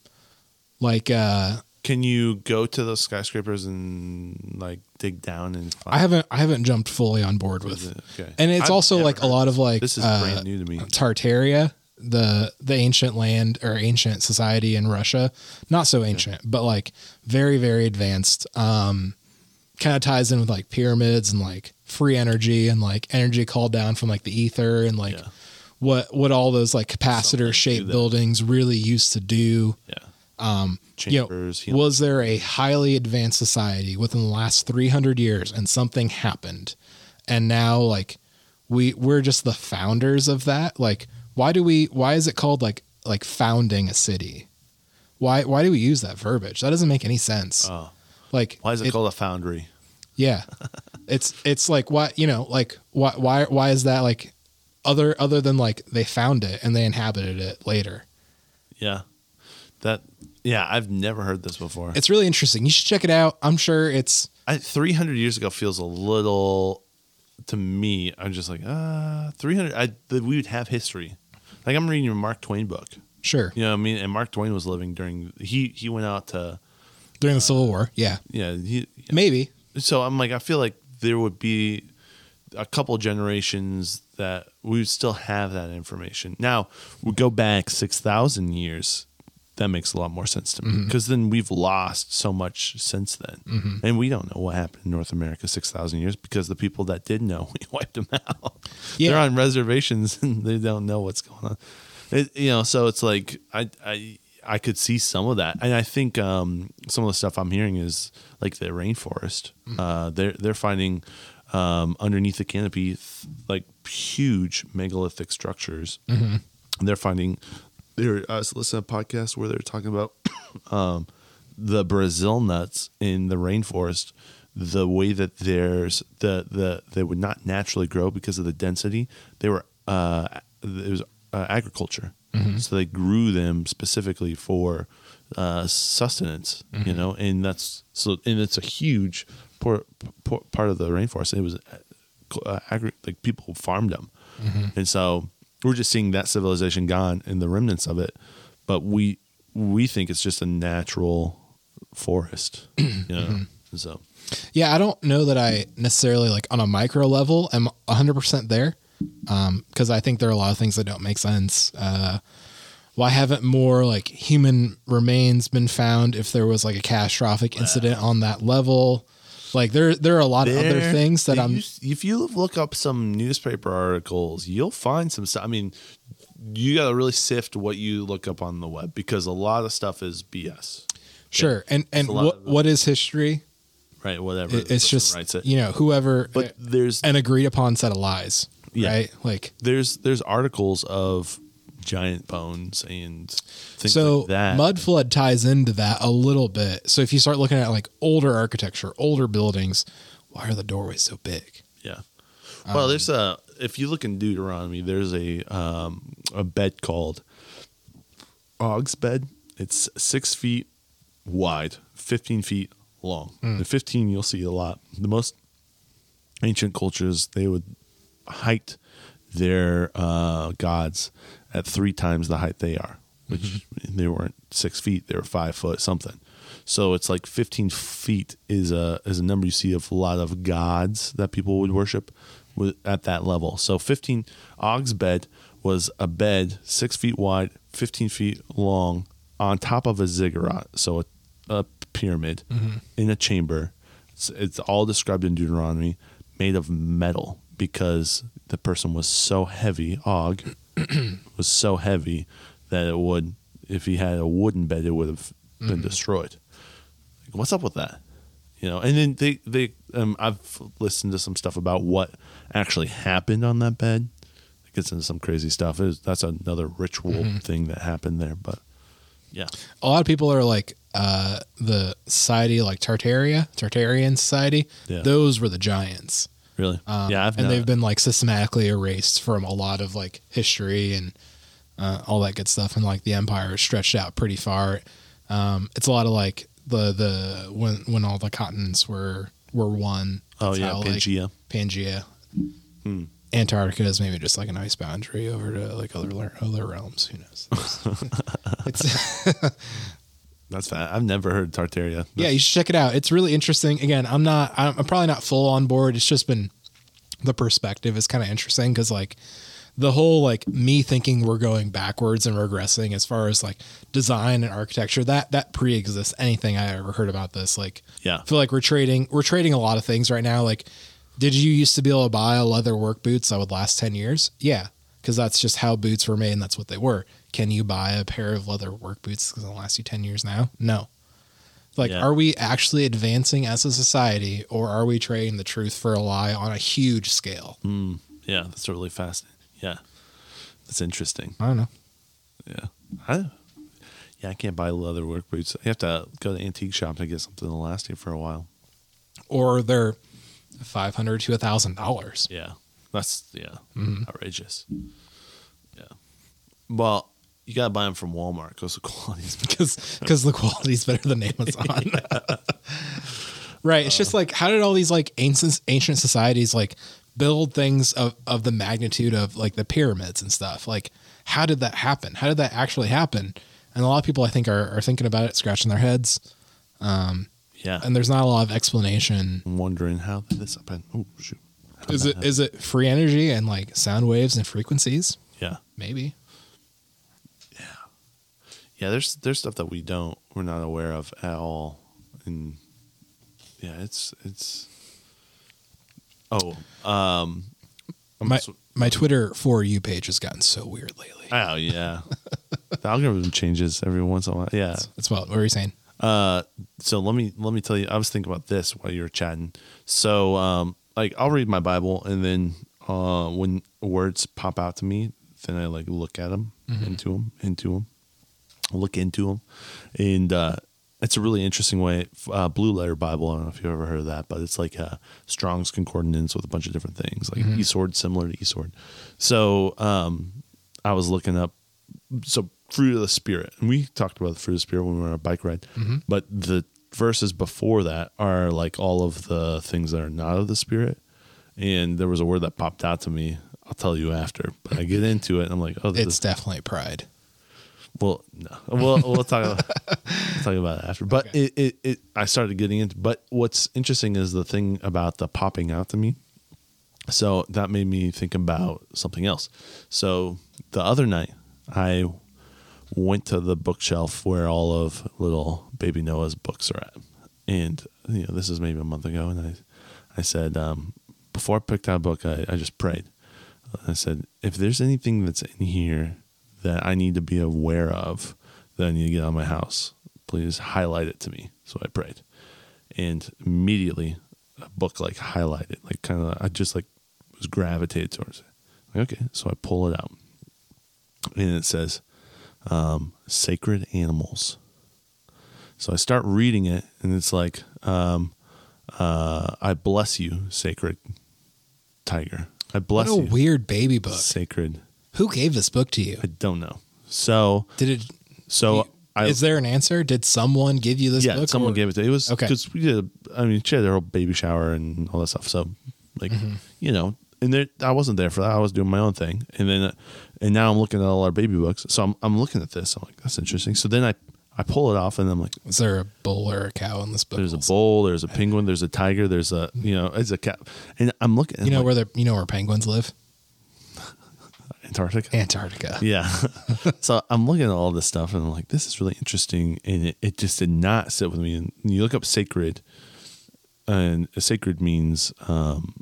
[SPEAKER 2] like uh
[SPEAKER 1] Can you go to those skyscrapers and like dig down and? Find
[SPEAKER 2] i haven't i haven't jumped fully on board with
[SPEAKER 1] Okay.
[SPEAKER 2] and it's
[SPEAKER 1] I've
[SPEAKER 2] also
[SPEAKER 1] never
[SPEAKER 2] like a
[SPEAKER 1] heard
[SPEAKER 2] lot of like
[SPEAKER 1] This is
[SPEAKER 2] uh,
[SPEAKER 1] brand new to me.
[SPEAKER 2] tartaria the the ancient land or ancient society in russia not so ancient but like very very advanced um kind of ties in with like pyramids and like free energy and like energy called down from like the ether and like
[SPEAKER 1] Yeah.
[SPEAKER 2] what what all those like capacitor
[SPEAKER 1] do
[SPEAKER 2] shaped
[SPEAKER 1] that.
[SPEAKER 2] buildings really used to do
[SPEAKER 1] Yeah.
[SPEAKER 2] um you know,
[SPEAKER 1] Chambers. healing-
[SPEAKER 2] was there a highly advanced society within the last 300 years and something happened and now like we we're just the founders of that like why do we why is it called like like founding a city why why do we use that verbiage that doesn't make any sense
[SPEAKER 1] oh.
[SPEAKER 2] like
[SPEAKER 1] Why is it, called a foundry?
[SPEAKER 2] yeah it's it's like why you know like why why why is that like other other than like they found it and they inhabited it later
[SPEAKER 1] Yeah. That. Yeah, I've never heard this before.
[SPEAKER 2] it's really interesting you should check it out i'm sure it's
[SPEAKER 1] I, 300 years ago feels a little to me. I'm just like ah, 300. I that we would have history. Like I'm reading your Mark Twain book.
[SPEAKER 2] sure
[SPEAKER 1] You know what I mean? And Mark Twain was living during he he went out to
[SPEAKER 2] during the civil war yeah
[SPEAKER 1] Uh, yeah he
[SPEAKER 2] Maybe.
[SPEAKER 1] so I'm like, I feel like there would be a couple generations that we would still have that information. Now we go back six thousand years. That makes a lot more sense to me because then we've lost so much since then, and we don't know what happened in North America six thousand years because the people that did know we wiped them out.
[SPEAKER 2] Yeah.
[SPEAKER 1] They're on reservations and they don't know what's going on. It, you know, so it's like I I I could see some of that, and I think um, some of the stuff I'm hearing is like the rainforest. Uh, they're they're finding um, underneath the canopy th- like huge megalithic structures. And They're finding. They're I was listening uh, to a podcast where they're talking about um, the Brazil nuts in the rainforest, the way that there's the the they would not naturally grow because of the density. They were uh, it was uh, agriculture, so they grew them specifically for uh, sustenance. You know, and that's so and it's a huge por- por- part of the rainforest. It was uh, agri- like people farmed them,
[SPEAKER 2] Mm-hmm.
[SPEAKER 1] and so we're just seeing that civilization gone and the remnants of it. But we we think it's just a natural forest, you know.
[SPEAKER 2] Mm-hmm.
[SPEAKER 1] So
[SPEAKER 2] Yeah, I don't know that I necessarily like on a micro level am 100% there um cuz I think there are a lot of things that don't make sense. Uh why haven't more like human remains been found if there was like a catastrophic incident on that level? Like there there are a lot of other
[SPEAKER 1] There-
[SPEAKER 2] things that
[SPEAKER 1] you-
[SPEAKER 2] I'm
[SPEAKER 1] If you look up some newspaper articles, you'll find some stuff. I mean, you got to really sift what you look up on the web because a lot of stuff is BS,
[SPEAKER 2] sure. And and
[SPEAKER 1] a lot
[SPEAKER 2] what
[SPEAKER 1] of
[SPEAKER 2] what is history?
[SPEAKER 1] right? Whatever.
[SPEAKER 2] It-
[SPEAKER 1] the
[SPEAKER 2] It's
[SPEAKER 1] person
[SPEAKER 2] just
[SPEAKER 1] writes it.
[SPEAKER 2] you know whoever
[SPEAKER 1] But there's
[SPEAKER 2] an agreed upon set of lies,
[SPEAKER 1] Yeah.
[SPEAKER 2] right? Like
[SPEAKER 1] there's there's articles of giant bones and things
[SPEAKER 2] so
[SPEAKER 1] like that.
[SPEAKER 2] mud flood ties into that a little bit. So if you start looking at like older architecture, older buildings, why are the doorways so big?
[SPEAKER 1] Yeah.
[SPEAKER 2] Um,
[SPEAKER 1] Well, there's a if you look in Deuteronomy, there's a um, a bed called Og's bed. It's six feet wide, fifteen feet long.
[SPEAKER 2] Hmm.
[SPEAKER 1] The fifteen you'll see a lot. The most ancient cultures they would height their uh, gods at three times the height they are, which they weren't six feet; they were five foot something. So it's like fifteen feet is a is a number you see of a lot of gods that people would worship with, at that level. So fifteen Og's bed was a bed six feet wide, fifteen feet long, on top of a ziggurat, so a, a pyramid in a chamber. It's, it's all described in Deuteronomy, made of metal because the person was so heavy. Og was so heavy that it would, if he had a wooden bed, it would have been
[SPEAKER 2] Mm-hmm.
[SPEAKER 1] destroyed. Like, what's up with that? You know, and then they they um, I've listened to some stuff about what actually happened on that bed. It gets into some crazy stuff. It was, that's another ritual
[SPEAKER 2] Mm-hmm.
[SPEAKER 1] thing that happened there, but yeah.
[SPEAKER 2] A lot of people are like uh the society like Tartaria, Tartarian society,
[SPEAKER 1] Yeah.
[SPEAKER 2] those were the giants.
[SPEAKER 1] Really?
[SPEAKER 2] Um,
[SPEAKER 1] yeah, I've
[SPEAKER 2] and
[SPEAKER 1] not-
[SPEAKER 2] they've been like systematically erased from a lot of like history and uh, all that good stuff. And like the empire is stretched out pretty far. Um, it's a lot of like the the when when all the continents were were one.
[SPEAKER 1] Oh,
[SPEAKER 2] That's
[SPEAKER 1] yeah,
[SPEAKER 2] how,
[SPEAKER 1] Pangea. Hmm.
[SPEAKER 2] Like, Pangea. Antarctica is maybe just like an ice boundary over to like other le- other realms. Who knows? it's
[SPEAKER 1] That's fat. I've never heard Tartaria.
[SPEAKER 2] yeah, you should check it out. It's really interesting. Again, I'm not, I'm, I'm probably not full on board. It's just been the perspective is kind of interesting because like the whole like me thinking we're going backwards and regressing as far as like design and architecture that that pre-exists anything I ever heard about this. Like,
[SPEAKER 1] Yeah.
[SPEAKER 2] I feel like we're trading we're trading a lot of things right now. Like, did you used to be able to buy a leather work boots that would last ten years? Yeah, because that's just how boots were made and that's what they were. Can you buy a pair of leather work boots that's gonna last you ten years now? No. Like,
[SPEAKER 1] Yeah.
[SPEAKER 2] are we actually advancing as a society, or are we trading the truth for a lie on a huge scale?
[SPEAKER 1] Mm, Yeah, that's really fascinating. Yeah, that's interesting.
[SPEAKER 2] I don't know.
[SPEAKER 1] Yeah, I, yeah, I can't buy leather work boots. You have to go to antique shop to get something that'll last you for a while.
[SPEAKER 2] Or they're five hundred to a thousand dollars.
[SPEAKER 1] Yeah, that's yeah, outrageous. Yeah, well, you gotta buy them from Walmart because the quality's
[SPEAKER 2] because because the quality's better than Amazon. right. It's just like how did all these like ancient ancient societies like build things of of the magnitude of like the pyramids and stuff? Like how did that happen? How did that actually happen? And a lot of people I think are are thinking about it, scratching their heads,
[SPEAKER 1] yeah.
[SPEAKER 2] and there's not a lot of explanation.
[SPEAKER 1] I'm wondering how did this happened. Oh shoot. How did
[SPEAKER 2] Is
[SPEAKER 1] that
[SPEAKER 2] it
[SPEAKER 1] happen?
[SPEAKER 2] is it free energy and like sound waves and frequencies?
[SPEAKER 1] Yeah,
[SPEAKER 2] Maybe.
[SPEAKER 1] yeah. There's there's stuff that we don't we're not aware of at all, and yeah, it's it's. Oh, um,
[SPEAKER 2] My my Twitter for you page has gotten so weird lately.
[SPEAKER 1] Oh yeah, the algorithm changes every once in a while. Yeah.
[SPEAKER 2] That's what what were you saying?
[SPEAKER 1] Uh, so let me let me tell you. I was thinking about this while you were chatting. So um, like I'll read my Bible and then uh, when words pop out to me, then I like look at them, into them, into them, look into them, and uh, it's a really interesting way. Uh, Blue Letter Bible. I don't know if you've ever heard of that, but it's like a Strong's concordance with a bunch of different things, like Esword, similar to Esword. So um, I was looking up so fruit of the spirit and we talked about the fruit of the spirit when we were on a bike ride but the verses before that are like all of the things that are not of the spirit and there was a word that popped out to me i'll tell you after but i get into it and i'm like oh this
[SPEAKER 2] It's definitely pride.
[SPEAKER 1] well, no. We'll we'll talk about, we'll talk about it after. But
[SPEAKER 2] Okay.
[SPEAKER 1] it, it, it I started getting into but what's interesting is the thing about the popping out to me. So that made me think about something else. So the other night I went to the bookshelf where all of little baby Noah's books are at. and you know this is maybe a month ago, and I, I said um, before I picked out a book, I, I just prayed. I said, if there's anything that's in here that I need to be aware of, that I need to get out of my house, please highlight it to me. So I prayed, and immediately a book like highlighted, like kind of I just like was gravitated towards it. Like, okay, so I pull it out, and it says um, sacred animals. So I start reading it, and it's like, um, uh, I bless you, sacred tiger. I bless
[SPEAKER 2] What a
[SPEAKER 1] you,
[SPEAKER 2] weird baby book.
[SPEAKER 1] sacred.
[SPEAKER 2] Who gave this book to you?
[SPEAKER 1] I don't know. So,
[SPEAKER 2] Did it?
[SPEAKER 1] so I
[SPEAKER 2] is there an answer? Did someone give you this
[SPEAKER 1] yeah,
[SPEAKER 2] book?
[SPEAKER 1] someone
[SPEAKER 2] or-
[SPEAKER 1] gave it to. It was
[SPEAKER 2] Okay.
[SPEAKER 1] because we did. I mean, she had their whole baby shower and all that stuff. So, like,
[SPEAKER 2] Mm-hmm.
[SPEAKER 1] you know, and there, I wasn't there for that. I was doing my own thing, and then, uh, and now I'm looking at all our baby books. So I'm, I'm looking at this. I'm like, that's interesting. So then I, I pull it off, and I'm like,
[SPEAKER 2] Is there a bull or a cow in this book?
[SPEAKER 1] there's a
[SPEAKER 2] also?
[SPEAKER 1] bull, there's a penguin, there's a tiger, there's a, you know, it's a cat, and I'm looking.
[SPEAKER 2] You know
[SPEAKER 1] like,
[SPEAKER 2] where the you know where penguins live?
[SPEAKER 1] Antarctica.
[SPEAKER 2] Antarctica.
[SPEAKER 1] Yeah. so I'm looking at all this stuff and I'm like, this is really interesting. And it, it just did not sit with me. And you look up sacred, and sacred means um,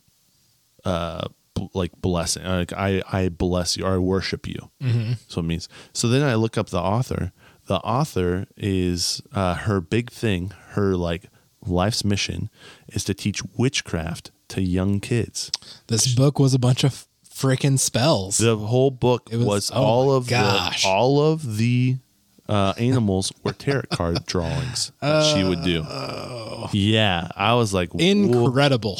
[SPEAKER 1] uh, b- like blessing. Like I, I bless you or I worship you. Mm-hmm. So it means. So then I look up the author. The author is uh, her big thing, her like life's mission is to teach witchcraft to young kids.
[SPEAKER 2] This book was a bunch of freaking spells.
[SPEAKER 1] The whole book
[SPEAKER 2] It
[SPEAKER 1] was,
[SPEAKER 2] was- oh
[SPEAKER 1] all
[SPEAKER 2] my
[SPEAKER 1] of
[SPEAKER 2] gosh.
[SPEAKER 1] the all of the uh, animals were tarot card drawings that she would do.
[SPEAKER 2] Oh.
[SPEAKER 1] Yeah, I was like, whoa.
[SPEAKER 2] Incredible.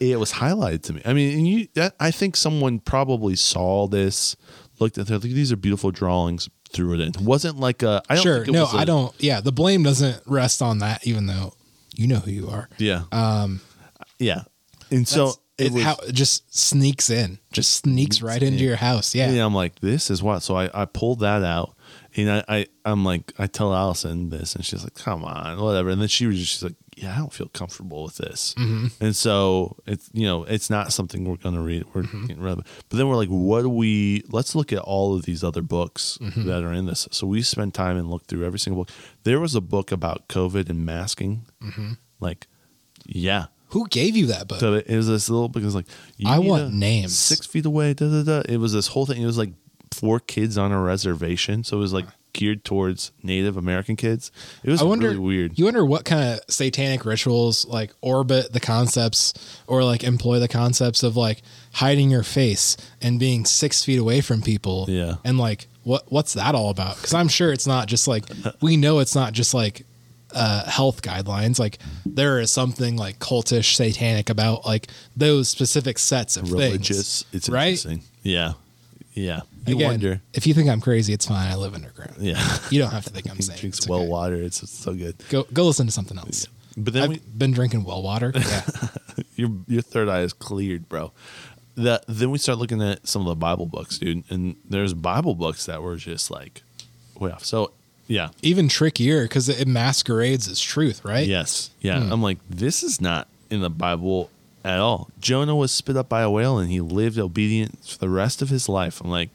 [SPEAKER 1] it was highlighted to me. I mean, and you, that, I think someone probably saw this, looked at, they're like, these are beautiful drawings, threw it in. It wasn't like a. I don't
[SPEAKER 2] sure.
[SPEAKER 1] think it
[SPEAKER 2] No,
[SPEAKER 1] was a-
[SPEAKER 2] I don't. Yeah, the blame doesn't rest on that, even though you know who you are.
[SPEAKER 1] Yeah. Um. Yeah. And so
[SPEAKER 2] it,
[SPEAKER 1] it was.
[SPEAKER 2] how, it just sneaks in, just sneaks right into your house. Yeah.
[SPEAKER 1] And I'm like, this is what. So I, I pulled that out. And I, I, I'm like, I tell Allison this, and she's like, come on, whatever. And then she was just she's like, yeah, I don't feel comfortable with this. And so it's, you know, it's not something we're going to read. We're getting rid of it. But then we're like, what do we, let's look at all of these other books that are in this. So we spent time and looked through every single book. There was a book about COVID and masking. Like, yeah.
[SPEAKER 2] Who gave you that book?
[SPEAKER 1] So it was this little because like you
[SPEAKER 2] I
[SPEAKER 1] need
[SPEAKER 2] want
[SPEAKER 1] a-
[SPEAKER 2] names.
[SPEAKER 1] Six feet away. Da, da, da. It was this whole thing. It was like four kids on a reservation, so it was like geared towards Native American kids. It was
[SPEAKER 2] I wonder.
[SPEAKER 1] really weird.
[SPEAKER 2] You wonder what kind of satanic rituals like orbit the concepts or like employ the concepts of like hiding your face and being six feet away from people.
[SPEAKER 1] Yeah.
[SPEAKER 2] And like what what's that all about? Because I'm sure it's not just like we know it's not just like uh, health guidelines. Like there is something like cultish, satanic about like those specific sets of
[SPEAKER 1] Religious.
[SPEAKER 2] Things,
[SPEAKER 1] It's
[SPEAKER 2] right.
[SPEAKER 1] interesting. Yeah, yeah. You
[SPEAKER 2] Again,
[SPEAKER 1] wonder.
[SPEAKER 2] if you think I'm crazy, it's fine. I live underground.
[SPEAKER 1] Yeah,
[SPEAKER 2] You don't have to think I'm
[SPEAKER 1] he
[SPEAKER 2] saying.
[SPEAKER 1] drinks
[SPEAKER 2] It's
[SPEAKER 1] well
[SPEAKER 2] okay.
[SPEAKER 1] water. It's, it's so good.
[SPEAKER 2] Go go listen to something else.
[SPEAKER 1] But then
[SPEAKER 2] I've
[SPEAKER 1] we,
[SPEAKER 2] been drinking well water. Yeah.
[SPEAKER 1] your your third eye is cleared, bro. That then we start looking at some of the Bible books, dude, and there's Bible books that were just like way off. So yeah,
[SPEAKER 2] Even trickier because it masquerades as truth, right?
[SPEAKER 1] Yes. Yeah. I'm like, this is not in the Bible at all. Jonah was spit up by a whale and he lived obedient for the rest of his life. I'm like,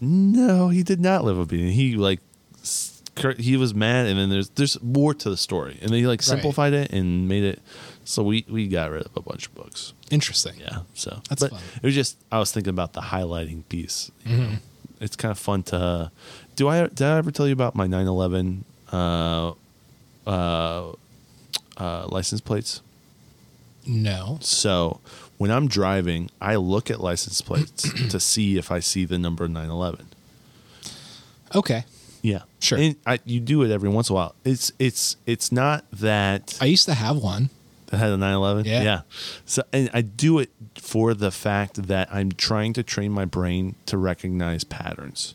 [SPEAKER 1] no, he did not live obedient. He like s- cur- he was mad and then there's there's more to the story. And they like simplified it and made it so we we got rid of a bunch of books.
[SPEAKER 2] Interesting.
[SPEAKER 1] Yeah. So
[SPEAKER 2] That's
[SPEAKER 1] but
[SPEAKER 2] fun. Mm-hmm.
[SPEAKER 1] It was just I was thinking about the highlighting piece. you know. It's kind of fun to. Do I did I ever tell you about my 911 uh, uh, uh, license plates?
[SPEAKER 2] No.
[SPEAKER 1] So when I'm driving, I look at license plates to see if I see the number 911.
[SPEAKER 2] Okay.
[SPEAKER 1] Yeah,
[SPEAKER 2] Sure.
[SPEAKER 1] And I, you do it every once in a while. It's it's it's not that
[SPEAKER 2] I used to have one.
[SPEAKER 1] that had a 911
[SPEAKER 2] Yeah.
[SPEAKER 1] so and i do it for the fact that i'm trying to train my brain to recognize patterns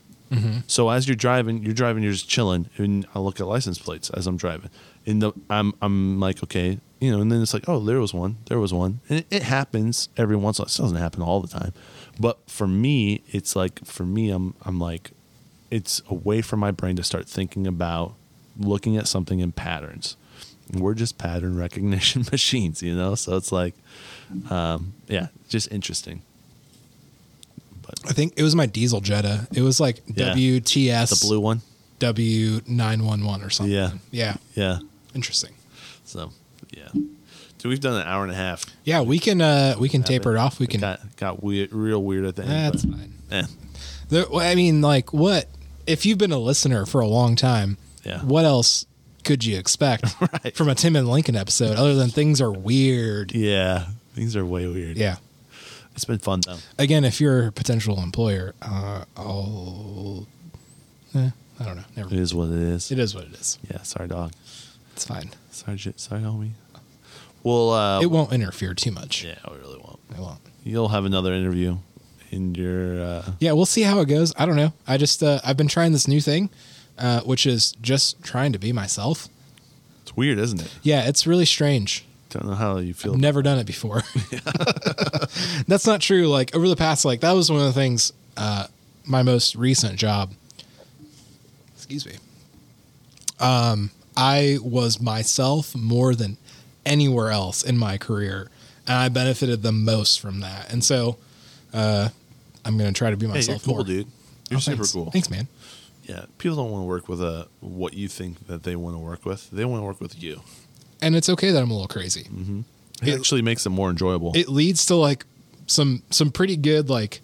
[SPEAKER 1] so as you're driving you're driving you're just chilling and i look at license plates as i'm driving and the i'm i'm like okay you know and then it's like oh there was one there was one and it, it happens every once in a while it doesn't happen all the time but for me it's like for me i'm i'm like it's a way for my brain to start thinking about looking at something in patterns. We're just pattern recognition machines, you know? So it's like, um, yeah, just interesting.
[SPEAKER 2] I think it was my diesel Jetta. It was like
[SPEAKER 1] Yeah.
[SPEAKER 2] WTS
[SPEAKER 1] The blue one.
[SPEAKER 2] W nine one one or something.
[SPEAKER 1] Yeah.
[SPEAKER 2] Yeah.
[SPEAKER 1] Yeah.
[SPEAKER 2] Interesting.
[SPEAKER 1] So, yeah. Dude, we've done an hour and a half.
[SPEAKER 2] Yeah, we can uh we can taper it off. We
[SPEAKER 1] It
[SPEAKER 2] can.
[SPEAKER 1] got got weird, real weird at the end.
[SPEAKER 2] That's
[SPEAKER 1] but,
[SPEAKER 2] fine.
[SPEAKER 1] eh,
[SPEAKER 2] There, well, I mean, like, what if you've been a listener for a long time?
[SPEAKER 1] Yeah.
[SPEAKER 2] What else could you expect
[SPEAKER 1] Right.
[SPEAKER 2] from a Tim and Lincoln episode other than things are weird?
[SPEAKER 1] yeah, things are way weird.
[SPEAKER 2] Yeah.
[SPEAKER 1] it's been fun though.
[SPEAKER 2] Again, if you're a potential employer, uh, I'll. Eh, I don't know. Never.
[SPEAKER 1] It
[SPEAKER 2] Mind.
[SPEAKER 1] is what it is.
[SPEAKER 2] It is what it is.
[SPEAKER 1] Yeah, sorry, dog.
[SPEAKER 2] It's fine.
[SPEAKER 1] Sorry, j- sorry, homie. Well, uh,
[SPEAKER 2] It won't interfere too much.
[SPEAKER 1] yeah, we really won't.
[SPEAKER 2] It won't.
[SPEAKER 1] You'll have another interview in your. Uh,
[SPEAKER 2] Yeah, we'll see how it goes. I don't know. I just uh, I've been trying this new thing, uh, which is just trying to be myself.
[SPEAKER 1] it's weird, isn't it?
[SPEAKER 2] Yeah, it's really strange.
[SPEAKER 1] Don't know how you feel.
[SPEAKER 2] Never done it before. That's not true. Like over the past, like that was one of the things. Uh, my most recent job. Excuse me. Um, I was myself more than anywhere else in my career, and I benefited the most from that. And so, uh, I'm gonna try to be
[SPEAKER 1] hey, you're
[SPEAKER 2] myself
[SPEAKER 1] cool,
[SPEAKER 2] more.
[SPEAKER 1] dude. You're
[SPEAKER 2] Oh,
[SPEAKER 1] super
[SPEAKER 2] thanks.
[SPEAKER 1] cool.
[SPEAKER 2] Thanks, man.
[SPEAKER 1] Yeah, people don't want to work with a what you think that they want to work with. They want to work with you.
[SPEAKER 2] and it's okay that I'm a little crazy.
[SPEAKER 1] It,
[SPEAKER 2] It-
[SPEAKER 1] actually makes it more enjoyable.
[SPEAKER 2] It leads to like some some pretty good like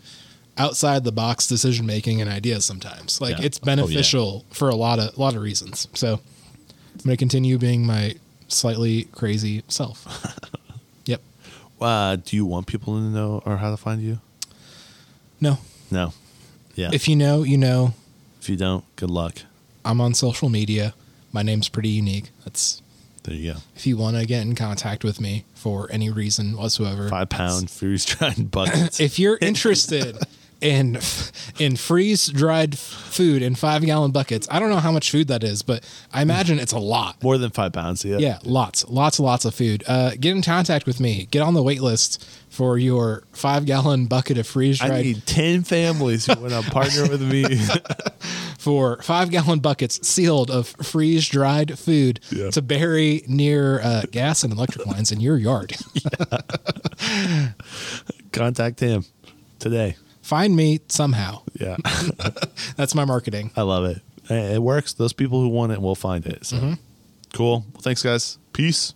[SPEAKER 2] outside the box decision making and ideas sometimes. Like
[SPEAKER 1] Yeah.
[SPEAKER 2] it's
[SPEAKER 1] Oh, yeah.
[SPEAKER 2] beneficial for a lot of lot of reasons. So I'm gonna continue being my slightly crazy self. yep.
[SPEAKER 1] uh, do you want people to know or how to find you?
[SPEAKER 2] No.
[SPEAKER 1] No. Yeah.
[SPEAKER 2] If you know, you know.
[SPEAKER 1] If you don't, good luck.
[SPEAKER 2] I'm on social media. My name's pretty unique. That's
[SPEAKER 1] There you go.
[SPEAKER 2] if you want to get in contact with me for any reason whatsoever.
[SPEAKER 1] Five pound freeze dried buckets.
[SPEAKER 2] if you're interested in in freeze dried f- food in five gallon buckets, I don't know how much food that is, but I imagine it's a lot.
[SPEAKER 1] More than five pounds. Yeah.
[SPEAKER 2] Yeah, lots, lots, lots of food. Uh, get in contact with me. Get on the wait list for your five gallon bucket of freeze
[SPEAKER 1] I
[SPEAKER 2] dried
[SPEAKER 1] need 10 families who want to partner with me.
[SPEAKER 2] for five gallon buckets sealed of freeze dried food
[SPEAKER 1] Yeah.
[SPEAKER 2] to bury near uh, gas and electric lines in your yard.
[SPEAKER 1] Contact him today.
[SPEAKER 2] Find me somehow.
[SPEAKER 1] Yeah.
[SPEAKER 2] That's my marketing.
[SPEAKER 1] I love it. Hey, It works. Those people who want it will find it. So. Cool. Well, thanks, guys. Peace.